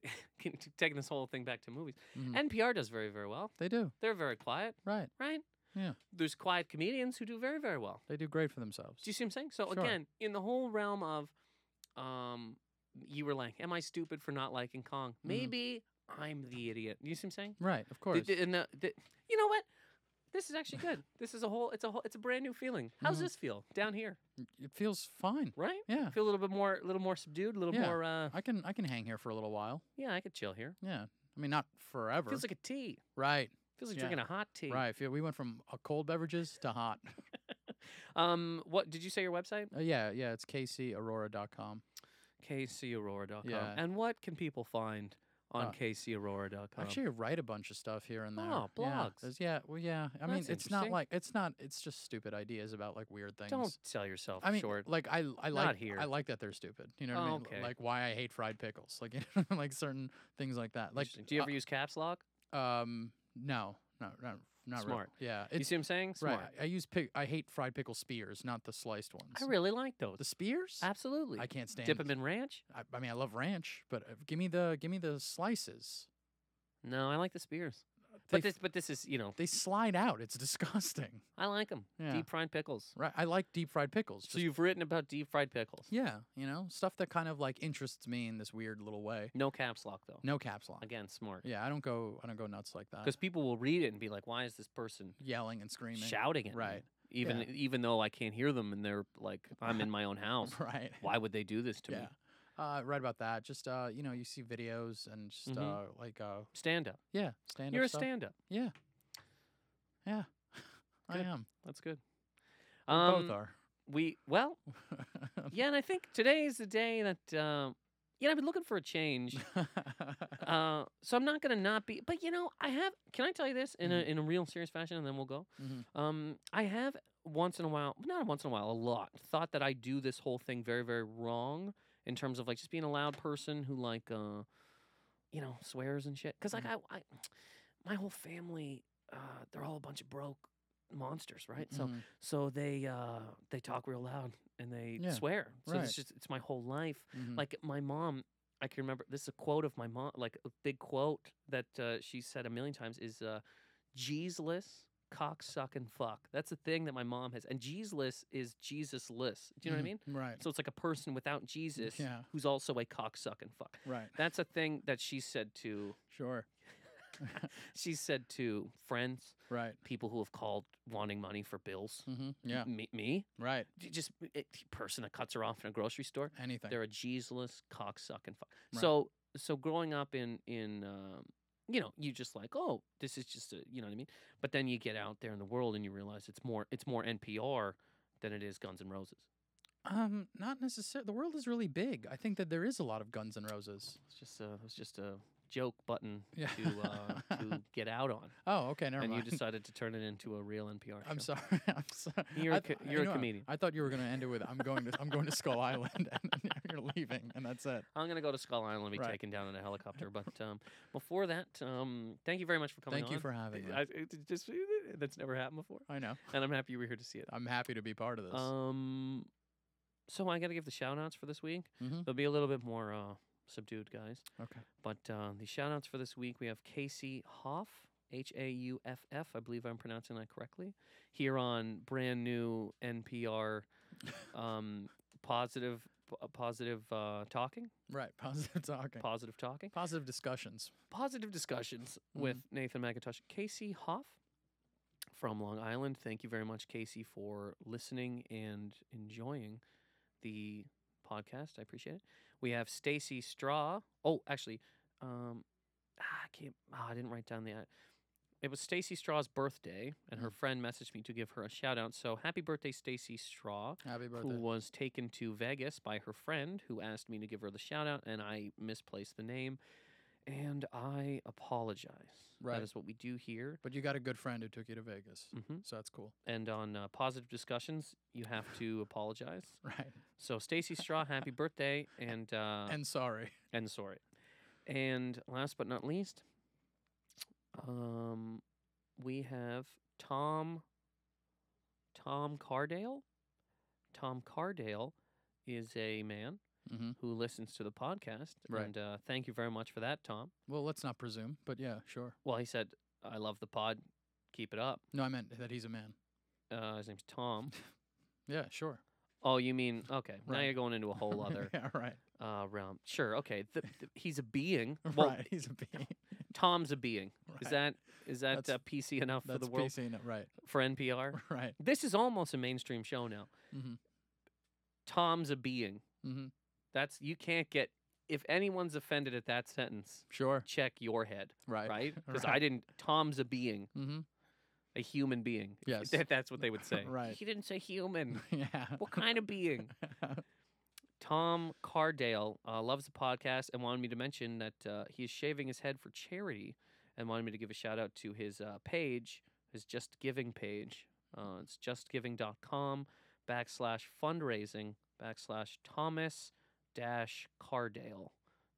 Speaker 1: *laughs* can- t- taking this whole thing back to movies,
Speaker 2: Mhm.
Speaker 1: NPR does very very well.
Speaker 2: They do.
Speaker 1: They're very quiet,
Speaker 2: Right.
Speaker 1: right?
Speaker 2: Yeah.
Speaker 1: There's quiet comedians who do very very well.
Speaker 2: They do great for themselves.
Speaker 1: Do you see what I'm saying? So
Speaker 2: Sure.
Speaker 1: again, in the whole realm of, um, you were like, "Am I stupid for not liking Kong?"
Speaker 2: Mm-hmm.
Speaker 1: Maybe I'm the idiot. You see what I'm saying?
Speaker 2: right. Of
Speaker 1: The-
Speaker 2: course.
Speaker 1: the- and the- the- you know what? This is actually
Speaker 2: *laughs*
Speaker 1: good. this is a whole. It's a whole. It's a brand new feeling. How's
Speaker 2: Mhm.
Speaker 1: this feel down here?
Speaker 2: it feels fine.
Speaker 1: Right?
Speaker 2: Yeah.
Speaker 1: Feel a little bit more, a little more subdued, a little
Speaker 2: Yeah.
Speaker 1: more. uh
Speaker 2: I can I can hang here for a little while.
Speaker 1: Yeah, I could chill here.
Speaker 2: Yeah. I mean, not forever.
Speaker 1: Feels like a tea.
Speaker 2: right.
Speaker 1: Feels like
Speaker 2: Yeah.
Speaker 1: drinking a hot tea.
Speaker 2: Right. Feel- We went from uh, cold beverages to hot.
Speaker 1: Um. What did you say? Your website?
Speaker 2: Uh, yeah. Yeah. It's kcaurora.com.
Speaker 1: KCAurora.com.
Speaker 2: Yeah.
Speaker 1: And what can people find on
Speaker 2: Uh,
Speaker 1: KCAurora.com?
Speaker 2: Actually, I write a bunch of stuff here and there.
Speaker 1: Oh,
Speaker 2: Yeah,
Speaker 1: Um, blogs.
Speaker 2: there's- yeah well, yeah. I mean,
Speaker 1: That's
Speaker 2: it's not
Speaker 1: interesting.
Speaker 2: like it's not. It's just stupid ideas about like weird things.
Speaker 1: Don't sell yourself
Speaker 2: I mean,
Speaker 1: short.
Speaker 2: like I, I
Speaker 1: Not
Speaker 2: like
Speaker 1: here.
Speaker 2: I like that they're stupid. You know what I
Speaker 1: Oh,
Speaker 2: mean?
Speaker 1: okay.
Speaker 2: Like why I hate fried pickles. *laughs* Like you know, like certain things like that. Like
Speaker 1: Interesting. do you ever use caps lock?
Speaker 2: uh, um no no no not really.
Speaker 1: Smart.
Speaker 2: Yeah,
Speaker 1: you
Speaker 2: it's
Speaker 1: see what I'm saying? Smart.
Speaker 2: right. I, I use pick. I hate fried pickle spears, not the sliced ones.
Speaker 1: I really like those.
Speaker 2: the spears.
Speaker 1: Absolutely.
Speaker 2: I can't stand.
Speaker 1: Dip them in ranch?
Speaker 2: I, I mean, I love ranch, but uh, give me the give me the slices.
Speaker 1: No, I like the spears. But
Speaker 2: They f-
Speaker 1: this, but this is, you know,
Speaker 2: they slide out. It's *laughs* disgusting.
Speaker 1: I like them.
Speaker 2: Yeah.
Speaker 1: Deep fried pickles.
Speaker 2: Right. I like deep fried pickles.
Speaker 1: So
Speaker 2: just-
Speaker 1: you've written about deep fried pickles.
Speaker 2: yeah, you know, stuff that kind of like interests me in this weird little way.
Speaker 1: No caps lock though.
Speaker 2: No caps lock.
Speaker 1: Again, smart.
Speaker 2: Yeah, I don't go I don't go nuts like that.
Speaker 1: Because people will read it and be like, "Why is this person
Speaker 2: yelling and screaming. *laughs*
Speaker 1: shouting at me?"
Speaker 2: Right.
Speaker 1: Even
Speaker 2: Yeah.
Speaker 1: even though I can't hear them and they're like,
Speaker 2: *laughs*
Speaker 1: "I'm in my own house."
Speaker 2: Right.
Speaker 1: Why would they do this to me?
Speaker 2: yeah. Uh, right about that. Just uh, you know, you see videos and just
Speaker 1: Mhm.
Speaker 2: uh, like uh,
Speaker 1: Stand up.
Speaker 2: yeah, stand.
Speaker 1: You're a
Speaker 2: stuff.
Speaker 1: stand up.
Speaker 2: Yeah. Yeah. I
Speaker 1: Good.
Speaker 2: am.
Speaker 1: That's good. Um,
Speaker 2: Both are. *laughs*
Speaker 1: We well, yeah, and I think today is the day that uh, you know I've been looking for a change. Uh, so I'm not gonna not be, but you know I have. Can I tell you this in a
Speaker 2: Mm-hmm.
Speaker 1: in a real serious fashion, and then we'll go.
Speaker 2: Mhm.
Speaker 1: Um, I have once in a while, not once in a while, a lot thought that I do this whole thing very very wrong in terms of like just being a loud person who like uh, you know, swears and shit. Cause like
Speaker 2: Mm-hmm.
Speaker 1: I, I my whole family, uh, they're all a bunch of broke monsters, right? So
Speaker 2: Mhm.
Speaker 1: so they uh they talk real loud and they
Speaker 2: Yeah,
Speaker 1: swear. So
Speaker 2: right.
Speaker 1: it's just it's my whole life.
Speaker 2: Mhm.
Speaker 1: Like my mom, I can remember this is a quote of my mom, like a big quote that uh, she said a million times is uh Jeezeless, cock suck and fuck. That's a thing that my mom has. And Jeezeless is Jesusless. Do you know what I
Speaker 2: Mhm.
Speaker 1: mean?
Speaker 2: Right.
Speaker 1: So it's like a person without Jesus
Speaker 2: Yeah.
Speaker 1: who's also a cock suck and fuck.
Speaker 2: Right.
Speaker 1: That's a thing that she said to
Speaker 2: Sure.
Speaker 1: she said to friends,
Speaker 2: Right.
Speaker 1: people who have called wanting money for bills.
Speaker 2: hmm Yeah.
Speaker 1: Me, me,
Speaker 2: Right.
Speaker 1: j- just a person that cuts her off in a grocery store.
Speaker 2: Anything.
Speaker 1: They're a Jesusless cocksucking fuck.
Speaker 2: Right.
Speaker 1: So so growing up in in um, you know you just like oh this is just a you know what I mean. But then you get out there in the world and you realize it's more it's more NPR than it is Guns N' Roses.
Speaker 2: Um, not necessarily. The world is really big. I think that there is a lot of Guns and Roses.
Speaker 1: It's just a it's just a joke button
Speaker 2: Yeah.
Speaker 1: to uh,
Speaker 2: *laughs*
Speaker 1: to get out on,
Speaker 2: Oh, okay, never
Speaker 1: and
Speaker 2: mind.
Speaker 1: you decided to turn it into a real NPR show.
Speaker 2: *laughs* I'm sorry. *laughs* I'm sorry.
Speaker 1: *laughs* You're
Speaker 2: I
Speaker 1: a
Speaker 2: th-
Speaker 1: co- you're a
Speaker 2: know, I-
Speaker 1: comedian.
Speaker 2: I thought you were going to end it with I'm going to I'm going to
Speaker 1: *laughs*
Speaker 2: Skull Island *laughs* and then you're leaving and that's it.
Speaker 1: I'm gonna go to Skull Island and be
Speaker 2: Right.
Speaker 1: taken down in a
Speaker 2: *laughs*
Speaker 1: helicopter. But um, before that, um, thank you very much for coming.
Speaker 2: Thank you
Speaker 1: on.
Speaker 2: for having me.
Speaker 1: I, it- it just that's never happened before,
Speaker 2: I know.
Speaker 1: and I'm happy you were here to see it.
Speaker 2: I'm happy to be part of this.
Speaker 1: Um, so I got to give the shout outs for this week.
Speaker 2: Mhm.
Speaker 1: They'll be a little bit more uh, subdued, guys.
Speaker 2: okay.
Speaker 1: But uh, the shout outs for this week we have Casey Hoff, H A U F F. I believe I'm pronouncing that correctly. Here on brand new NPR um, positive, p- uh, positive uh, talking,
Speaker 2: *laughs* Right. Positive talking.
Speaker 1: positive talking,
Speaker 2: Positive discussions.
Speaker 1: positive discussions with Nathan McIntosh. Casey Hoff from Long Island. Thank you very much, Casey, for listening and enjoying the podcast. I appreciate it. We have Stacy Straw. Oh, actually, um, ah, I can't. ah, I didn't write down the. a- It was Stacy Straw's birthday, and her friend messaged me to give her a shout out. So happy birthday, Stacy Straw,
Speaker 2: Happy
Speaker 1: who
Speaker 2: birthday.
Speaker 1: was taken to Vegas by her friend, who asked me to give her the shout out, and I misplaced the name, and I apologize.
Speaker 2: Right.
Speaker 1: that is what we do here.
Speaker 2: But you got a good friend who took you to Vegas.
Speaker 1: hmm
Speaker 2: So that's cool. *laughs*
Speaker 1: And on uh, positive discussions, you have
Speaker 2: *sighs*
Speaker 1: to apologize.
Speaker 2: Right.
Speaker 1: So Stacy Straw,
Speaker 2: *laughs*
Speaker 1: happy birthday, and uh,
Speaker 2: and sorry.
Speaker 1: and sorry. And last but not least, um, we have Tom. Tom Cardale. Tom Cardale is a man
Speaker 2: Mhm.
Speaker 1: who listens to the podcast,
Speaker 2: Right.
Speaker 1: and uh, thank you very much for that, Tom.
Speaker 2: Well, let's not presume, but yeah, sure.
Speaker 1: Well, he said, "I love the pod. Keep it up."
Speaker 2: No, I meant that he's a man.
Speaker 1: Uh, his name's
Speaker 2: *laughs*
Speaker 1: Tom.
Speaker 2: Yeah, sure.
Speaker 1: Oh, you mean okay? Now
Speaker 2: Right.
Speaker 1: you're going into a
Speaker 2: *laughs*
Speaker 1: whole other
Speaker 2: yeah, right.
Speaker 1: uh, realm. Sure. Okay. The, the, he's a being. Well,
Speaker 2: *laughs* right. He's a being.
Speaker 1: Tom's a being. Is
Speaker 2: Right.
Speaker 1: that is that
Speaker 2: That's-
Speaker 1: uh, PC enough for
Speaker 2: That's
Speaker 1: the world
Speaker 2: PC. No, right. *laughs*
Speaker 1: for NPR?
Speaker 2: Right.
Speaker 1: This is almost a mainstream show now.
Speaker 2: Mhm.
Speaker 1: Tom's a being.
Speaker 2: Mm-hmm.
Speaker 1: That's you can't get. If anyone's offended at that sentence,
Speaker 2: Sure.
Speaker 1: check your head,
Speaker 2: Right.
Speaker 1: right?
Speaker 2: *laughs*
Speaker 1: Because I
Speaker 2: Right.
Speaker 1: didn't. Tom's a being,
Speaker 2: Mm-hmm.
Speaker 1: a human being.
Speaker 2: Yes.
Speaker 1: That, that's what they would say.
Speaker 2: Right.
Speaker 1: He didn't say human.
Speaker 2: *laughs* yeah.
Speaker 1: What kind of
Speaker 2: *laughs*
Speaker 1: being? Tom Cardale uh, loves the podcast and wanted me to mention that uh, he is shaving his head for charity and wanted me to give a shout out to his uh, page, his Just Giving page. Uh, it's justgiving.com backslash fundraising backslash Thomas dash Cardale.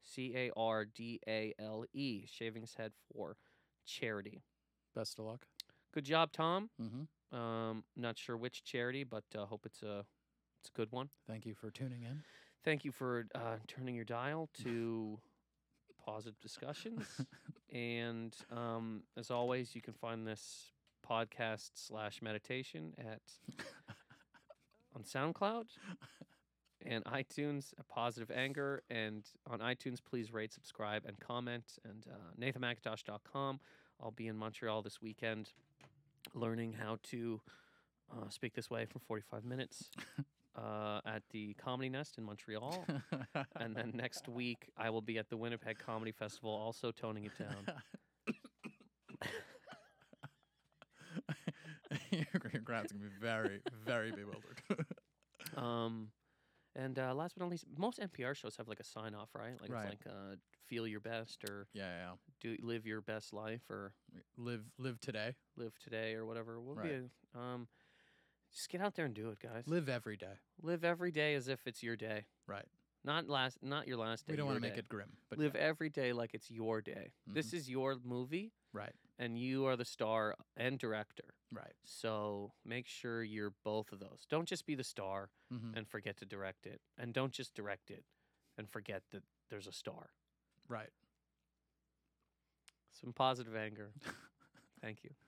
Speaker 1: C A R D A L E, shaving his head for charity.
Speaker 2: Best of luck.
Speaker 1: Good job, Tom.
Speaker 2: Mm-hmm.
Speaker 1: Um, not sure which charity, but uh, hope it's a, it's a good one.
Speaker 2: Thank you for tuning in.
Speaker 1: Thank you for uh, turning your dial to positive discussions. and um, as always, you can find this podcast slash meditation at on SoundCloud and iTunes at Positive Anger. And on iTunes, please rate, subscribe, and comment. And uh, NathanMcIntosh.com. I'll be in Montreal this weekend learning how to uh, speak this way for 45 minutes uh, at the Comedy Nest in
Speaker 2: *laughs*
Speaker 1: Montreal. And then next week, I will be at the Winnipeg Comedy Festival, also toning it
Speaker 2: *laughs*
Speaker 1: down.
Speaker 2: Your crowd's gonna be very, very bewildered. *laughs*
Speaker 1: Um, and uh, last but not least, most NPR shows have like a sign off, right? Like
Speaker 2: Right.
Speaker 1: it's like uh, feel your best or
Speaker 2: yeah, yeah,
Speaker 1: do live your best life or
Speaker 2: yeah. Live, live today.
Speaker 1: live today or whatever. We'll
Speaker 2: Right.
Speaker 1: be, um, just get out there and do it, guys.
Speaker 2: Live every day.
Speaker 1: Live every day as if it's your day.
Speaker 2: Right.
Speaker 1: Not last. Not your last day.
Speaker 2: We don't
Speaker 1: want
Speaker 2: want to make it grim, but
Speaker 1: live
Speaker 2: yeah, Mm-hmm.
Speaker 1: every day like it's your day. This is your movie,
Speaker 2: right,
Speaker 1: and you are the star and director.
Speaker 2: right.
Speaker 1: So make sure you're both of those. Don't just be the star
Speaker 2: hmm
Speaker 1: and forget to direct it, and don't just direct it and forget that there's a star.
Speaker 2: Right.
Speaker 1: Some positive anger. Thank you.